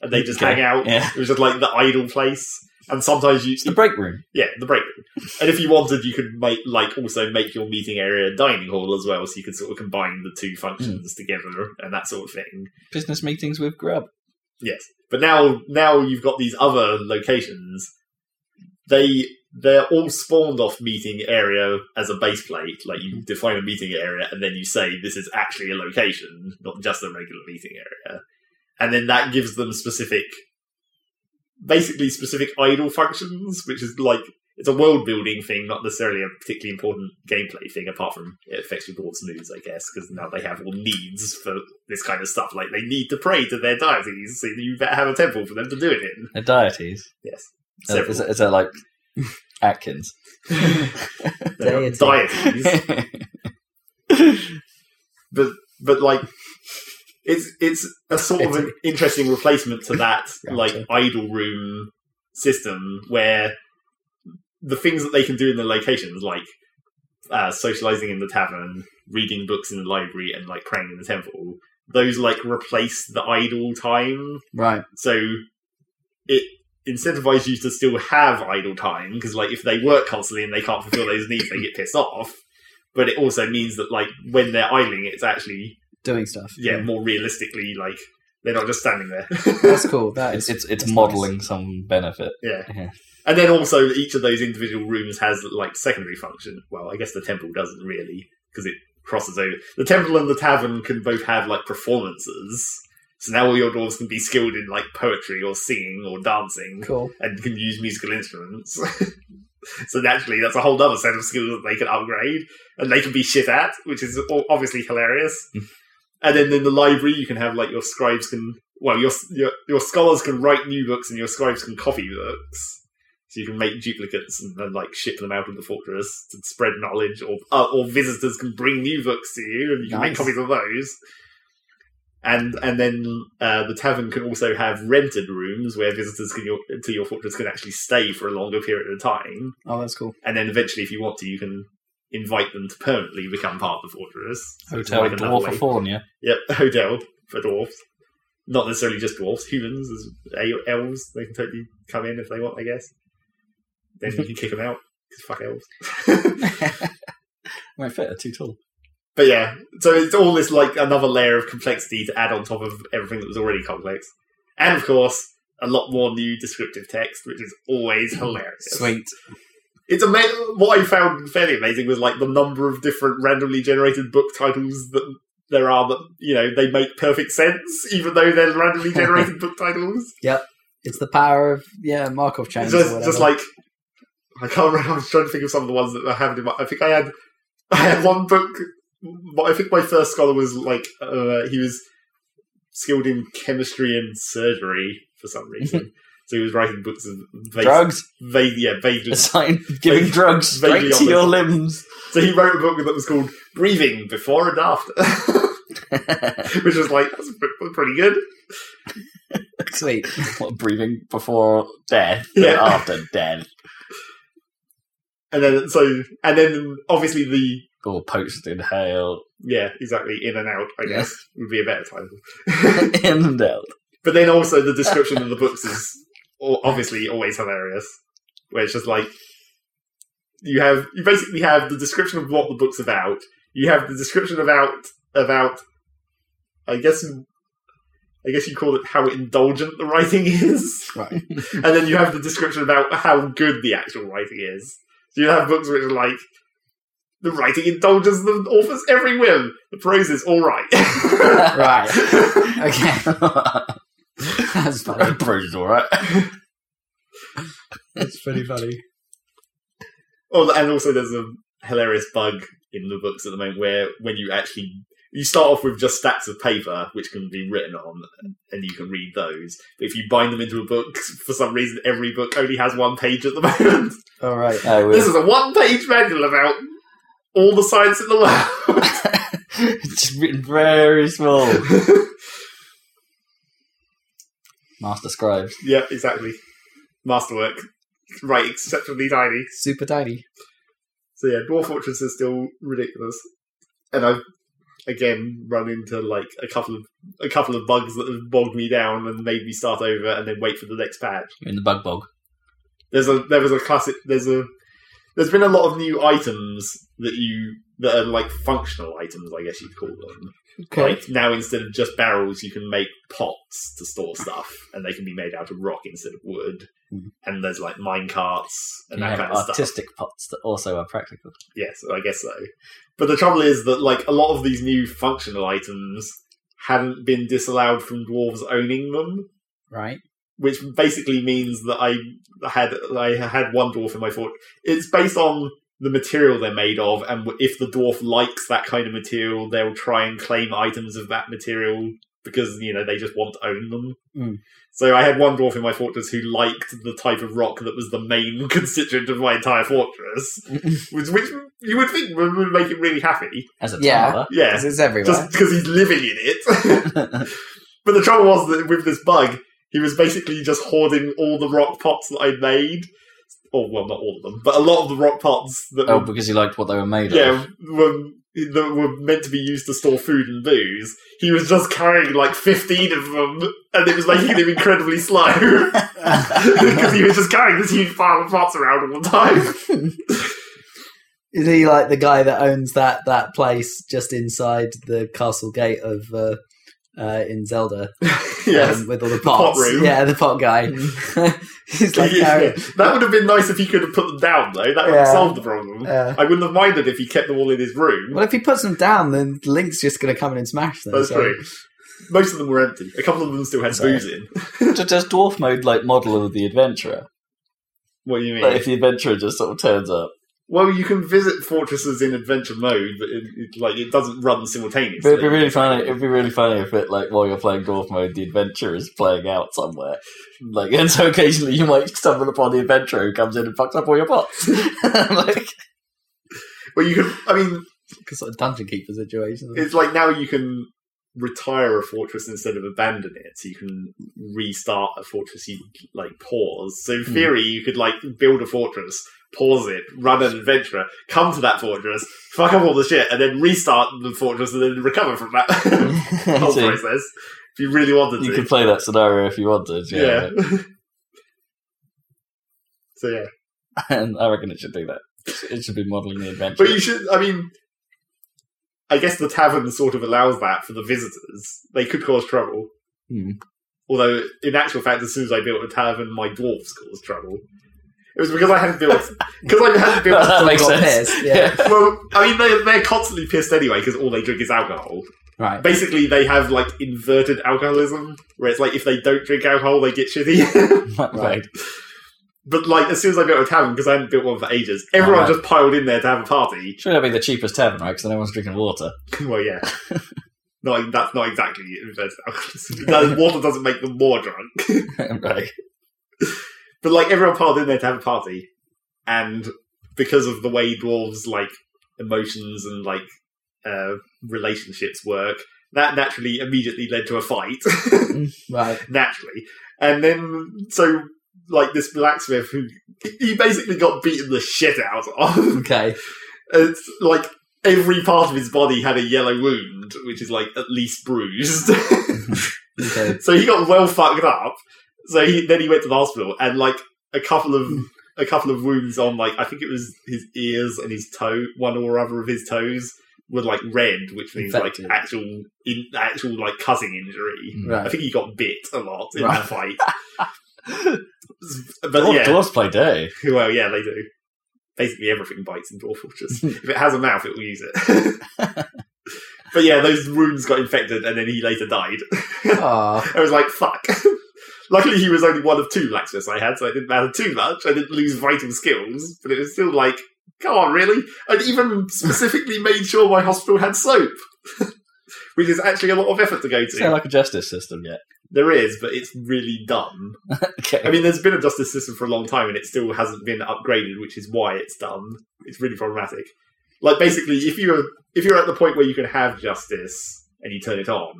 A: and they just
C: Okay.
A: hang out.
C: Yeah.
A: It was just like the idle place. And sometimes you,
C: It's the break room.
A: yeah, the break room. And if you wanted, you could make like also make your meeting area a dining hall as well, so you could sort of combine the two functions together and that sort of thing.
C: Business meetings with Grub.
A: Yes, but now now you've got these other locations. They they're all spawned off meeting area as a base plate. Like you define a meeting area, and then you say this is actually a location, not just a regular meeting area. And then that gives them specific, basically specific idle functions, which is like it's a world building thing, not necessarily a particularly important gameplay thing. Apart from it affects your board's news, I guess, because now they have all needs for this kind of stuff. Like they need to pray to their deities, so you better have a temple for them to do it in.
C: A dieties.
A: Yes,
C: Uh,
A: several
C: Is, that- is that like Atkins?
A: They're
B: Deity.
A: deities, but but like it's it's a sort of an interesting replacement to that like
E: Gotcha.
A: idle room system where the things that they can do in the locations, like uh, socializing in the tavern, reading books in the library, and like praying in the temple, those like replace the idle time
E: Right.
A: so it incentivizes you to still have idle time because, like, if they work constantly and they can't fulfill those needs, they get pissed off. But it also means that, like, when they're idling, it's actually
E: Doing stuff.
A: yeah more realistically like they're not just standing there.
E: That's cool. That
C: it's
E: is.
C: it's,
E: that's
C: it's
E: nice.
C: modelling some benefit.
A: yeah.
C: Yeah.
A: And then also each of those individual rooms has like secondary function. Well, I guess the temple doesn't really because it crosses over. The temple and the tavern can both have like performances. So now all your dwarves can be skilled in like poetry or singing or dancing.
E: Cool.
A: and can use musical instruments. so naturally, that's a whole other set of skills that they can upgrade and they can be shit at, which is o- obviously hilarious. and then in the library, you can have like your scribes can well your, your your scholars can write new books and your scribes can copy books. So you can make duplicates and then like ship them out of the fortress to spread knowledge, or uh, or visitors can bring new books to you and you can make
E: Nice.
A: copies of those and and then uh, the tavern can also have rented rooms where visitors can your, to your fortress can actually stay for a longer period of time,
E: Oh, that's cool.
A: and then eventually, if you want to, you can invite them to permanently become part of the fortress. So it's
C: Hotel
A: like another way-
C: Dwarfafornia.
A: Yep, hotel for dwarfs. Not necessarily just dwarfs, humans, as el- elves, they can totally come in if they want, I guess. Then you can kick them out, 'cause fuck elves.
C: Won't fit. They're too tall.
A: But yeah, so it's all this like another layer of complexity to add on top of everything that was already complex. And of course, a lot more new descriptive text, which is always hilarious.
E: Sweet.
A: It's amazing. What I found fairly amazing was like the number of different randomly generated book titles that there are that, you know, they make perfect sense, even though they're randomly generated book titles.
E: It's the power of yeah Markov chains. or
A: Just,
E: whatever.
A: just like I can't remember. I was trying to think of some of the ones that I have in my. I think I had I had one book. but I think my first scholar was like uh, he was skilled in chemistry and surgery for some reason. so he was writing books of vague,
C: Drugs.
A: vague yeah, vaguely.
C: A sign giving
A: Vague-
C: drugs
A: vaguely
C: straight to
A: obvious.
C: your limbs.
A: So he wrote a book that was called "Breathing Before and After," which was like that's pre- pretty good.
E: sweet.
C: What, breathing before death,
A: Yeah.
C: but after death,
A: And then so and then obviously the
C: or post inhale,
A: yeah exactly in and out I
C: Yeah.
A: guess would be a better title.
C: in and out.
A: But then also the description of the books is al- obviously always hilarious, where it's just like you have you basically have the description of what the book's about. You have the description about about I guess I guess you call it how indulgent the writing is,
E: Right.
A: and then you have the description about how good the actual writing is. So you have books which are like the writing indulges the author's every whim. The prose is all right.
E: Right. Okay. That's funny.
C: Bruce is alright.
E: That's pretty funny.
A: Oh, and also there's a hilarious bug in the books at the moment where when you actually you start off with just stacks of paper which can be written on and you can read those. But if you bind them into a book, for some reason every book only has one page at the moment.
E: All right.
C: I
A: This is
C: was
A: a one page manual about all the science in the world.
C: just written very small. Master scribes.
A: yeah, exactly. Masterwork. Right, exceptionally tiny.
E: Super tiny.
A: So yeah, Dwarf Fortress is still ridiculous, and I again run into like a couple of a couple of bugs that have bogged me down and made me start over and then wait for the next patch.
C: You're in the bug bog.
A: There's a there was a classic there's a there's been a lot of new items that you that are like functional items, I guess you'd call them.
B: Okay.
A: Like now instead of just barrels you can make pots to store stuff and they can be made out of rock instead of wood.
E: Mhm.
A: And there's like mine carts and
C: You
A: that
C: have
A: kind of stuff.
C: artistic pots that also are practical.
A: Yes, I guess so. But the trouble is that like a lot of these new functional items hadn't been disallowed from dwarves owning them,
E: right?
A: which basically means that I had I had one dwarf in my fort. It's based on the material they're made of, and if the dwarf likes that kind of material, they'll try and claim items of that material because you know they just want to own them.
E: Mm.
A: So I had one dwarf in my fortress who liked the type of rock that was the main constituent of my entire fortress, which, which you would think would would make him really happy.
C: As a
B: Yeah.
C: toddler.
A: Yeah,
B: Because it's everywhere.
A: just because he's living in it. But the trouble was that with this bug, he was basically just hoarding all the rock pots that I'd made. Or, well, not all of them, but a lot of the rock pots that
C: oh,
A: were,
C: because he liked what they were made
A: yeah,
C: of.
A: were, that were meant to be used to store food and booze. He was just carrying like 15 of them, and it was making him incredibly slow. Because he was just carrying this huge pile of pots around all the time.
B: Is he like the guy that owns that that place just inside the castle gate of uh, uh, in Zelda?
A: yes.
B: um, with all the
A: pot
B: pots.
A: room.
B: Yeah, the pot guy. He's like
A: Yeah.
B: carrying.
A: That would have been nice if he could have put them down, though. That would have
B: Yeah.
A: solved the problem.
B: Uh,
A: I wouldn't have minded if he kept them all in his room.
B: well, if he puts them down, then Link's just going to come in and smash them.
A: That's
B: so-
A: true. Most of them were empty. A couple of them still had
C: Sorry.
A: booze in.
C: Does dwarf mode like model of the adventurer?
A: What do you mean?
C: Like if the adventurer just sort of turns up,
A: well, you can visit fortresses in adventure mode, but it, it, like it doesn't run simultaneously.
C: it'd be really funny. It'd be really funny if it like while you're playing dwarf mode, the adventurer is playing out somewhere.
A: Hmm.
C: Like, and so occasionally you might stumble upon the adventurer who comes in and fucks up all your pots. like,
A: Well, you can. I mean,
B: Like a sort of dungeon keeper situation.
A: it's like now you can retire a fortress instead of abandon it, so you can restart a fortress. You like pause. So in
C: Hmm.
A: theory, you could like build a fortress. Pause it, run an adventurer, come to that fortress, fuck up all the shit, and then restart the fortress and then recover from that whole
C: So
A: process. If you really wanted
C: you
A: to.
C: could play that scenario if you wanted. Yeah.
A: Yeah. so yeah,
C: and I reckon it should do that. It should be modeling the adventure.
A: but you should. I mean, I guess the tavern sort of allows that for the visitors. They could cause trouble.
C: Hmm.
A: Although, in actual fact, as soon as I built a tavern, my dwarves caused trouble. It was because I hadn't built because I hadn't built.
C: that makes
B: Got
C: sense.
B: pissed, Yeah.
A: well, I mean, they're, they're constantly pissed anyway because all they drink is alcohol.
E: Right.
A: Basically, they have like inverted alcoholism, where it's like if they don't drink alcohol, they get shitty.
C: right.
A: But like as soon as I built a tavern, because I hadn't built one for ages, everyone
C: Alright.
A: just piled in there to have a party.
C: Surely that'd be the cheapest tavern, right? Because then everyone's drinking water.
A: well, yeah, not that's not exactly inverted alcoholism. That water doesn't make them more drunk.
C: right.
A: But like everyone piled in there to have a party, and because of the way dwarves like emotions and like uh, relationships work, that naturally immediately led to a fight.
B: Right.
A: naturally. And then, so, like, this blacksmith who he basically got beaten the shit out of.
B: Okay.
A: It's like every part of his body had a yellow wound, which is like at least bruised.
B: Okay.
A: so he got well fucked up. So he then he went to the hospital and like a couple of a couple of wounds on like I think it was his ears and his toe, one or other of his toes were like red, which means
B: Infected.
A: like actual in, actual like cutting injury. I
B: Right.
A: think he got bit a lot in
B: Right.
A: that fight. but
C: Dwarf,
A: yeah,
C: Dwarfs play day.
A: well, yeah, they do. Basically, everything bites in Dwarf Fortress. if it has a mouth, it will use it. but yeah, those wounds got infected, and then he later died.
C: Ah,
B: Aw.
A: I was like, fuck. Luckily, he was only one of two blacksmiths I had, so it didn't matter too much. I didn't lose vital skills, but it was still like, come on, really? I'd even specifically made sure my hospital had soap, which is actually a lot of effort to go to.
C: It's not like a justice system yet.
A: There is, but it's really dumb.
C: Okay.
A: I mean, there's been a justice system for a long time, and it still hasn't been upgraded, which is why it's dumb. It's really problematic. Like basically, if you're if you're at the point where you can have justice and you turn it on,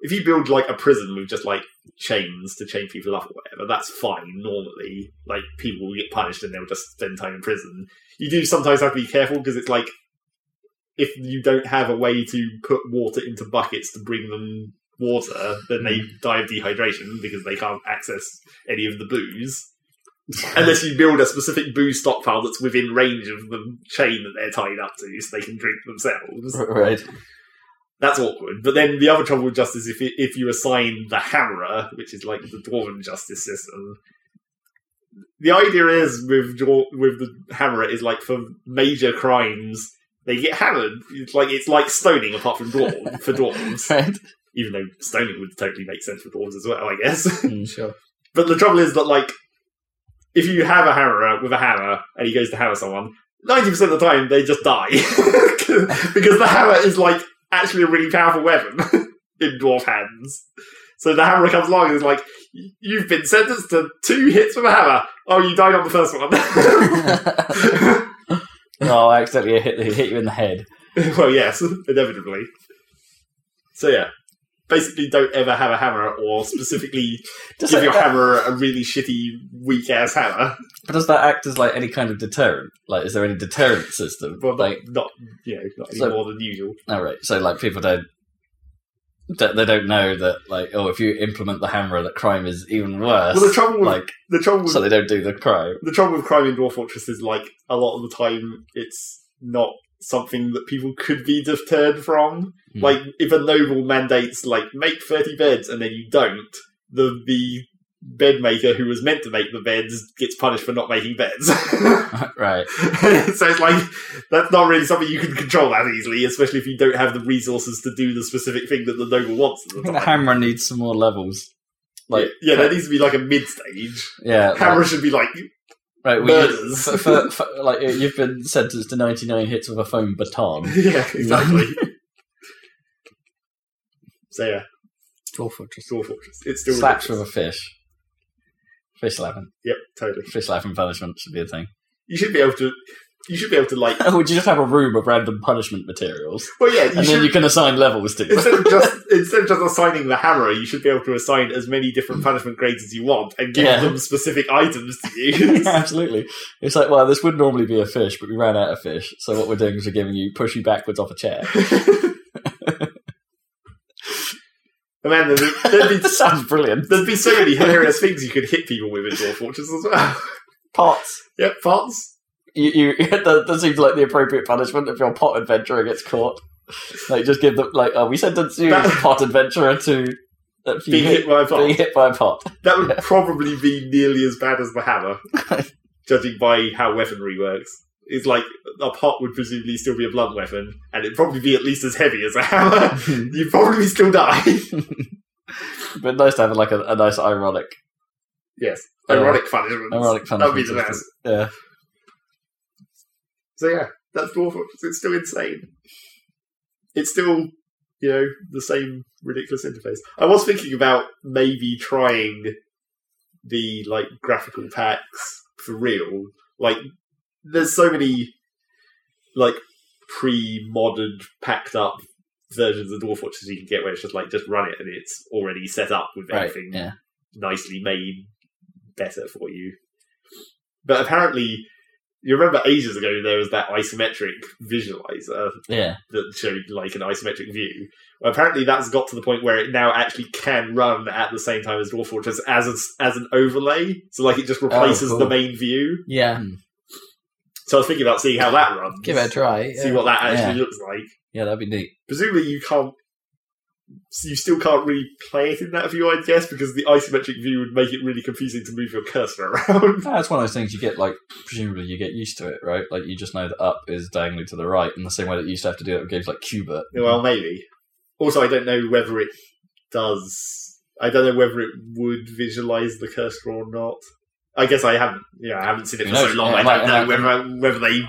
A: if you build like a prison with just like chains to chain people up or whatever, that's fine normally. Like people will get punished and they'll just spend time in prison. You do sometimes have to be careful because it's like if you don't have a way to put water into buckets to bring them water, then they die of dehydration because they can't access any of the booze. Unless you build a specific booze stockpile that's within range of the chain that they're tied up to, so they can drink themselves.
C: Right.
A: That's awkward. But then the other trouble with justice, if you, if you assign the hammerer, which is like the dwarven justice system, the idea is with dwar- with the hammerer is like for major crimes they get hammered. It's like it's like stoning, apart from dwarf for dwarves.
C: Right.
A: Even though stoning would totally make sense for dwarves as well, I guess.
B: hmm,
E: Sure.
A: But the trouble is that like if you have a hammerer with a hammer and he goes to hammer someone, ninety percent of the time they just die because the hammer is like actually a really powerful weapon in dwarf hands. So the hammerer comes along and is like, "You've been sentenced to two hits with a hammer. Oh, you died on the first one."
C: oh, I accidentally hit, the- hit you in the head.
A: well, yes, inevitably. So yeah, basically, don't ever have a hammer, or specifically
C: Does
A: give
C: that-
A: your hammer a really shitty, weak ass hammer.
C: But does that act as like any kind of deterrent? Like, is there any deterrent system?
A: Well, not,
C: like,
A: not you know, not any
C: So-
A: more than usual.
C: All right. So like people don't that they don't know that like oh if you implement the hammer that crime is even worse.
A: Well, the trouble with
C: like
A: the trouble with
C: so they don't do the crime.
A: the trouble with crime in Dwarf Fortress is like a lot of the time it's not something that people could be deterred from.
C: Hmm.
A: Like if a noble mandates like make thirty beds and then you don't, the the bed maker who was meant to make the beds gets punished for not making beds. so
C: right.
A: it's like that's not really something you can control that easily, especially if you don't have the resources to do the specific thing that the noble wants at
C: I
A: the
C: think the
A: time.
C: hammer needs some more levels. Like
A: yeah, there needs to be like a mid stage.
C: yeah, like-
A: Hammer should be like
C: right. We,
A: murders.
C: for, for, for, like you've been sentenced to ninety nine hits with a foam baton.
A: yeah, exactly. so yeah,
E: Dwarf Fortress.
A: Dwarf Fortress. It's still
C: Slaps with a
A: ridiculous.
C: fish. Fish slapping.
A: Yep, totally.
C: Fish slapping punishment should be a thing.
A: You should be able to. You should be able to like.
C: Would you just have a room of random punishment materials,
A: Well, yeah. You
C: and
A: should,
C: then you can assign levels to? them?
A: instead of just instead of just assigning the hammer, you should be able to assign as many different punishment grades as you want and give
C: Yeah.
A: them specific items to use.
C: yeah, absolutely. It's like, well, this would normally be a fish, but we ran out of fish. So what we're doing is we're giving you push you backwards off a chair.
A: And Oh, man, there'd be, there'd be
C: this sounds brilliant.
A: there'd be so many hilarious things you could hit people with in Dwarf Fortress as well.
C: Pots.
A: yep, pots.
C: You, you that, that seems like the appropriate punishment if your pot adventurer gets caught. Like, just give them like, oh, we sentenced you,
A: That-
C: pot adventurer, to a few
A: Being hit by a pot.
C: being hit by a pot.
A: That would probably be nearly as bad as the hammer, judging by how weaponry works. It's like a pot would presumably still be a blunt weapon, and it'd probably be at least as heavy as a hammer. You'd probably still die.
C: but nice to have like a, a nice ironic,
A: yes,
C: Uh,
A: ironic punishment.
C: ironic punishment.
A: That would be the
C: system.
A: best.
C: Yeah.
A: So yeah, that's Dwarf Fortress. It's still insane. It's still, you know, the same ridiculous interface. I was thinking about maybe trying the like graphical packs for real. Like, there's so many like pre-modded, packed up versions of Dwarf Fortress you can get where it's just like just run it and it's already set up with
C: Right.
A: everything
C: Yeah.
A: nicely made better for you. But apparently, you remember ages ago there was that isometric visualizer
C: Yeah.
A: that showed like an isometric view. Well, apparently, that's got to the point where it now actually can run at the same time as Dwarf Fortress as a, as an overlay. So like it just replaces
C: Oh, cool.
A: the main view.
E: Yeah.
A: So I was thinking about seeing how that runs.
E: Give it a try.
A: See what that actually looks like.
C: Yeah, that'd be neat.
A: Presumably, you can't. You still can't really play it in that view, I guess, because the isometric view would make it really confusing to move your cursor around.
C: That's one of those things you get like presumably you get used to it, right? Like you just know that up is dangling to the right in the same way that you used to have to do it with games like Cubert.
A: Well, maybe. Also, I don't know whether it does. I don't know whether it would visualize the cursor or not. I guess I haven't. Yeah, I haven't seen it
C: Who
A: for so
C: knows?
A: long.
C: Yeah,
A: I
C: it might-
A: don't
C: it
A: know
C: might-
A: whether whether they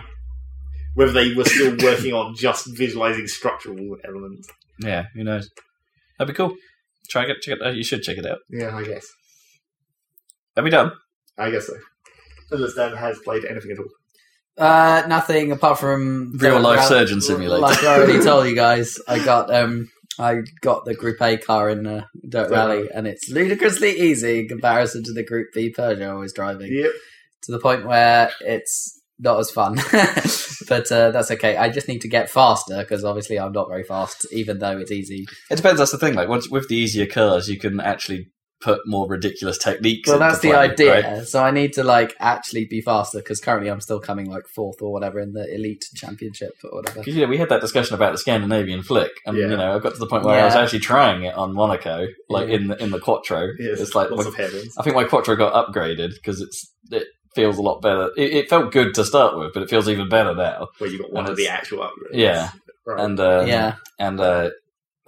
A: whether they were still working on just visualizing structural elements.
C: Yeah, who knows? That'd be cool. Try it, check it out. You should check it out.
A: Yeah, I guess.
C: That'd be done.
A: I guess so. Unless Dan has played anything at all.
E: Uh, nothing apart from
C: Real life surgeon simulator.
E: Like I already told you guys, I got um, I got the Group A car in uh, Dirt Rally, and it's ludicrously easy in comparison to the Group B Peugeot I was driving.
A: Yep.
E: To the point where it's
B: not as fun, but uh, that's okay. I just need to get faster because obviously I'm not very fast, even though it's easy.
C: It depends. That's the thing. Like once with the easier cars, you can actually put more ridiculous techniques.
B: Well,
C: into
B: that's the
C: play,
B: idea.
C: right?
B: So I need to like actually be faster because currently I'm still coming like fourth or whatever in the elite championship or whatever.
C: 'Cause, Yeah, we had that discussion about the Scandinavian flick, and
A: Yeah.
C: you know, I got to the point where I was
B: Yeah.
C: actually trying it on Monaco, like
B: Yeah.
C: in the, in the Quattro.
A: Yes,
C: It's like
A: lots
C: my-
A: of heavens.
C: I think my Quattro got upgraded because it's it feels a lot better. It, it felt good to start with, but it feels even better now.
A: Where you got one
C: and
A: of the
C: it's-
A: actual upgrades.
C: Yeah.
A: Right.
C: And uh,
B: yeah,
C: and uh,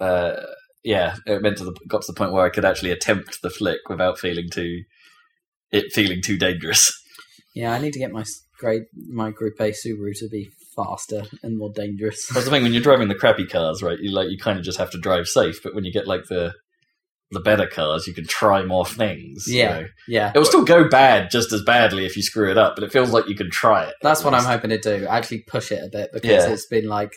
C: uh, yeah, it meant to the got to the point where I could actually attempt the flick without feeling too it feeling too dangerous.
B: yeah. I need to get my s- grade, my Group A Subaru to be faster and more dangerous.
C: That's the thing when you're driving the crappy cars, right? You like you kind of just have to drive safe, but when you get like the the better cars, you can try more things. you
B: Yeah.
C: know.
B: yeah,
C: it will still go bad just as badly if you screw it up, but it feels like you can try it.
B: That's
C: at
B: what I'm
C: least.
B: hoping to do. Actually, push it a bit because
C: Yeah.
B: it's been like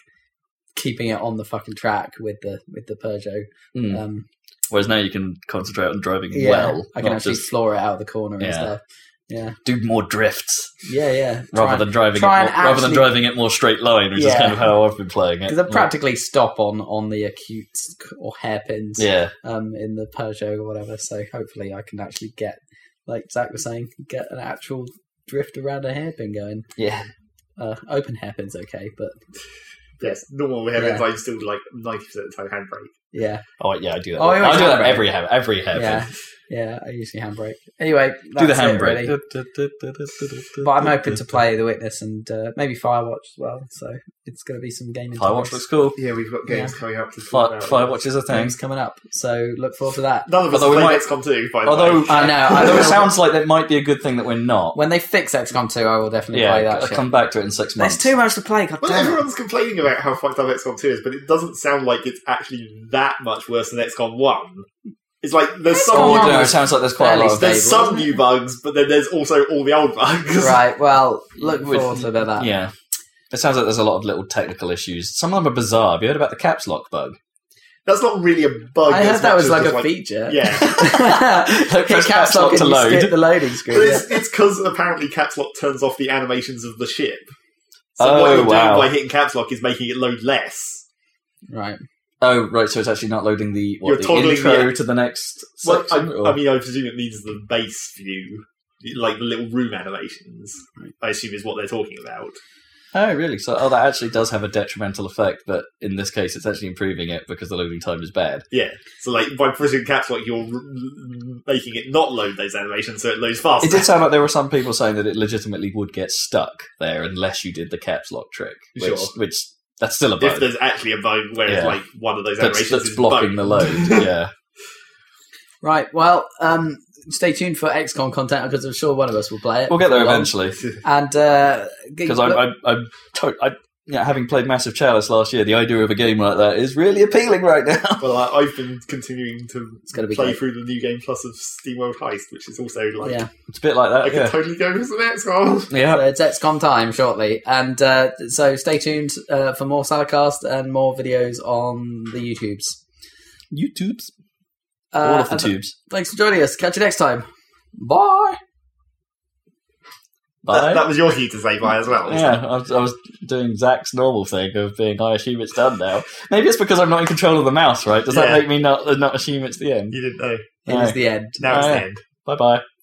B: keeping it on the fucking track with the with the Peugeot.
C: Mm.
B: Um,
C: Whereas now you can concentrate on driving
B: yeah,
C: well.
B: I can
C: not
B: actually
C: just
B: floor it out of the corner
C: Yeah.
B: and stuff. Yeah,
C: do more drifts
B: yeah, yeah.
C: rather than driving it more,
B: try and
C: rather than
B: actually-
C: driving it more straight line, which is
B: Yeah.
C: kind of how I've been playing it.
B: because I practically stop on on the acutes or hairpins
C: yeah,
B: um, in the Peugeot or whatever. So hopefully, I can actually get like Zach was saying, get an actual drift around a hairpin going.
C: yeah.
B: Uh, open hairpins, okay, but
A: yes, normal heavens.
B: Yeah.
A: I'm still like 90% of the time handbrake.
B: yeah,
C: Oh yeah, I do that.
B: Oh, you
C: I
B: always
C: do that
B: handbrake.
C: every have every have.
B: yeah, yeah. I usually handbrake. Anyway,
C: do the
B: that's it,
C: handbrake.
B: really. But I'm open to play The Witness and uh, maybe Firewatch as well. So it's going to be some gaming
C: Firewatch
B: topics.
C: looks cool.
A: Yeah, we've got games
B: games
A: coming up to talk
C: Fire,
A: about.
C: Firewatch is a thing.
B: games coming up. So look forward to that.
A: None of us
C: Although we
A: play
C: might-
A: XCOM 2, by the
C: Although uh,
A: way.
B: I know. I
C: although it
B: will-
C: sounds like that might be a good thing that we're not.
B: When they fix XCOM 2, I will definitely play
C: yeah,
B: that.
C: I'll
B: shit.
C: come back to it in six
B: There's
C: months.
B: too much to play. God
A: Well,
B: damn it.
A: everyone's complaining about how fucked up XCOM 2 is, but it doesn't sound like it's actually that much worse than XCOM 1. It's like there's some
B: XCOM
A: new,
C: oh,
B: one
C: no, it
B: was
C: sounds like there's quite a
B: fairly
C: lot of
A: there's
B: stable,
A: some
B: isn't it?
A: new bugs, but then there's also all the old bugs.
B: Right. Well, look
C: With-
B: forward to that.
C: yeah. It sounds like there's a lot of little technical issues. Some of them are bizarre. Have you heard about the caps lock bug?
A: That's not really a bug.
B: I
A: as
B: heard that
A: much
B: was
A: as
B: like
A: just,
B: a feature.
A: Yeah.
B: Hit
C: press
B: caps
C: caps
B: lock
C: lock
B: and
C: to
B: you
C: load.
B: skip the loading
A: But
B: screen. yeah.
A: it's it's because apparently caps lock turns off the animations of the ship. So what
C: Oh,
A: you're
C: wow.
A: doing by hitting caps lock is making it load less.
B: Right.
C: Oh, right. So it's actually not loading the what,
A: You're
C: the
A: toggling
C: intro
A: the-
C: to the next
A: Well, I,
C: section. or-
A: I mean, I presume it means the base view, like the little room animations. I assume is what they're talking about.
C: oh, really? So, oh, that actually does have a detrimental effect, but in this case, it's actually improving it because the loading time is bad.
A: Yeah. So, like by pressing caps lock, you're r- r- making it not load those animations, so it loads faster.
C: It did sound like there were some people saying that it legitimately would get stuck there unless you did the caps lock trick, which,
A: Sure.
C: which that's still a
A: if
C: bug.
A: there's actually a bug, whereas
C: Yeah.
A: like one of those
C: That's,
A: animations
C: that's
A: is
C: blocking
A: bugged.
C: the load. Yeah.
B: Right. Well, um, stay tuned for XCOM content because I'm sure one of us will play it.
C: We'll get there
B: Um,
C: eventually.
B: And uh, g-
C: Because I'm, I'm, I'm, to- I, yeah, having played Massive Chalice last year, the idea of a game like that is really appealing right now.
A: Well, I, I've been continuing to
B: it's going to be
A: play
B: great.
A: through the new game plus of SteamWorld Heist, which is also like
B: Yeah.
C: It's a bit like
A: I
C: that.
A: could
C: Yeah.
A: totally go for the next one.
C: Yeah.
B: So it's XCOM time shortly, and uh, so stay tuned uh, for more Saladcast and more videos on the YouTubes.
C: YouTube's.
B: Uh,
C: All of the
B: and
C: tubes.
B: Thanks for joining us. Catch you next time. Bye.
A: That,
C: Bye.
A: that was your cue to say bye as well. wasn't
C: Yeah, I was, I was doing Zach's normal thing of being, I assume it's done now. Maybe it's because I'm not in control of the mouse, right? Does that
A: Yeah.
C: make me not not assume it's the
A: it?
C: end?
A: You didn't know.
B: It is the end.
A: Now it's
C: Oh,
A: the
C: yeah.
A: end.
C: Bye bye.